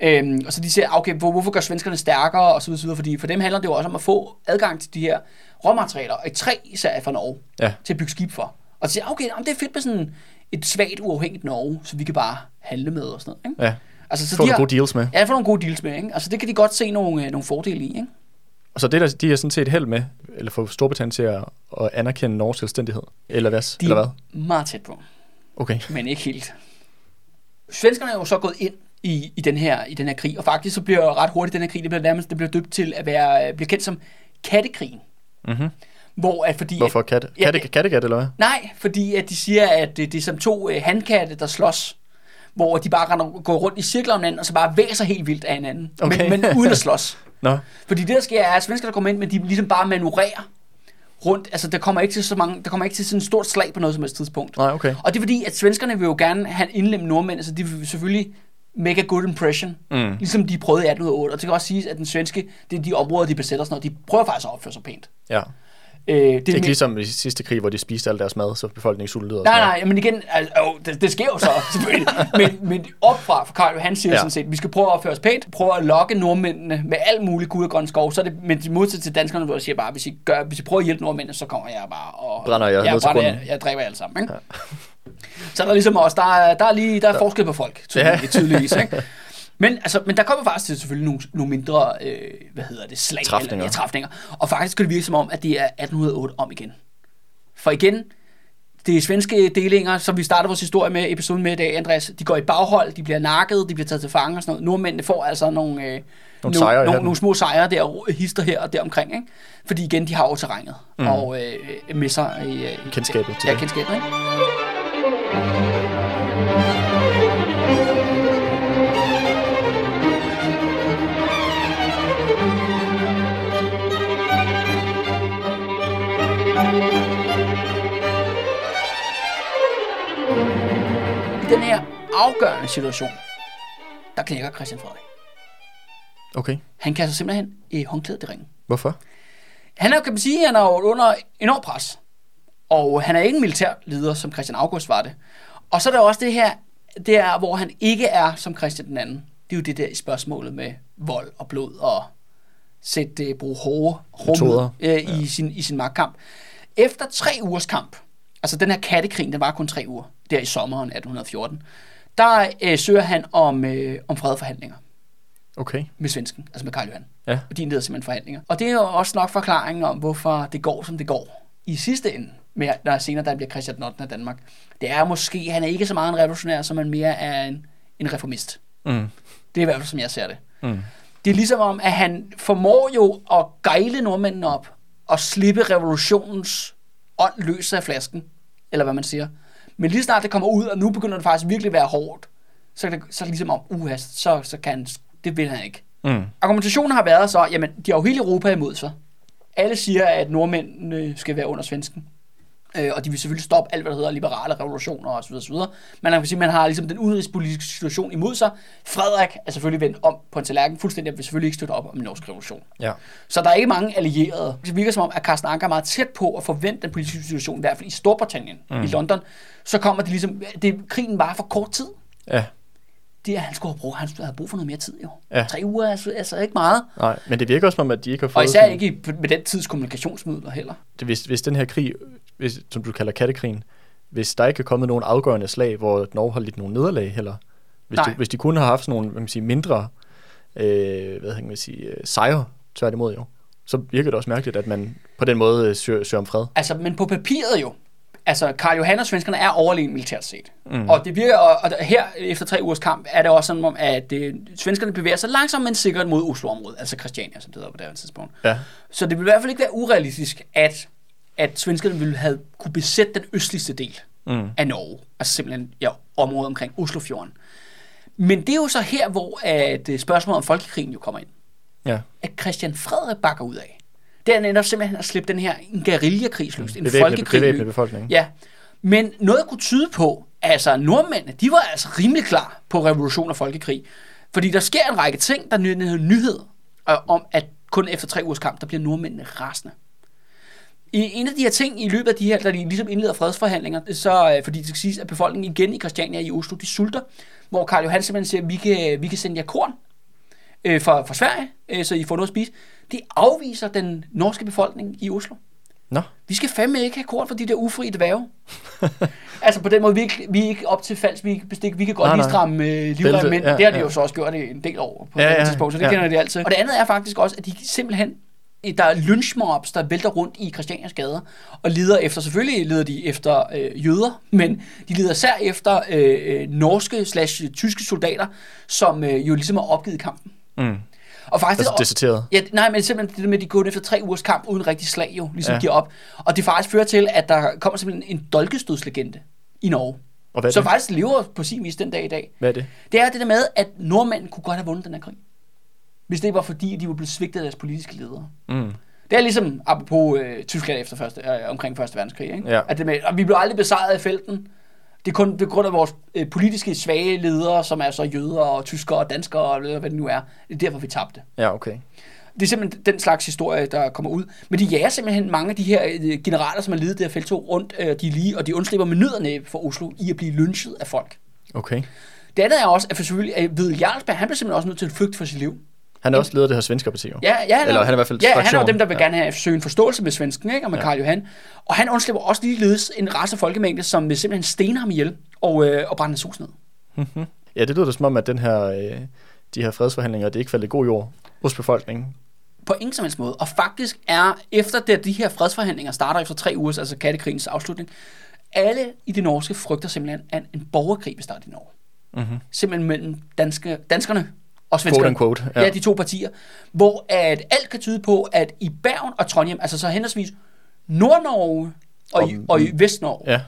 Speaker 1: Øhm, og så de siger, okay, hvor, hvorfor gør svenskerne stærkere, og så videre, så videre, fordi for dem handler det jo også om at få adgang til de her råmaterialer, og et træ især er fra Norge,
Speaker 2: Ja.
Speaker 1: til at bygge skib for. Og så siger, okay, jamen, det er fedt med sådan et svagt, uafhængigt Norge, så vi kan bare handle med og sådan noget. Ikke?
Speaker 2: Ja.
Speaker 1: Altså, så
Speaker 2: Få nogle gode deals med.
Speaker 1: Ja, få nogle gode deals med. Ikke? Altså, det kan de godt se nogle, øh, nogle fordele i. Ikke?
Speaker 2: Og så det, der, de er sådan set held med, eller får Storbritannien til at, at anerkende Norges selvstændighed. Eller hvad?
Speaker 1: De
Speaker 2: Eller hvad?
Speaker 1: er meget tæt på.
Speaker 2: Okay.
Speaker 1: men ikke helt. Svenskerne er jo så gået ind i, i, den her, i den her krig, og faktisk så bliver ret hurtigt den her krig, det bliver nærmest det bliver døbt til at være, øh, bliver kendt som kattekrigen.
Speaker 2: Mhm.
Speaker 1: Hvor at fordi...
Speaker 2: Hvorfor katte?
Speaker 1: Ja,
Speaker 2: Katte, kattegat, eller hvad?
Speaker 1: Nej, fordi at de siger, at det, det er som to øh, handkatte, der slås. Hvor de bare render, går rundt i cirkler om hinanden, og så bare væser helt vildt af hinanden.
Speaker 2: Okay.
Speaker 1: Men, men uden at slås.
Speaker 2: Nå,
Speaker 1: Fordi det, der sker, er, at svenskerne kommer ind, men de ligesom bare manøvrerer rundt. Altså, der kommer ikke til så mange, der kommer ikke til sådan et stort slag på noget som helst tidspunkt.
Speaker 2: nej, okay.
Speaker 1: Og det er fordi, at svenskerne vil jo gerne have indlemt nordmænd, så de vil selvfølgelig make a good impression, mm. ligesom de prøvede i 1808. Og det kan også siges, at den svenske, det er de områder, de besætter og sådan noget, de prøver faktisk at opføre sig pænt.
Speaker 2: Ja.
Speaker 1: Øh, det, er
Speaker 2: Det er ikke
Speaker 1: mere-
Speaker 2: ligesom i sidste krig, hvor de spiste al deres mad, så befolkningen sultede. og
Speaker 1: Nej,
Speaker 2: sådan noget.
Speaker 1: nej, men igen, altså, jo, det, det sker jo så selvfølgelig. men, men opfra for Karl Johan siger
Speaker 2: Ja.
Speaker 1: ja. sådan set, vi skal prøve at opføre os pænt, prøve at lokke nordmændene med alt muligt gud og grøn skov, så er det, men de modsat til danskerne, hvor jeg siger bare, hvis I, gør, hvis I prøver at hjælpe nordmændene, så kommer jeg bare og...
Speaker 2: Brænder jer ned
Speaker 1: jeg,
Speaker 2: til
Speaker 1: brænder, jeg,
Speaker 2: grunden.
Speaker 1: jeg dræber jer alle sammen, ikke? Så er der ligesom også, der er, der er lige, der er forskel på folk, tydeligvis, tydeligvis ikke? Men, altså, men der kommer faktisk til selvfølgelig nogle, nogle mindre, øh, hvad hedder det, slag
Speaker 2: Træfninger.
Speaker 1: Eller, ja, træfninger. Og faktisk kan det virke som om, at det er 1808 om igen. For igen, Det er svenske delinger, som vi starter vores historie med, episoden med i dag, Andreas. De går i baghold, de bliver nakket, de bliver taget til fange og sådan noget. Nordmændene får altså nogle, øh, nogle,
Speaker 2: sejre i
Speaker 1: nogle,
Speaker 2: hatten.
Speaker 1: nogle små sejre der, hister her og der omkring. Ikke? Fordi igen, de har jo terrænet mm. og øh, med sig i, øh,
Speaker 2: Kendskabet til
Speaker 1: Ja,
Speaker 2: det.
Speaker 1: kendskabet, ikke? I den her afgørende situation, der knækker Christian Frederik.
Speaker 2: Okay.
Speaker 1: Han kaster simpelthen i håndklædet i ringen.
Speaker 2: Hvorfor?
Speaker 1: Han er, kan man sige, han er jo under enorm pres. Og han er ikke en militær leder, som Christian August var det. Og så er der også det her, det er, hvor han ikke er som Christian den anden. Det er jo det der i spørgsmålet med vold og blod og sætte, uh, bruge hårde
Speaker 2: Metoder.
Speaker 1: rum øh, i, ja. sin, i sin magtkamp. Efter tre ugers kamp, altså den her kattekrig, den var kun tre uger, der i sommeren 1814, der øh, søger han om, øh, om fredforhandlinger
Speaker 2: Okay.
Speaker 1: med svensken, altså med Karl Johan.
Speaker 2: Ja.
Speaker 1: Og de indleder simpelthen forhandlinger. Og det er jo også nok forklaringen om, hvorfor det går, som det går i sidste ende, med, når senere der bliver Christian den 8. af Danmark. Det er måske, han er ikke så meget en revolutionær, som han mere er en, en reformist.
Speaker 2: Mm.
Speaker 1: Det er i hvert fald, som jeg ser det.
Speaker 2: Mm.
Speaker 1: Det er ligesom om, at han formår jo at gejle nordmændene op og slippe revolutionens ånd løs af flasken, eller hvad man siger. Men lige snart det kommer ud, og nu begynder det faktisk virkelig at være hårdt, så er det, så er det ligesom om, uha, så, så kan han, det vil han ikke.
Speaker 2: Mm.
Speaker 1: Argumentationen har været så, jamen, de har jo hele Europa imod sig. Alle siger, at nordmændene skal være under svensken. Øh, og de vil selvfølgelig stoppe alt, hvad der hedder liberale revolutioner osv. osv. Men man kan sige, man har ligesom den udenrigspolitiske situation imod sig. Frederik er selvfølgelig vendt om på en tallerken fuldstændig, og vil selvfølgelig ikke støtte op om en norsk revolution.
Speaker 2: Ja.
Speaker 1: Så der er ikke mange allierede. Det virker som om, at Carsten Anker er meget tæt på at forvente den politiske situation, i hvert fald i Storbritannien, mm. i London. Så kommer det ligesom, det, krigen var for kort tid
Speaker 2: Ja.
Speaker 1: det er, at han skulle have brug, han skulle have brug for noget mere tid, jo.
Speaker 2: Ja.
Speaker 1: Ja. Tre uger er altså, altså ikke meget.
Speaker 2: Nej, men det virker også som om, at de ikke har fået...
Speaker 1: Og især
Speaker 2: sådan-
Speaker 1: ikke i- med den tids kommunikationsmidler heller.
Speaker 2: det, hvis, hvis den her krig, hvis, som du kalder kattekrigen, hvis der ikke er kommet nogen afgørende slag, hvor Norge har lidt nogle nederlag heller, hvis,
Speaker 1: Nej.
Speaker 2: de, hvis de kun har haft sådan nogle hvad kan man sige, mindre øh, hvad kan man sige, øh, sejre, tværtimod jo, så virker det også mærkeligt, at man på den måde øh, søger, søger om fred.
Speaker 1: Altså, men på papiret jo. Altså, Karl Johan og svenskerne er overlegen militært set. Mm. Og det virker, og, og her efter tre ugers kamp, er det også sådan, om, at øh, svenskerne bevæger sig langsomt, men sikkert mod Osloområdet, altså Christiania, som det hedder på det her tidspunkt.
Speaker 2: Ja.
Speaker 1: Så det ville i hvert fald ikke være urealistisk, at, at svenskerne ville have kunne besætte den østligste del mm. af Norge. Altså simpelthen ja, området omkring Oslofjorden. Men det er jo så her, hvor at øh, spørgsmålet om folkekrigen jo kommer ind.
Speaker 2: ja.
Speaker 1: At Christian Frederik bakker ud af. Det er netop simpelthen at slippe den her en guerillakrig løs, en
Speaker 2: Bevæbne-
Speaker 1: folkekrig.
Speaker 2: bevæbne
Speaker 1: løs.
Speaker 2: befolkning.
Speaker 1: Ja. Men noget kunne tyde på, altså nordmændene, de var altså rimelig klar på revolution og folkekrig. Fordi der sker en række ting, der er den her nyhed øh, om, at kun efter tre ugers kamp, der bliver nordmændene rasende. I en af de her ting i løbet af de her, da de ligesom indleder fredsforhandlinger, så øh, fordi det skal siges, at befolkningen igen i Christiania i Oslo, de sulter, hvor Karl Johan simpelthen siger, at vi kan, vi kan sende jer korn øh, fra, fra Sverige, øh, så I får noget at spise. Det afviser den norske befolkning i Oslo.
Speaker 2: Nå,
Speaker 1: Vi skal fandme ikke have korn for de der ufri dvæve. altså på den måde, vi er ikke, vi er ikke op til falsk, vi er ikke bestik, vi kan godt
Speaker 2: Nej,
Speaker 1: lige
Speaker 2: nej.
Speaker 1: stramme øh, livrem,
Speaker 2: Bælte,
Speaker 1: men
Speaker 2: ja,
Speaker 1: ja, det har de
Speaker 2: ja.
Speaker 1: jo så også gjort i en del år på
Speaker 2: Ja,
Speaker 1: ja, ja,
Speaker 2: ja,
Speaker 1: tidspunkt, så det
Speaker 2: ja.
Speaker 1: ja. kender de altid. Og det andet er faktisk også, at de simpelthen, øh, der er lynchmobs, der vælter rundt i Christianias gader, og leder efter, selvfølgelig leder de efter øh, jøder, men de leder især efter øh, øh, norske slash tyske soldater, som øh, jo ligesom er opgivet kampen.
Speaker 2: Mm.
Speaker 1: Og faktisk,
Speaker 2: altså deserteret.
Speaker 1: Ja, nej, men simpelthen det der med, at de går efter tre ugers kamp uden rigtig slag jo, ligesom
Speaker 2: Ja.
Speaker 1: ja. giver op. Og det faktisk fører til, at der kommer simpelthen en dolkestødslegende i Norge,
Speaker 2: Og hvad er,
Speaker 1: som
Speaker 2: det?
Speaker 1: faktisk lever på sin vis den dag i dag.
Speaker 2: hvad er det?
Speaker 1: Det er det der med, at nordmænd kunne godt have vundet den her krig, hvis det ikke var fordi, de var blevet svigtet af deres politiske ledere.
Speaker 2: Mm.
Speaker 1: Det er ligesom apropos øh, Tyskland efter første, øh, omkring Første Verdenskrig, ikke?
Speaker 2: Ja.
Speaker 1: At det med, og vi blev aldrig besejret i felten. Det er kun det er grund af vores øh, politiske svage ledere, som er så jøder og tyskere og danskere og hvad det nu er. Det er derfor, vi tabte.
Speaker 2: Ja, okay.
Speaker 1: Det er simpelthen den slags historie, der kommer ud. Men de jager simpelthen mange af de her øh, generaler, som har ledet det her feltog rundt, øh, de er lige, og de undslipper med nødderne for Oslo i at blive lynchet af folk.
Speaker 2: Okay.
Speaker 1: Det andet er også, at for selvfølgelig, at Hvide Jarlsberg, han bliver simpelthen også nødt til at flygte for sit liv.
Speaker 2: Han er også leder af det her svenske parti, jo.
Speaker 1: Ja, ja,
Speaker 2: Eller han er i hvert fald
Speaker 1: ja, han er jo
Speaker 2: fraktionen.
Speaker 1: dem, der vil
Speaker 2: Ja.
Speaker 1: ja. gerne have søge en forståelse med svensken, ikke? og med ja. Karl Johan. Og han undslipper også ligeledes en race af folkemængde, som vil simpelthen stener ham ihjel og, øh, og brænder hans hus ned.
Speaker 2: Mhm. ja det lyder da som om, at den her, øh, de her fredsforhandlinger, det er ikke faldet i god jord hos befolkningen.
Speaker 1: På ingen som helst måde. Og faktisk er, efter det, at de her fredsforhandlinger starter efter tre uger, altså kattekrigens afslutning, Alle i det norske frygter simpelthen, at en borgerkrig vil starte i Norge.
Speaker 2: Mhm.
Speaker 1: Simpelthen mellem danske, danskerne og
Speaker 2: Quote
Speaker 1: svenskerne.
Speaker 2: unquote.
Speaker 1: Ja. ja, de to partier. Hvor at alt kan tyde på, at i Bergen og Trondheim, altså så henholdsvis Nordnorge og, i,
Speaker 2: Og-
Speaker 1: og i Vestnorge,
Speaker 2: ja.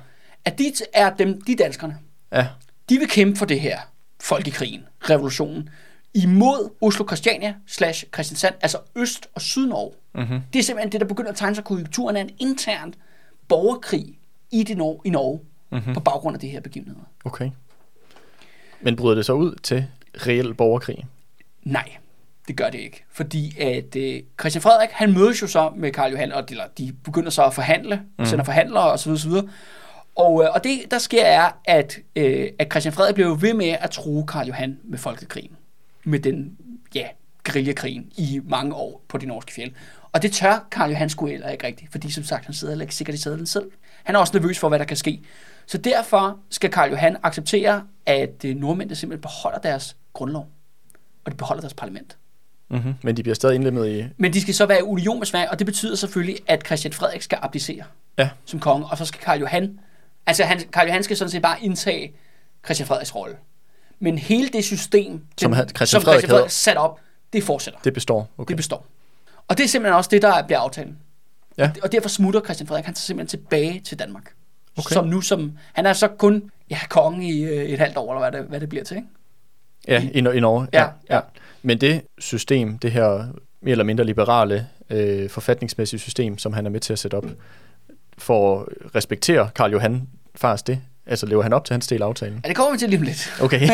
Speaker 1: at de t- er dem, de danskerne.
Speaker 2: ja.
Speaker 1: De vil kæmpe for det her, folkekrigen, revolutionen, imod Oslo Christiania slash Christiansand, altså Øst- og Sydnorge. Mm-hmm. Det er simpelthen det, der begynder at tegne sig konjunkturen af en intern borgerkrig i, det Norge, i Norge, mm-hmm. på baggrund af det her begivenheder.
Speaker 2: Okay. Men bryder det så ud til reel borgerkrig?
Speaker 1: Nej, det gør det ikke. Fordi at øh, Christian Frederik, han mødes jo så med Karl Johan, og eller, de begynder så at forhandle, mm. sender forhandlere osv. osv. Og, øh, og det, der sker, er, at, øh, at Christian Frederik bliver jo ved med at true Karl Johan med folkekrigen. Med den, ja, grillekrigen i mange år på de norske fjeld. Og det tør Karl Johan sgu heller ikke rigtigt, fordi som sagt, han sidder heller ikke sikkert i sædlen selv. Han er også nervøs for, hvad der kan ske. Så derfor skal Karl Johan acceptere, at øh, nordmændene simpelthen beholder deres grundlov og de beholder deres parlament.
Speaker 2: Mm-hmm. Men de bliver stadig indlemmet i...
Speaker 1: Men de skal så være i union med Sverige, og det betyder selvfølgelig, at Christian Frederik skal abdicere
Speaker 2: Ja.
Speaker 1: som konge, og så skal Karl Johan, altså han, Karl Johan skal sådan set bare indtage Christian Frederiks rolle. Men hele det system,
Speaker 2: Som
Speaker 1: den-
Speaker 2: han- Christian
Speaker 1: som
Speaker 2: Frederik
Speaker 1: Christian Frederik
Speaker 2: havde-
Speaker 1: sat op, det fortsætter.
Speaker 2: Det består. Okay.
Speaker 1: Det består. Og det er simpelthen også det, der bliver aftalen.
Speaker 2: Ja.
Speaker 1: Og derfor smutter Christian Frederik, han tager simpelthen tilbage til Danmark.
Speaker 2: Okay.
Speaker 1: Okay. Som nu som, han er så kun ja, konge i øh, et halvt år, eller hvad det, hvad det bliver til, ikke?
Speaker 2: Ja, i, i Norge.
Speaker 1: Ja, ja.
Speaker 2: Men det system, det her mere eller mindre liberale øh, forfatningsmæssige system, som han er med til at sætte op, for at respektere Karl Johan faktisk det, altså lever han op til hans del af aftalen.
Speaker 1: Ja, det kommer vi til lige om lidt.
Speaker 2: Okay.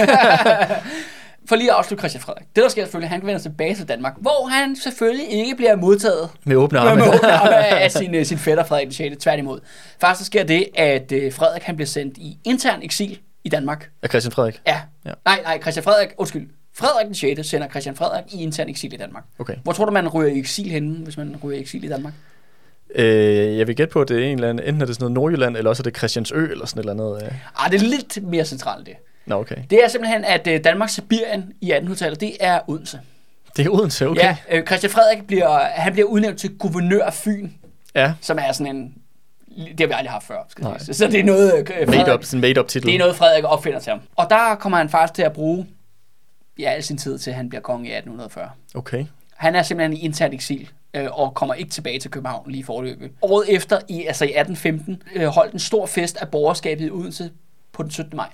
Speaker 1: For lige at afslutte Christian Frederik. Det, der sker selvfølgelig, han vender tilbage til Danmark, hvor han selvfølgelig ikke bliver modtaget
Speaker 2: med åbne arme.
Speaker 1: med åbne arme af sin, øh, sin fætter Frederik den 6. Tværtimod. Faktisk så sker det, at øh, Frederik han bliver sendt i intern eksil i Danmark.
Speaker 2: Af Christian Frederik.
Speaker 1: Ja.
Speaker 2: Ja.
Speaker 1: ja. Nej, nej, Christian Frederik, undskyld. Frederik den 6. sender Christian Frederik i intern eksil i Danmark.
Speaker 2: Okay.
Speaker 1: Hvor tror du, man ryger i eksil henne, hvis man ryger i eksil i Danmark?
Speaker 2: Øh, jeg vil gætte på, at det er en eller anden, enten er det sådan noget Nordjylland, eller også er det Christiansø, eller sådan et eller andet. Øh.
Speaker 1: Ah, det er lidt mere centralt end det.
Speaker 2: Nå, okay.
Speaker 1: Det er simpelthen, at øh, Danmarks Sibirien i 1800-tallet, det er Odense.
Speaker 2: Det er Odense, okay.
Speaker 1: Ja, øh, Christian Frederik bliver, han bliver udnævnt til guvernør af Fyn
Speaker 2: ja.
Speaker 1: som er sådan en... Det har vi aldrig haft før, skal
Speaker 2: Nej.
Speaker 1: jeg sige. Så det er noget, øh,
Speaker 2: Made up,
Speaker 1: Frederik,
Speaker 2: sådan made up titel.
Speaker 1: det er noget, Frederik opfinder til ham. Og der kommer han faktisk til at bruge ja, al sin tid til, at han bliver konge i 1840.
Speaker 2: Okay.
Speaker 1: Han er simpelthen i intern eksil øh, og kommer ikke tilbage til København lige forløbet. Året efter, i, altså i 1815, øh, holdt en stor fest af borgerskabet i Odense på den 17. maj.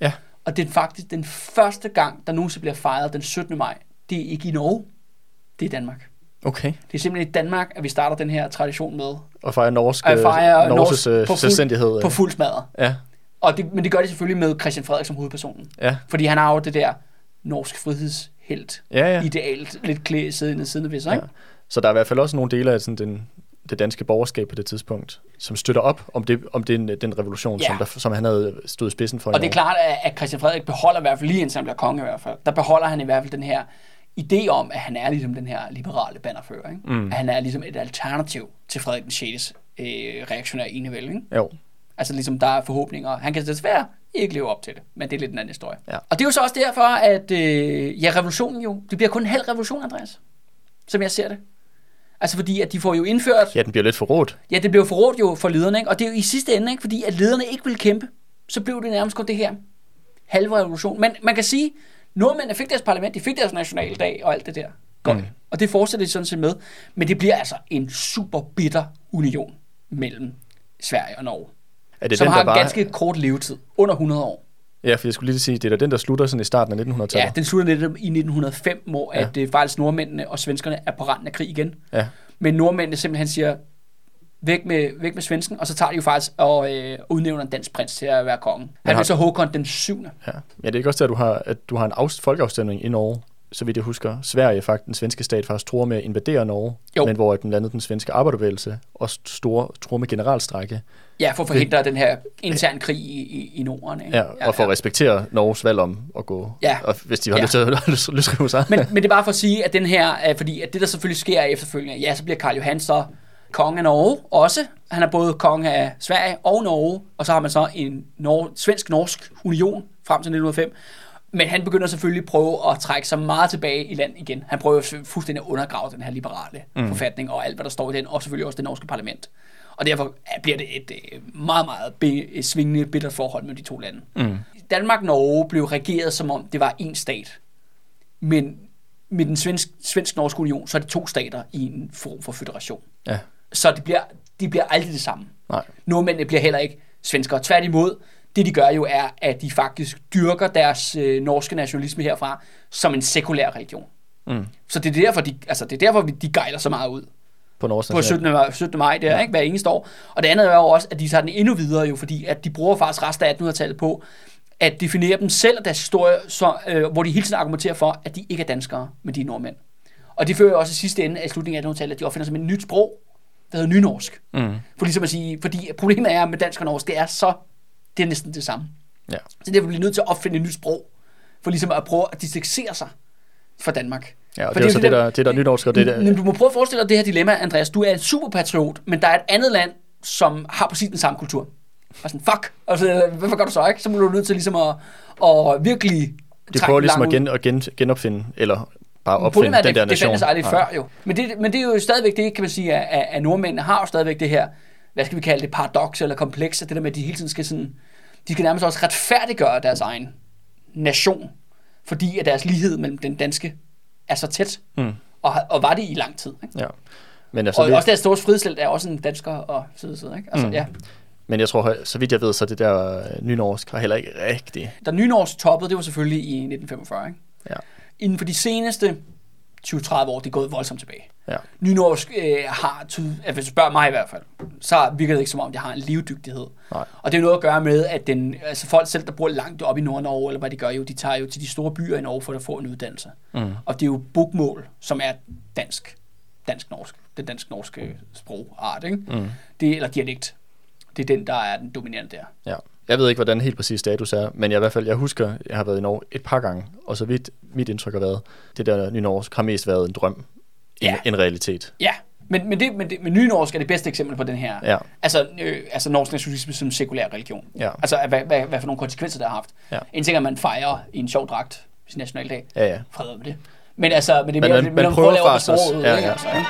Speaker 2: Ja.
Speaker 1: Og det er faktisk den første gang, der nogensinde bliver fejret den 17. maj. Det er ikke i Norge, det er i Danmark.
Speaker 2: Okay.
Speaker 1: Det er simpelthen i Danmark, at vi starter den her tradition med
Speaker 2: Og fejre norsk, øh,
Speaker 1: at fejre
Speaker 2: Norges
Speaker 1: Norge
Speaker 2: øh, selvstændighed.
Speaker 1: Fuld, på
Speaker 2: øh.
Speaker 1: fuld smadret.
Speaker 2: Ja,
Speaker 1: Og det, men det gør de selvfølgelig med Christian Frederik som hovedpersonen.
Speaker 2: ja.
Speaker 1: Fordi han har jo det der norsk frihedshelt
Speaker 2: Ja, ja.
Speaker 1: ja. idealt, lidt klæ siddende siden ved sig.
Speaker 2: Ja.
Speaker 1: Ikke?
Speaker 2: Så der er i hvert fald også nogle dele af sådan den, det danske borgerskab på det tidspunkt, som støtter op om, det, om den, den revolution,
Speaker 1: Ja.
Speaker 2: som, der, som han havde stået i spidsen for. i
Speaker 1: Og det er
Speaker 2: Norge.
Speaker 1: klart, at- at Christian Frederik beholder i hvert fald, lige indtil han bliver konge i hvert fald, der beholder han i hvert fald den her idé om, at han er ligesom den her liberale bannerfører. Ikke? Mm. At han er ligesom et alternativ til Frederik den 6. Øh, reaktionære enevælde. Ikke?
Speaker 2: Jo.
Speaker 1: Altså ligesom der er forhåbninger. Han kan desværre ikke leve op til det, men det er lidt en anden historie.
Speaker 2: Ja.
Speaker 1: Og det er jo så også derfor, at øh, ja, revolutionen jo, det bliver kun en halv revolution, Andreas, som jeg ser det. Altså fordi, at de får jo indført, ja,
Speaker 2: Ja, den bliver lidt for råd.
Speaker 1: ja det blev forrådt jo for lederne, ikke? og det er jo i sidste ende, ikke? fordi at lederne ikke ville kæmpe, så blev det nærmest kun det her halve revolution. Men man kan sige, nordmændene fik deres parlament, de fik deres nationaldag og alt det der. Godt. Mm. Og det fortsætter de sådan set med. Men det bliver altså en super bitter union mellem Sverige og Norge
Speaker 2: Er det
Speaker 1: som
Speaker 2: den,
Speaker 1: har
Speaker 2: der
Speaker 1: en
Speaker 2: bare...
Speaker 1: ganske kort levetid, under 100 år.
Speaker 2: Ja, for jeg skulle lige sige, det er da den, der slutter sådan i starten af 1900-tallet.
Speaker 1: Ja, den slutter lidt i 1905, hvor ja. at, øh, faktisk nordmændene og svenskerne er på randen af krig igen.
Speaker 2: ja.
Speaker 1: Men nordmændene simpelthen siger, væk med, væk med svensken, og så tager de jo faktisk og øh, udnævner en dansk prins til at være konge. Han
Speaker 2: har-
Speaker 1: vil så Håkon den syvende.
Speaker 2: Ja. ja, det er ikke også der, du har, at du har en afs- folkeafstemning i Norge, så vidt jeg husker. Sverige, faktisk, den svenske stat, faktisk tror med at invadere Norge,
Speaker 1: Jo.
Speaker 2: men hvor at blandt andet den svenske arbejderbevægelse også store, tror med generalstrække,
Speaker 1: Ja, for at forhindre den her interne krig i, i, i Norden. Ikke?
Speaker 2: ja, ja, og for at respektere Norges valg om at gå,
Speaker 1: Ja.
Speaker 2: og hvis de har ja.
Speaker 1: Ja.
Speaker 2: lyst til at løs- løsrive sig.
Speaker 1: men, men det er bare for at sige, at den her, øh, fordi at det der selvfølgelig sker efterfølgende, ja, så bliver Karl Johan så konge af Norge også. Han er både konge af Sverige og Norge, og så har man så en nor- svensk-norsk union frem til 1905. Men han begynder selvfølgelig at prøve at trække sig meget tilbage i land igen. Han prøver jo fuldstændig at undergrave den her liberale mm. forfatning og alt, hvad der står i den, og selvfølgelig også det norske parlament. Og derfor bliver det et øh, meget, meget be- svingende, bittert forhold mellem de to lande. Mm. Danmark-Norge blev regeret, som om det var én stat. Men med den svensk, svensk-norske union, så er det to stater i en form for federation.
Speaker 2: Ja.
Speaker 1: Så det bliver, de bliver aldrig det samme.
Speaker 2: Nej.
Speaker 1: Nordmændene bliver heller ikke svenskere. Tværtimod, det de gør jo er, at de faktisk dyrker deres øh, norske nationalisme herfra som en sekulær religion.
Speaker 2: Mm.
Speaker 1: Så det er derfor, de, altså, det er derfor vi- de gejler så meget ud
Speaker 2: På Norges
Speaker 1: på
Speaker 2: national-
Speaker 1: 17. maj, 17. maj der, ja. ikke, hver eneste år. Og det andet er jo også, at de tager den endnu videre, jo, fordi at de bruger faktisk resten af 1800-tallet på at definere dem selv og deres historie, så, øh, hvor de hele tiden argumenterer for, at de ikke er danskere, men de er nordmænd. Og det fører jo også i sidste ende af slutningen af 1800-tallet, at de opfinder simpelthen et nyt sprog, der hedder nynorsk.
Speaker 2: Mm.
Speaker 1: For ligesom at sige, fordi problemet er med dansk og norsk, det er så, det er næsten det samme.
Speaker 2: Ja.
Speaker 1: Så derfor bliver de nødt til at opfinde et nyt sprog, for ligesom at prøve at distancere sig fra Danmark.
Speaker 2: ja, og
Speaker 1: For
Speaker 2: det er jo
Speaker 1: jo
Speaker 2: så det, der, det der er nynorsk, og det der...
Speaker 1: men du må prøve at forestille dig det her dilemma, Andreas. Du er en superpatriot, men der er et andet land, som har præcis den samme kultur. Og sådan, fuck, og så, hvorfor gør du så ikke? Så bliver du nødt til ligesom at, at virkelig
Speaker 2: De
Speaker 1: trække
Speaker 2: prøver
Speaker 1: den
Speaker 2: ligesom
Speaker 1: langt
Speaker 2: at
Speaker 1: ud.
Speaker 2: gen, og gen, genopfinde, eller bare
Speaker 1: Problemet
Speaker 2: opfinde
Speaker 1: er,
Speaker 2: den
Speaker 1: at det,
Speaker 2: der
Speaker 1: det
Speaker 2: nation.
Speaker 1: fandtes aldrig
Speaker 2: Nej.
Speaker 1: før jo. Men det, men det er jo stadigvæk det, kan man sige, at, at- at nordmændene har jo stadigvæk det her, hvad skal vi kalde det, paradoks eller kompleks, at det der med, at de hele tiden skal sådan, de skal nærmest også retfærdiggøre deres egen nation, fordi at deres lighed mellem den danske er så tæt, mm. og, har- og var det i lang tid. Ikke?
Speaker 2: Ja. Men, altså,
Speaker 1: Og
Speaker 2: det,
Speaker 1: også deres store frihedslænd er også en dansker og så videre, så videre, ikke? Altså, mm. ja.
Speaker 2: men jeg tror, så vidt jeg ved, så det der øh, nynorsk har heller ikke rigtig...
Speaker 1: Da Nynorsk toppede, det var selvfølgelig i 1945, ikke?
Speaker 2: Ja.
Speaker 1: Inden for de seneste 20-30 år, det er gået voldsomt tilbage.
Speaker 2: Ja.
Speaker 1: Nynorsk øh, har, tyd, altså, hvis du spørger mig i hvert fald, så virker det ikke som om, det har en levedygtighed.
Speaker 2: Nej.
Speaker 1: Og det er noget at gøre med, at den, altså folk selv, der bor langt op i Nord-Norge, eller hvad de gør jo, de tager jo til de store byer i Norge for at få en uddannelse. Mm. Og det er jo bokmål, som er dansk. Dansk-norsk. Den dansk-norske sprogart, ikke? Mm. Det, eller dialekt. Det er den, der er den dominerende der.
Speaker 2: Ja. Jeg ved ikke, hvordan helt præcis status er, men jeg i hvert fald, jeg husker, jeg har været i Norge et par gange, og så vidt mit indtryk har været, det der nynorsk har mest været en drøm,
Speaker 1: Ja.
Speaker 2: ja. en, en realitet.
Speaker 1: Ja, men, men, det, men, det, men nynorsk er det bedste eksempel på den her.
Speaker 2: Ja.
Speaker 1: Altså, øh, altså norsk nationalisme som sekulær religion.
Speaker 2: Ja.
Speaker 1: Altså, hvad, hvad, hvad for nogle konsekvenser det har haft.
Speaker 2: Ja.
Speaker 1: En ting er, at man fejrer i en sjov dragt sin nationaldag.
Speaker 2: Ja, ja.
Speaker 1: Fred med det. Men altså, men det er
Speaker 2: Men
Speaker 1: mere,
Speaker 2: man-
Speaker 1: men,
Speaker 2: man
Speaker 1: man prøver at lave
Speaker 2: faktisk også.
Speaker 1: sproget.
Speaker 2: Ja,
Speaker 1: Ja, ja.
Speaker 2: ja.
Speaker 1: Altså, ikke?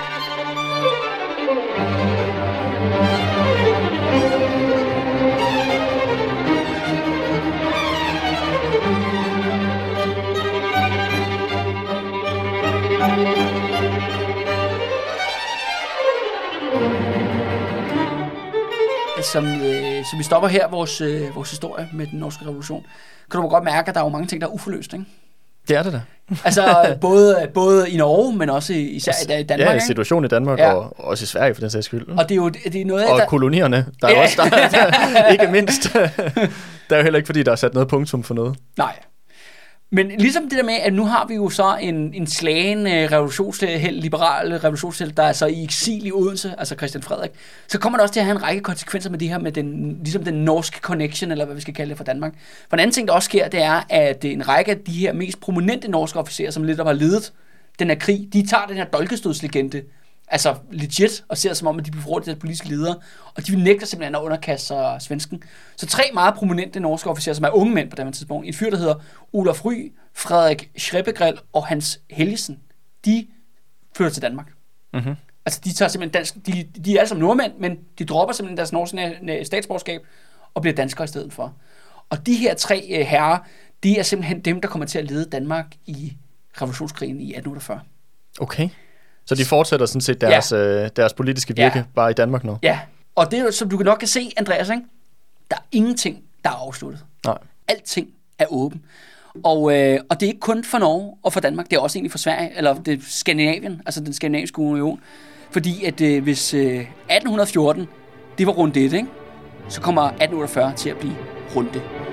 Speaker 1: som, øh, som vi stopper her vores, øh, vores historie med den norske revolution, kan du godt mærke, at der er jo mange ting, der er uforløst, ikke?
Speaker 2: Det er det da.
Speaker 1: Altså både, både i Norge, men også i- især i i Danmark,
Speaker 2: ja,
Speaker 1: ikke?
Speaker 2: situationen i Danmark,
Speaker 1: Ja.
Speaker 2: ja. og også i Sverige for den sags skyld.
Speaker 1: Og det er jo det er noget,
Speaker 2: og
Speaker 1: der...
Speaker 2: kolonierne, der er
Speaker 1: Ja.
Speaker 2: ja. også der, der, ikke mindst. der er jo heller ikke, fordi der er sat noget punktum for noget.
Speaker 1: Nej. Men ligesom det der med, at nu har vi jo så en, en slagen øh, revolutionsheld, liberal revolutionsheld, der er så i eksil i Odense, altså Christian Frederik, så kommer det også til at have en række konsekvenser med det her med den, ligesom den norske connection, eller hvad vi skal kalde det for Danmark. For en anden ting, der også sker, det er, at øh, en række af de her mest prominente norske officerer, som lidt har ledet den her krig, de tager den her dolkestødslegende, altså legit, og ser det som om, at de bliver forrådt til deres politiske ledere, og de nægter simpelthen at underkaste sig svensken. Så tre meget prominente norske officerer, som er unge mænd på det her tidspunkt, en fyr, der hedder Olaf Ry, Frederik Schreppegrill og Hans Helgesen, de flytter til Danmark.
Speaker 2: Mm-hmm.
Speaker 1: Altså, de tager simpelthen dansk, de, de er alle sammen nordmænd, men de dropper simpelthen deres norske na- na- statsborgerskab og bliver danskere i stedet for. Og de her tre øh, herrer, de er simpelthen dem, der kommer til at lede Danmark i revolutionskrigen i 1848.
Speaker 2: Okay. Så de fortsætter sådan set deres, ja. øh, deres politiske virke,
Speaker 1: Ja.
Speaker 2: ja. bare i Danmark nu?
Speaker 1: Ja, og det er jo, som du nok kan se, Andreas, ikke? der er ingenting, der er afsluttet.
Speaker 2: Nej.
Speaker 1: Alting er åben. Og, øh, og det er ikke kun for Norge og for Danmark, det er også egentlig for Sverige, eller det er Skandinavien, altså den skandinaviske union. Fordi at øh, hvis øh, 1814, det var runde 1, ikke? så kommer 1848 til at blive runde